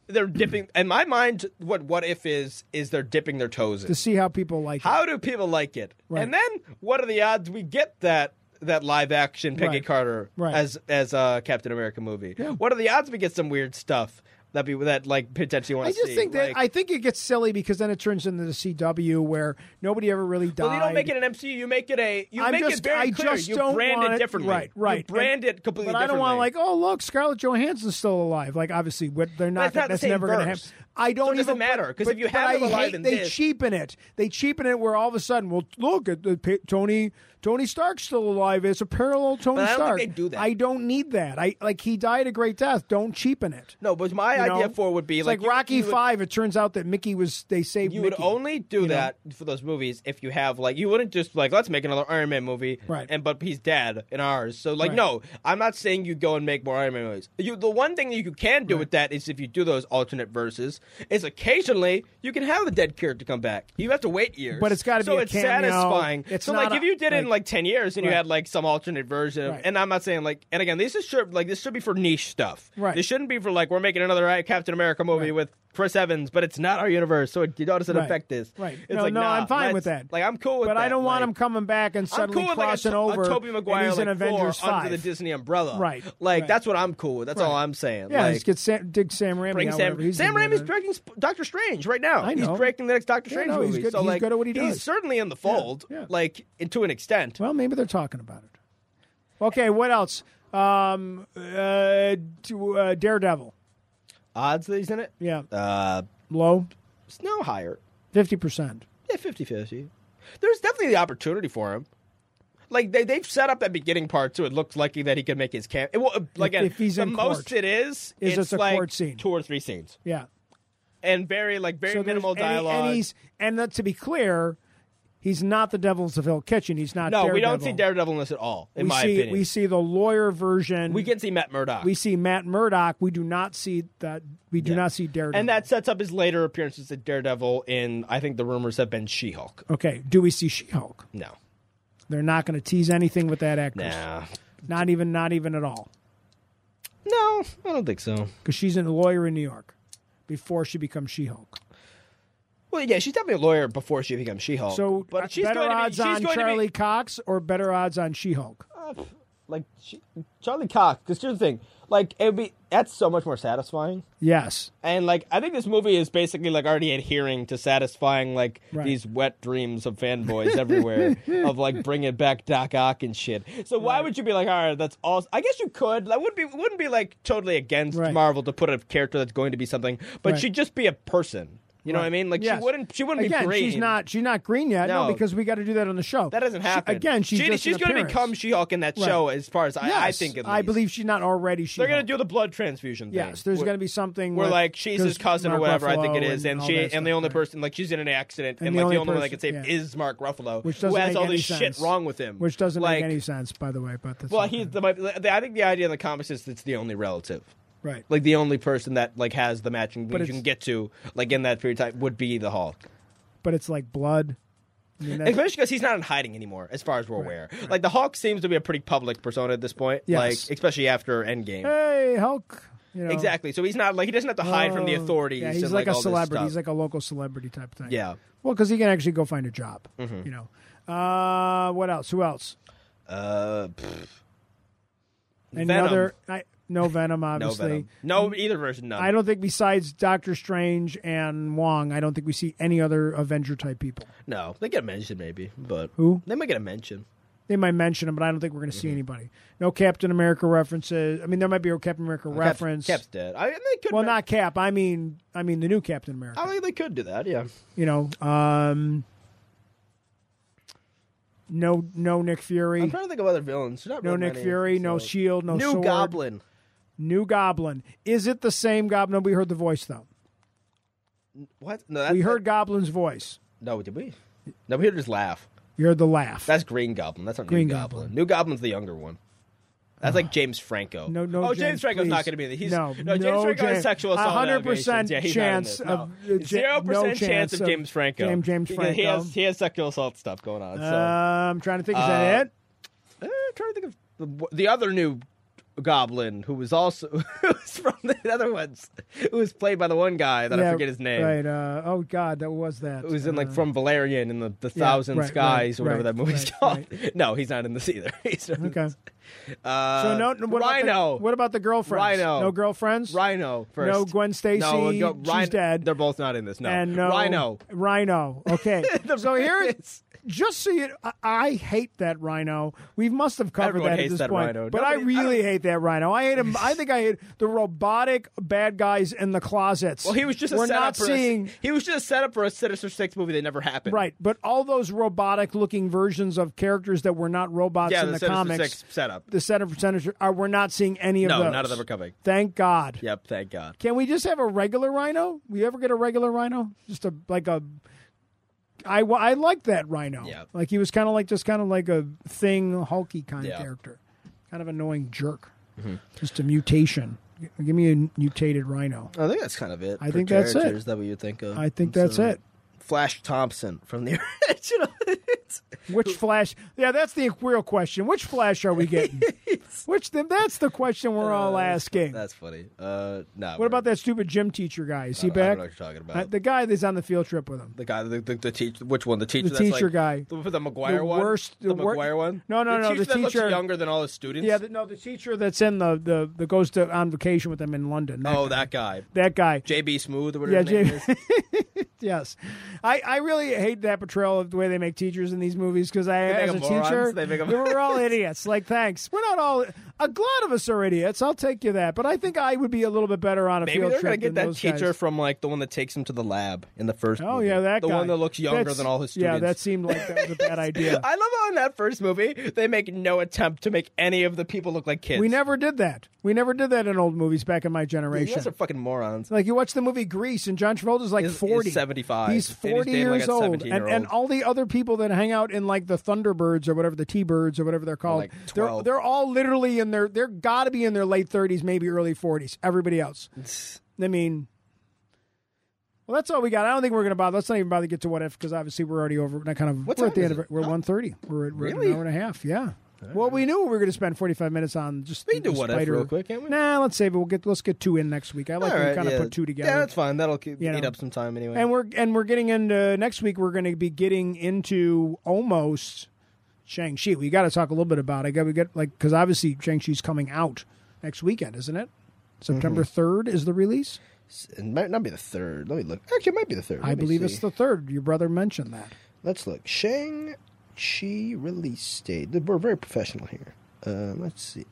Speaker 3: They're dipping. In my mind, what what if is is they're dipping their toes in.
Speaker 1: to see how people like. it.
Speaker 3: How do people like it?
Speaker 1: Right.
Speaker 3: And then what are the odds we get that that live action Peggy
Speaker 1: Right.
Speaker 3: Carter
Speaker 1: Right.
Speaker 3: as as a Captain America movie?
Speaker 1: Yeah.
Speaker 3: What are the odds we get some weird stuff that be that like potentially want
Speaker 1: I
Speaker 3: to see?
Speaker 1: just think that
Speaker 3: Like,
Speaker 1: I think it gets silly because then it turns into the CW where nobody ever really died.
Speaker 3: well, you don't make it an MCU. You make it a. You
Speaker 1: I'm
Speaker 3: make
Speaker 1: just-
Speaker 3: it very
Speaker 1: I
Speaker 3: clear.
Speaker 1: just
Speaker 3: you
Speaker 1: don't
Speaker 3: brand
Speaker 1: want
Speaker 3: it
Speaker 1: it-
Speaker 3: differently.
Speaker 1: right, right.
Speaker 3: You brand
Speaker 1: And-
Speaker 3: it completely.
Speaker 1: But I don't want
Speaker 3: differently.
Speaker 1: like, oh look, Scarlett Johansson's still alive. Like obviously, what they're not.
Speaker 3: it's not the
Speaker 1: that's
Speaker 3: same
Speaker 1: never going to happen.
Speaker 3: verse.
Speaker 1: I don't
Speaker 3: So it doesn't
Speaker 1: even
Speaker 3: matter, 'cause
Speaker 1: but-
Speaker 3: if you
Speaker 1: but
Speaker 3: have
Speaker 1: I
Speaker 3: it alive
Speaker 1: hate
Speaker 3: in
Speaker 1: they
Speaker 3: this-
Speaker 1: cheapen it. They cheapen it where all of a sudden, well, look at the, Tony. Tony Stark's still alive. It's a parallel Tony
Speaker 3: But I don't think
Speaker 1: Stark.
Speaker 3: they do that.
Speaker 1: I don't need that. I like he died a great death. Don't cheapen it.
Speaker 3: No, but my
Speaker 1: you
Speaker 3: idea
Speaker 1: know?
Speaker 3: for it would be
Speaker 1: It's like,
Speaker 3: you-
Speaker 1: Rocky
Speaker 3: you would-
Speaker 1: Five. It turns out that Mickey was they saved.
Speaker 3: You would
Speaker 1: Mickey.
Speaker 3: only do that for those movies if you have like you wouldn't just like let's make another Iron Man movie,
Speaker 1: Right.
Speaker 3: And but he's dead in ours, so like
Speaker 1: Right.
Speaker 3: no, I'm not saying you go and make more Iron Man movies. You the one thing that you can do with that is if you do those alternate verses is occasionally you can have the dead character come back. You have to wait years,
Speaker 1: But it's gotta
Speaker 3: so
Speaker 1: be a
Speaker 3: it's
Speaker 1: cameo.
Speaker 3: satisfying.
Speaker 1: It's
Speaker 3: so
Speaker 1: not
Speaker 3: like
Speaker 1: a-
Speaker 3: if you did it in
Speaker 1: like-
Speaker 3: like ten years and you
Speaker 1: Right.
Speaker 3: had like some alternate version, of,
Speaker 1: Right.
Speaker 3: and I'm not saying like and again this is sure like this should be for niche stuff.
Speaker 1: Right.
Speaker 3: This shouldn't be for like we're making another uh, Captain America movie
Speaker 1: Right.
Speaker 3: with. Chris Evans, but it's not our universe, so it, it doesn't
Speaker 1: Right.
Speaker 3: affect this.
Speaker 1: Right.
Speaker 3: It's
Speaker 1: No,
Speaker 3: like,
Speaker 1: no,
Speaker 3: nah,
Speaker 1: I'm fine with
Speaker 3: let's-
Speaker 1: that.
Speaker 3: Like, I'm cool with
Speaker 1: But
Speaker 3: that.
Speaker 1: I don't want
Speaker 3: like,
Speaker 1: him coming back and
Speaker 3: I'm
Speaker 1: suddenly
Speaker 3: cool with
Speaker 1: crossing
Speaker 3: like a,
Speaker 1: over.
Speaker 3: a Tobey Maguire
Speaker 1: and he's in
Speaker 3: like,
Speaker 1: Avengers
Speaker 3: four under
Speaker 1: Five.
Speaker 3: the Disney umbrella.
Speaker 1: Right.
Speaker 3: Like
Speaker 1: Right.
Speaker 3: that's what I'm cool with. That's all
Speaker 1: Right.
Speaker 3: I'm saying.
Speaker 1: yeah,
Speaker 3: like,
Speaker 1: just get Sam, dig Sam Raimi.
Speaker 3: bring
Speaker 1: out,
Speaker 3: Sam.
Speaker 1: whatever he's
Speaker 3: Sam
Speaker 1: gonna do
Speaker 3: Raimi's
Speaker 1: there.
Speaker 3: directing Sp- Doctor Strange right now.
Speaker 1: I know.
Speaker 3: He's directing the next Doctor
Speaker 1: Yeah,
Speaker 3: Strange
Speaker 1: no, he's
Speaker 3: movie.
Speaker 1: good-
Speaker 3: So
Speaker 1: he's
Speaker 3: like,
Speaker 1: good at what he does.
Speaker 3: He's certainly in the fold.
Speaker 1: yeah.
Speaker 3: Like and to an extent.
Speaker 1: Well, maybe they're talking about it. Okay, what else? Um, uh, to, uh, Daredevil.
Speaker 3: Odds that he's in it.
Speaker 1: Yeah,
Speaker 3: Uh,
Speaker 1: low,
Speaker 3: it's no higher.
Speaker 1: fifty percent.
Speaker 3: Yeah, 50 50. There's definitely the opportunity for him. Like they they've set up that beginning part too. It looks likely that he could make his camp. It, will- like
Speaker 1: If- if he's
Speaker 3: the
Speaker 1: in
Speaker 3: most
Speaker 1: court.
Speaker 3: it is,
Speaker 1: Is
Speaker 3: it's
Speaker 1: just a
Speaker 3: like
Speaker 1: court scene.
Speaker 3: two or three scenes,
Speaker 1: Yeah.
Speaker 3: and very like very
Speaker 1: So there's-
Speaker 3: minimal
Speaker 1: and he-
Speaker 3: dialogue.
Speaker 1: and he's and that, to be clear, he's not the Devil's of Hill Kitchen. He's not.
Speaker 3: no, we don't
Speaker 1: Daredevil.
Speaker 3: see Daredevil in this at all. In
Speaker 1: we
Speaker 3: my
Speaker 1: see
Speaker 3: opinion,
Speaker 1: we see the lawyer version.
Speaker 3: We can see Matt Murdock.
Speaker 1: we see Matt Murdock. We do not see that. We do not see Daredevil.
Speaker 3: and that sets up his later appearances at Daredevil in I think the rumors have been She-Hulk.
Speaker 1: okay. Do we see She-Hulk?
Speaker 3: No,
Speaker 1: They're not going to tease anything with that actress.
Speaker 3: nah,
Speaker 1: Not even. Not even at all.
Speaker 3: no, I don't think so.
Speaker 1: Because she's a lawyer in New York before she becomes She-Hulk.
Speaker 3: Well, yeah, she's definitely a lawyer before she becomes She-Hulk.
Speaker 1: So uh,
Speaker 3: but she's
Speaker 1: better
Speaker 3: going to be,
Speaker 1: odds
Speaker 3: she's
Speaker 1: on
Speaker 3: going to be-
Speaker 1: Charlie Cox or better odds on She-Hulk?
Speaker 3: like she, Charlie Cox. Because here's the thing, like it would be that's so much more satisfying.
Speaker 1: Yes.
Speaker 3: And like I think this movie is basically like already adhering to satisfying like
Speaker 1: Right.
Speaker 3: these wet dreams of fanboys everywhere of like bringing back Doc Ock and shit. So why would you be like, all right, that's all? I guess you could. That would be wouldn't be like totally against
Speaker 1: Right.
Speaker 3: Marvel to put a character that's going to be something, but
Speaker 1: Right.
Speaker 3: she'd just be a person. You know what I
Speaker 1: Right.
Speaker 3: mean? Like
Speaker 1: Yes.
Speaker 3: she wouldn't. She wouldn't
Speaker 1: again,
Speaker 3: be green.
Speaker 1: she's not. She's not green yet. No,
Speaker 3: No.
Speaker 1: because we got to do that on the show.
Speaker 3: That doesn't
Speaker 1: She-
Speaker 3: happen.
Speaker 1: again, she's
Speaker 3: she,
Speaker 1: just
Speaker 3: she's
Speaker 1: an
Speaker 3: going to
Speaker 1: appearance.
Speaker 3: become She-Hulk in that show, as far as I, I
Speaker 1: Yes,
Speaker 3: think. At least.
Speaker 1: I believe she's not already. She.
Speaker 3: they're going to do the blood transfusion. Thing.
Speaker 1: Yes, there's
Speaker 3: Where-
Speaker 1: going to be something.
Speaker 3: We're
Speaker 1: with-
Speaker 3: like she's his
Speaker 1: there's
Speaker 3: cousin or
Speaker 1: Mark
Speaker 3: whatever. I
Speaker 1: Ruffalo
Speaker 3: think it is, and
Speaker 1: all
Speaker 3: she
Speaker 1: that
Speaker 3: and
Speaker 1: stuff,
Speaker 3: the only
Speaker 1: right.
Speaker 3: person like she's in an accident, and,
Speaker 1: And the
Speaker 3: like
Speaker 1: only
Speaker 3: the only one that
Speaker 1: person-
Speaker 3: can save
Speaker 1: yeah.
Speaker 3: is Mark Ruffalo,
Speaker 1: Which
Speaker 3: who
Speaker 1: doesn't
Speaker 3: has
Speaker 1: make
Speaker 3: all
Speaker 1: any
Speaker 3: this shit
Speaker 1: sense.
Speaker 3: wrong with him,
Speaker 1: which doesn't
Speaker 3: like,
Speaker 1: make any sense, by the way. But that's
Speaker 3: Well,
Speaker 1: okay.
Speaker 3: he's the, the. I think the idea in the comics is it's the only relative,
Speaker 1: right.
Speaker 3: like the only person that like has the matching that you
Speaker 1: it's-
Speaker 3: can get to, like in that period of time, would be the Hulk.
Speaker 1: But it's like blood. I mean, that's-
Speaker 3: Especially because he's not in hiding anymore, as far as we're aware. Like the Hulk seems to be a pretty public persona at this point,
Speaker 1: Yes.
Speaker 3: like especially after Endgame.
Speaker 1: hey, Hulk. You know,
Speaker 3: Exactly. So he's not like he doesn't have to hide from the
Speaker 1: Oh,
Speaker 3: authorities.
Speaker 1: Yeah, he's
Speaker 3: and,
Speaker 1: like, a
Speaker 3: all this
Speaker 1: celebrity.
Speaker 3: stuff.
Speaker 1: He's like a local celebrity type thing.
Speaker 3: Yeah. Mm-hmm.
Speaker 1: Well, because he can actually go find a job. You know. Uh, what else? Who else?
Speaker 3: uh, pfft.
Speaker 1: Another. I, no Venom,
Speaker 3: no
Speaker 1: obviously.
Speaker 3: venom. No either version. None.
Speaker 1: I don't think besides Doctor Strange and Wong, I don't think we see any other Avenger type people.
Speaker 3: No, they get a mention maybe, but
Speaker 1: Who?
Speaker 3: They might get a mention.
Speaker 1: They might mention him, but I don't think we're going to
Speaker 3: Mm-hmm.
Speaker 1: see anybody. No Captain America references. I mean, there might be a Captain
Speaker 3: Oh,
Speaker 1: America reference.
Speaker 3: Cap's, Cap's dead. I mean, they could.
Speaker 1: well,
Speaker 3: men-
Speaker 1: not Cap. I mean, I mean the new Captain America.
Speaker 3: I think they could do that. Yeah.
Speaker 1: you know, um, no, no Nick
Speaker 3: I'm
Speaker 1: Fury,
Speaker 3: trying to think of other villains. There's not
Speaker 1: no
Speaker 3: really
Speaker 1: Nick
Speaker 3: many,
Speaker 1: Fury, no
Speaker 3: so-
Speaker 1: Shield, E no
Speaker 3: New
Speaker 1: sword,
Speaker 3: Goblin.
Speaker 1: new Goblin. Is it the same Goblin? We heard the voice though.
Speaker 3: What? No, that's,
Speaker 1: We heard Goblin's voice.
Speaker 3: No, did we? No, we heard his laugh.
Speaker 1: You heard the laugh.
Speaker 3: That's Green Goblin. That's not
Speaker 1: Green
Speaker 3: New
Speaker 1: Goblin. Ah.
Speaker 3: Goblin. New Goblin's the younger one. That's like James Franco.
Speaker 1: No, no.
Speaker 3: Oh, James,
Speaker 1: James
Speaker 3: Franco's not
Speaker 1: please.
Speaker 3: going to be in it. He's,
Speaker 1: no,
Speaker 3: James
Speaker 1: no
Speaker 3: Franco
Speaker 1: James-
Speaker 3: has sexual assault.
Speaker 1: 100%
Speaker 3: allegations. yeah, he's
Speaker 1: chance
Speaker 3: not in
Speaker 1: of- uh,
Speaker 3: this.
Speaker 1: Ja-
Speaker 3: no. zero
Speaker 1: no
Speaker 3: percent chance
Speaker 1: chance
Speaker 3: of
Speaker 1: of
Speaker 3: James Franco.
Speaker 1: James- James
Speaker 3: Because He
Speaker 1: Franco.
Speaker 3: has he has sexual assault stuff going on. So.
Speaker 1: Uh, I'm trying to think. Is that
Speaker 3: Uh,
Speaker 1: it?
Speaker 3: Uh, I'm trying to think of the, the other new goblin who was also who was from the other ones who was played by the one guy that I
Speaker 1: Yeah,
Speaker 3: forget his name.
Speaker 1: Right. Uh, oh God, that was that.
Speaker 3: Who was in
Speaker 1: Uh,
Speaker 3: like from Valerian in the, the
Speaker 1: yeah,
Speaker 3: Thousand
Speaker 1: right, right,
Speaker 3: Skies or
Speaker 1: right,
Speaker 3: whatever that movie's
Speaker 1: right,
Speaker 3: called. No, he's not in this either. He's not in
Speaker 1: Okay.
Speaker 3: this. Uh,
Speaker 1: So no. What
Speaker 3: Rhino.
Speaker 1: About the, what about the girlfriends?
Speaker 3: Rhino.
Speaker 1: No girlfriends.
Speaker 3: Rhino first.
Speaker 1: No Gwen Stacy.
Speaker 3: No, no
Speaker 1: she's
Speaker 3: Rhino.
Speaker 1: dead.
Speaker 3: They're both not in this. No.
Speaker 1: And no
Speaker 3: Rhino.
Speaker 1: Rhino. Okay. so here is just so you, I, I hate that rhino. We must have covered
Speaker 3: Everyone
Speaker 1: that at
Speaker 3: hates
Speaker 1: this
Speaker 3: that
Speaker 1: point,
Speaker 3: rhino.
Speaker 1: but I
Speaker 3: Nobody- I
Speaker 1: really hate that rhino. I hate him. I think I hate the robotic bad guys in the closets.
Speaker 3: Well, he was just a
Speaker 1: We're
Speaker 3: setup
Speaker 1: not
Speaker 3: for
Speaker 1: seeing
Speaker 3: A, he was just a setup for a Sinister Six movie that never happened.
Speaker 1: right, but all those robotic looking versions of characters that were not robots
Speaker 3: Yeah,
Speaker 1: in
Speaker 3: the,
Speaker 1: the
Speaker 3: Sinister
Speaker 1: comics.
Speaker 3: Six setup.
Speaker 1: The center for senator. Are we're not seeing any of
Speaker 3: No,
Speaker 1: those?
Speaker 3: none of them are coming.
Speaker 1: Thank God.
Speaker 3: Yep, thank God.
Speaker 1: Can we just have a regular rhino? We ever get a regular rhino? Just a like a. I, wa- I like that rhino.
Speaker 3: Yeah.
Speaker 1: Like he was kind of like just kind of like a thing hulky kind of
Speaker 3: Yeah. Mm-hmm.
Speaker 1: character, kind of annoying jerk. Just a mutation. G- Give me a mutated rhino.
Speaker 3: I think that's kind of it.
Speaker 1: I think that's it.
Speaker 2: Characters that we would think of.
Speaker 1: I think that's
Speaker 2: So,
Speaker 1: it.
Speaker 3: Flash Thompson from the original.
Speaker 1: Which flash? Yeah, that's the real question. Which flash are we getting? Which then that's the question we're all asking.
Speaker 3: that's funny. Uh, no.
Speaker 1: What about that stupid gym teacher guy? Is he
Speaker 3: I don't
Speaker 1: back?
Speaker 3: know what you're talking about.
Speaker 1: Uh, the guy that's on the field trip with him.
Speaker 3: the guy, the, the, the teacher. Which one? The teacher.
Speaker 1: The
Speaker 3: that's
Speaker 1: teacher
Speaker 3: like,
Speaker 1: guy.
Speaker 3: The, the McGuire
Speaker 1: The
Speaker 3: one.
Speaker 1: worst-
Speaker 3: The,
Speaker 1: the wor-
Speaker 3: McGuire one.
Speaker 1: No, no,
Speaker 3: the
Speaker 1: no,
Speaker 3: Teacher
Speaker 1: the
Speaker 3: that looks
Speaker 1: teacher-
Speaker 3: younger than all his students.
Speaker 1: Yeah, the, no, the teacher that's in the the that goes to on vacation with them in London. That,
Speaker 3: oh, that guy.
Speaker 1: that guy.
Speaker 3: JB Smooth or
Speaker 1: Yeah,
Speaker 3: whatever his name
Speaker 1: J-
Speaker 3: is.
Speaker 1: Yes, I, I really hate that portrayal of the way they make teachers in these movies because I
Speaker 3: make
Speaker 1: as a
Speaker 3: them morons.
Speaker 1: teacher
Speaker 3: They make them-
Speaker 1: we were all idiots. Like, thanks, we're not all a lot of us are idiots. I'll take you that, but I think I would be a little bit better on a
Speaker 3: Maybe
Speaker 1: field
Speaker 3: they're
Speaker 1: trip
Speaker 3: gonna get
Speaker 1: than
Speaker 3: that
Speaker 1: those
Speaker 3: teacher
Speaker 1: guys.
Speaker 3: from like the one that takes him to the lab in the first.
Speaker 1: Oh
Speaker 3: movie.
Speaker 1: yeah, that
Speaker 3: the
Speaker 1: guy.
Speaker 3: one that looks younger
Speaker 1: That's-
Speaker 3: than all his
Speaker 1: Yeah,
Speaker 3: students.
Speaker 1: that seemed like that was a bad idea.
Speaker 3: I love how in that first movie they make no attempt to make any of the people look like kids.
Speaker 1: we never did that. We never did that in old movies back in my
Speaker 3: You
Speaker 1: generation.
Speaker 3: guys are fucking morons.
Speaker 1: Like you watch the movie Grease, and John Travolta's like
Speaker 3: He's- he's
Speaker 1: forty,
Speaker 3: 75.
Speaker 1: He's
Speaker 3: And he's
Speaker 1: forty
Speaker 3: dating, like,
Speaker 1: years
Speaker 3: a
Speaker 1: old, and, and
Speaker 3: 17-year-old.
Speaker 1: all the other people that hang out in like the Thunderbirds or whatever the T Birds or whatever they're called,
Speaker 3: like,
Speaker 1: they're
Speaker 3: 12.
Speaker 1: they're all literally in their they're got to be in their late thirties, maybe early forties. Everybody else, I mean, well, that's all we got. I don't think we're gonna bother. Let's not even bother to get to what if because obviously we're already over. That kind of
Speaker 3: What
Speaker 1: we're
Speaker 3: time
Speaker 1: at the
Speaker 3: is
Speaker 1: end of
Speaker 3: it?
Speaker 1: it. We're one thirty. We're at we're at
Speaker 3: Oh. Really?
Speaker 1: an hour and a half. Yeah. Well, we knew we were going to spend forty five minutes on just
Speaker 3: We can do
Speaker 1: the
Speaker 3: what if
Speaker 1: spider.
Speaker 3: real quick, can't we?
Speaker 1: Nah, let's save it. We'll get let's get two in next week. I like
Speaker 3: All
Speaker 1: when we
Speaker 3: right,
Speaker 1: kind of
Speaker 3: yeah.
Speaker 1: put two together.
Speaker 3: Yeah, that's fine. That'll keep,
Speaker 1: You
Speaker 3: eat
Speaker 1: know.
Speaker 3: up some time anyway.
Speaker 1: and we're and we're getting into next week. We're going to be getting into almost Shang Chi. We got to talk a little bit about. it. I got we get like because obviously Shang Chi's coming out next weekend, isn't it? September
Speaker 3: Mm-hmm.
Speaker 1: 3rd is the release.
Speaker 2: It might not be the third. Let me look. Actually, it might be the third.
Speaker 1: I believe it's the third. Your brother mentioned that.
Speaker 2: Let's look. Shang Chi release date. We're very professional here. Um, let's see.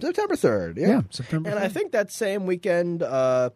Speaker 2: September third. Yeah.
Speaker 1: Yeah, September.
Speaker 2: And
Speaker 1: 3rd.
Speaker 2: I think that same weekend, uh,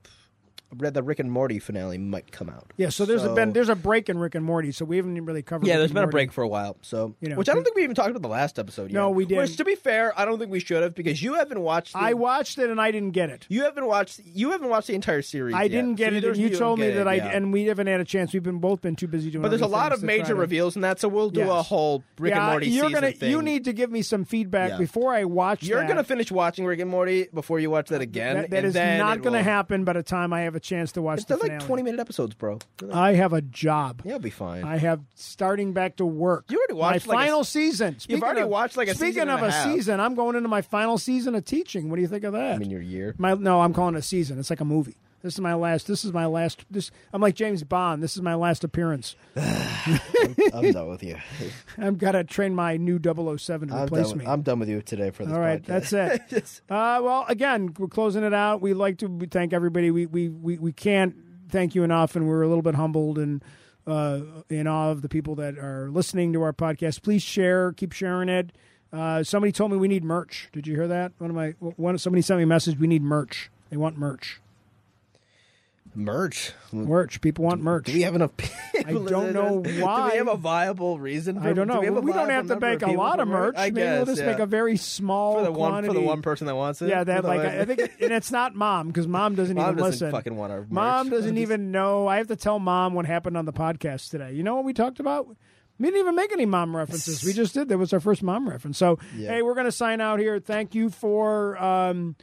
Speaker 2: read the Rick and Morty finale might come out.
Speaker 1: yeah, so there's a
Speaker 2: so-
Speaker 1: been there's a break in Rick and Morty, so we haven't even really covered.
Speaker 3: yeah,
Speaker 1: Rick
Speaker 3: there's
Speaker 1: and
Speaker 3: been a
Speaker 1: Morty.
Speaker 3: break for a while, so
Speaker 1: You know,
Speaker 3: which I don't
Speaker 1: we-
Speaker 3: think we even talked about the last episode.
Speaker 1: No,
Speaker 3: yet.
Speaker 1: we didn't.
Speaker 3: Which, to be fair, I don't think we should have because you haven't watched. The,
Speaker 1: I watched it and I didn't get it.
Speaker 3: you haven't watched. You haven't watched the entire series.
Speaker 1: I
Speaker 3: yet,
Speaker 1: didn't get
Speaker 3: so
Speaker 1: it. And
Speaker 3: there's-
Speaker 1: you,
Speaker 3: don't
Speaker 1: told me
Speaker 3: get
Speaker 1: that
Speaker 3: it,
Speaker 1: I
Speaker 3: yeah.
Speaker 1: and we haven't had a chance. We've been both been too busy doing.
Speaker 3: But there's a
Speaker 1: other
Speaker 3: lot
Speaker 1: things
Speaker 3: of
Speaker 1: to
Speaker 3: major
Speaker 1: try to-
Speaker 3: reveals in that, so we'll do
Speaker 1: Yes.
Speaker 3: a whole Rick
Speaker 1: yeah,
Speaker 3: and Morty
Speaker 1: you're
Speaker 3: season
Speaker 1: gonna
Speaker 3: thing.
Speaker 1: you need to give me some feedback
Speaker 3: Yeah.
Speaker 1: before I watch.
Speaker 3: You're
Speaker 1: that.
Speaker 3: gonna finish watching Rick and Morty before you watch that again.
Speaker 1: Uh, That- that
Speaker 3: and
Speaker 1: is
Speaker 3: then
Speaker 1: not
Speaker 3: it
Speaker 1: going to
Speaker 3: will-
Speaker 1: happen by the time I have a chance to watch the
Speaker 2: They're like
Speaker 1: finale.
Speaker 2: twenty minute episodes, bro. They're like,
Speaker 1: I have a job.
Speaker 2: yeah, it'll be fine.
Speaker 1: I have starting back to work.
Speaker 3: You already watched
Speaker 1: my
Speaker 3: like a
Speaker 1: final
Speaker 3: s-
Speaker 1: season. Speaking
Speaker 3: already
Speaker 1: of,
Speaker 3: watched like a
Speaker 1: speaking
Speaker 3: season
Speaker 1: of
Speaker 3: and a half.
Speaker 1: season. I'm going into my final season of teaching. What do you think of that?
Speaker 2: in your year.
Speaker 1: My no, I'm calling it a season. It's like a movie. This is my last. This is my last. This I'm like James Bond. This is my last appearance.
Speaker 2: I'm done with you.
Speaker 1: I've got to train my new 007 to
Speaker 2: I'm
Speaker 1: replace
Speaker 2: done,
Speaker 1: me.
Speaker 2: I'm done with you today for this.
Speaker 1: All right,
Speaker 2: podcast.
Speaker 1: that's it. uh, well, again, we're closing it out. We like to thank everybody. We we we, we can't thank you enough, and we're a little bit humbled and uh, in awe of the people that are listening to our podcast. Please share, keep sharing it. Uh, somebody told me we need merch. Did you hear that? One of my one somebody sent me a message. We need merch. They want merch.
Speaker 2: merch.
Speaker 3: Hmm.
Speaker 2: Do
Speaker 1: Merch. People want merch.
Speaker 2: we have enough? People
Speaker 1: I don't know
Speaker 3: Do
Speaker 1: why.
Speaker 3: we have a viable reason? For,
Speaker 1: I don't know.
Speaker 3: Do we, have a
Speaker 1: Well, we don't
Speaker 3: viable
Speaker 1: have to
Speaker 3: number
Speaker 1: make a
Speaker 3: people
Speaker 1: lot
Speaker 3: to
Speaker 1: of merch.
Speaker 3: I
Speaker 1: Maybe we'll
Speaker 3: guess,
Speaker 1: just
Speaker 3: yeah.
Speaker 1: make a very small
Speaker 3: for the one for the
Speaker 1: quantity.
Speaker 3: one person that wants it.
Speaker 1: Yeah, that
Speaker 3: You know,
Speaker 1: like I I think, it- and it's not mom because mom doesn't
Speaker 3: Mom
Speaker 1: even
Speaker 3: doesn't
Speaker 1: listen.
Speaker 3: fucking want our merch.
Speaker 1: mom doesn't even know. I have to tell mom what happened on the podcast today. You know what we talked about? We didn't even make any mom references. We just did. That was our first mom reference. So hey, we're gonna sign out here. Thank you for um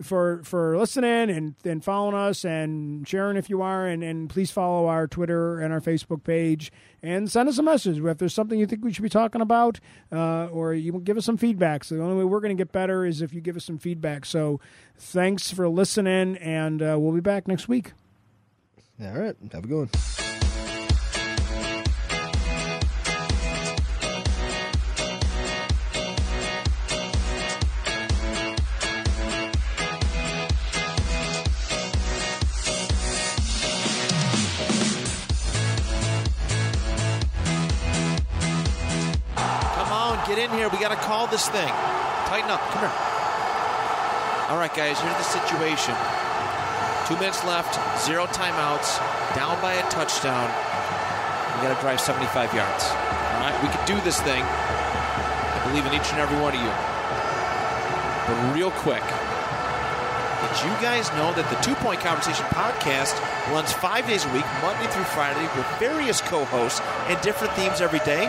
Speaker 1: for for listening and and following us and sharing if you are and and please follow our Twitter and our Facebook page and send us a message if there's something you think we should be talking about uh, or you give us some feedback. So the only way we're going to get better is if you give us some feedback. So thanks for listening and uh, we'll be back next week.
Speaker 2: All right, have a good one.
Speaker 5: here. We got to call this thing. Tighten up. Come here. All right, guys, here's the situation. Two minutes left, zero timeouts, down by a touchdown. We got to drive 75 yards. All right, we can do this thing. I believe in each and every one of you. But real quick, did you guys know that the Two Point Conversation podcast runs five days a week, Monday through Friday, with various co hosts and different themes every day?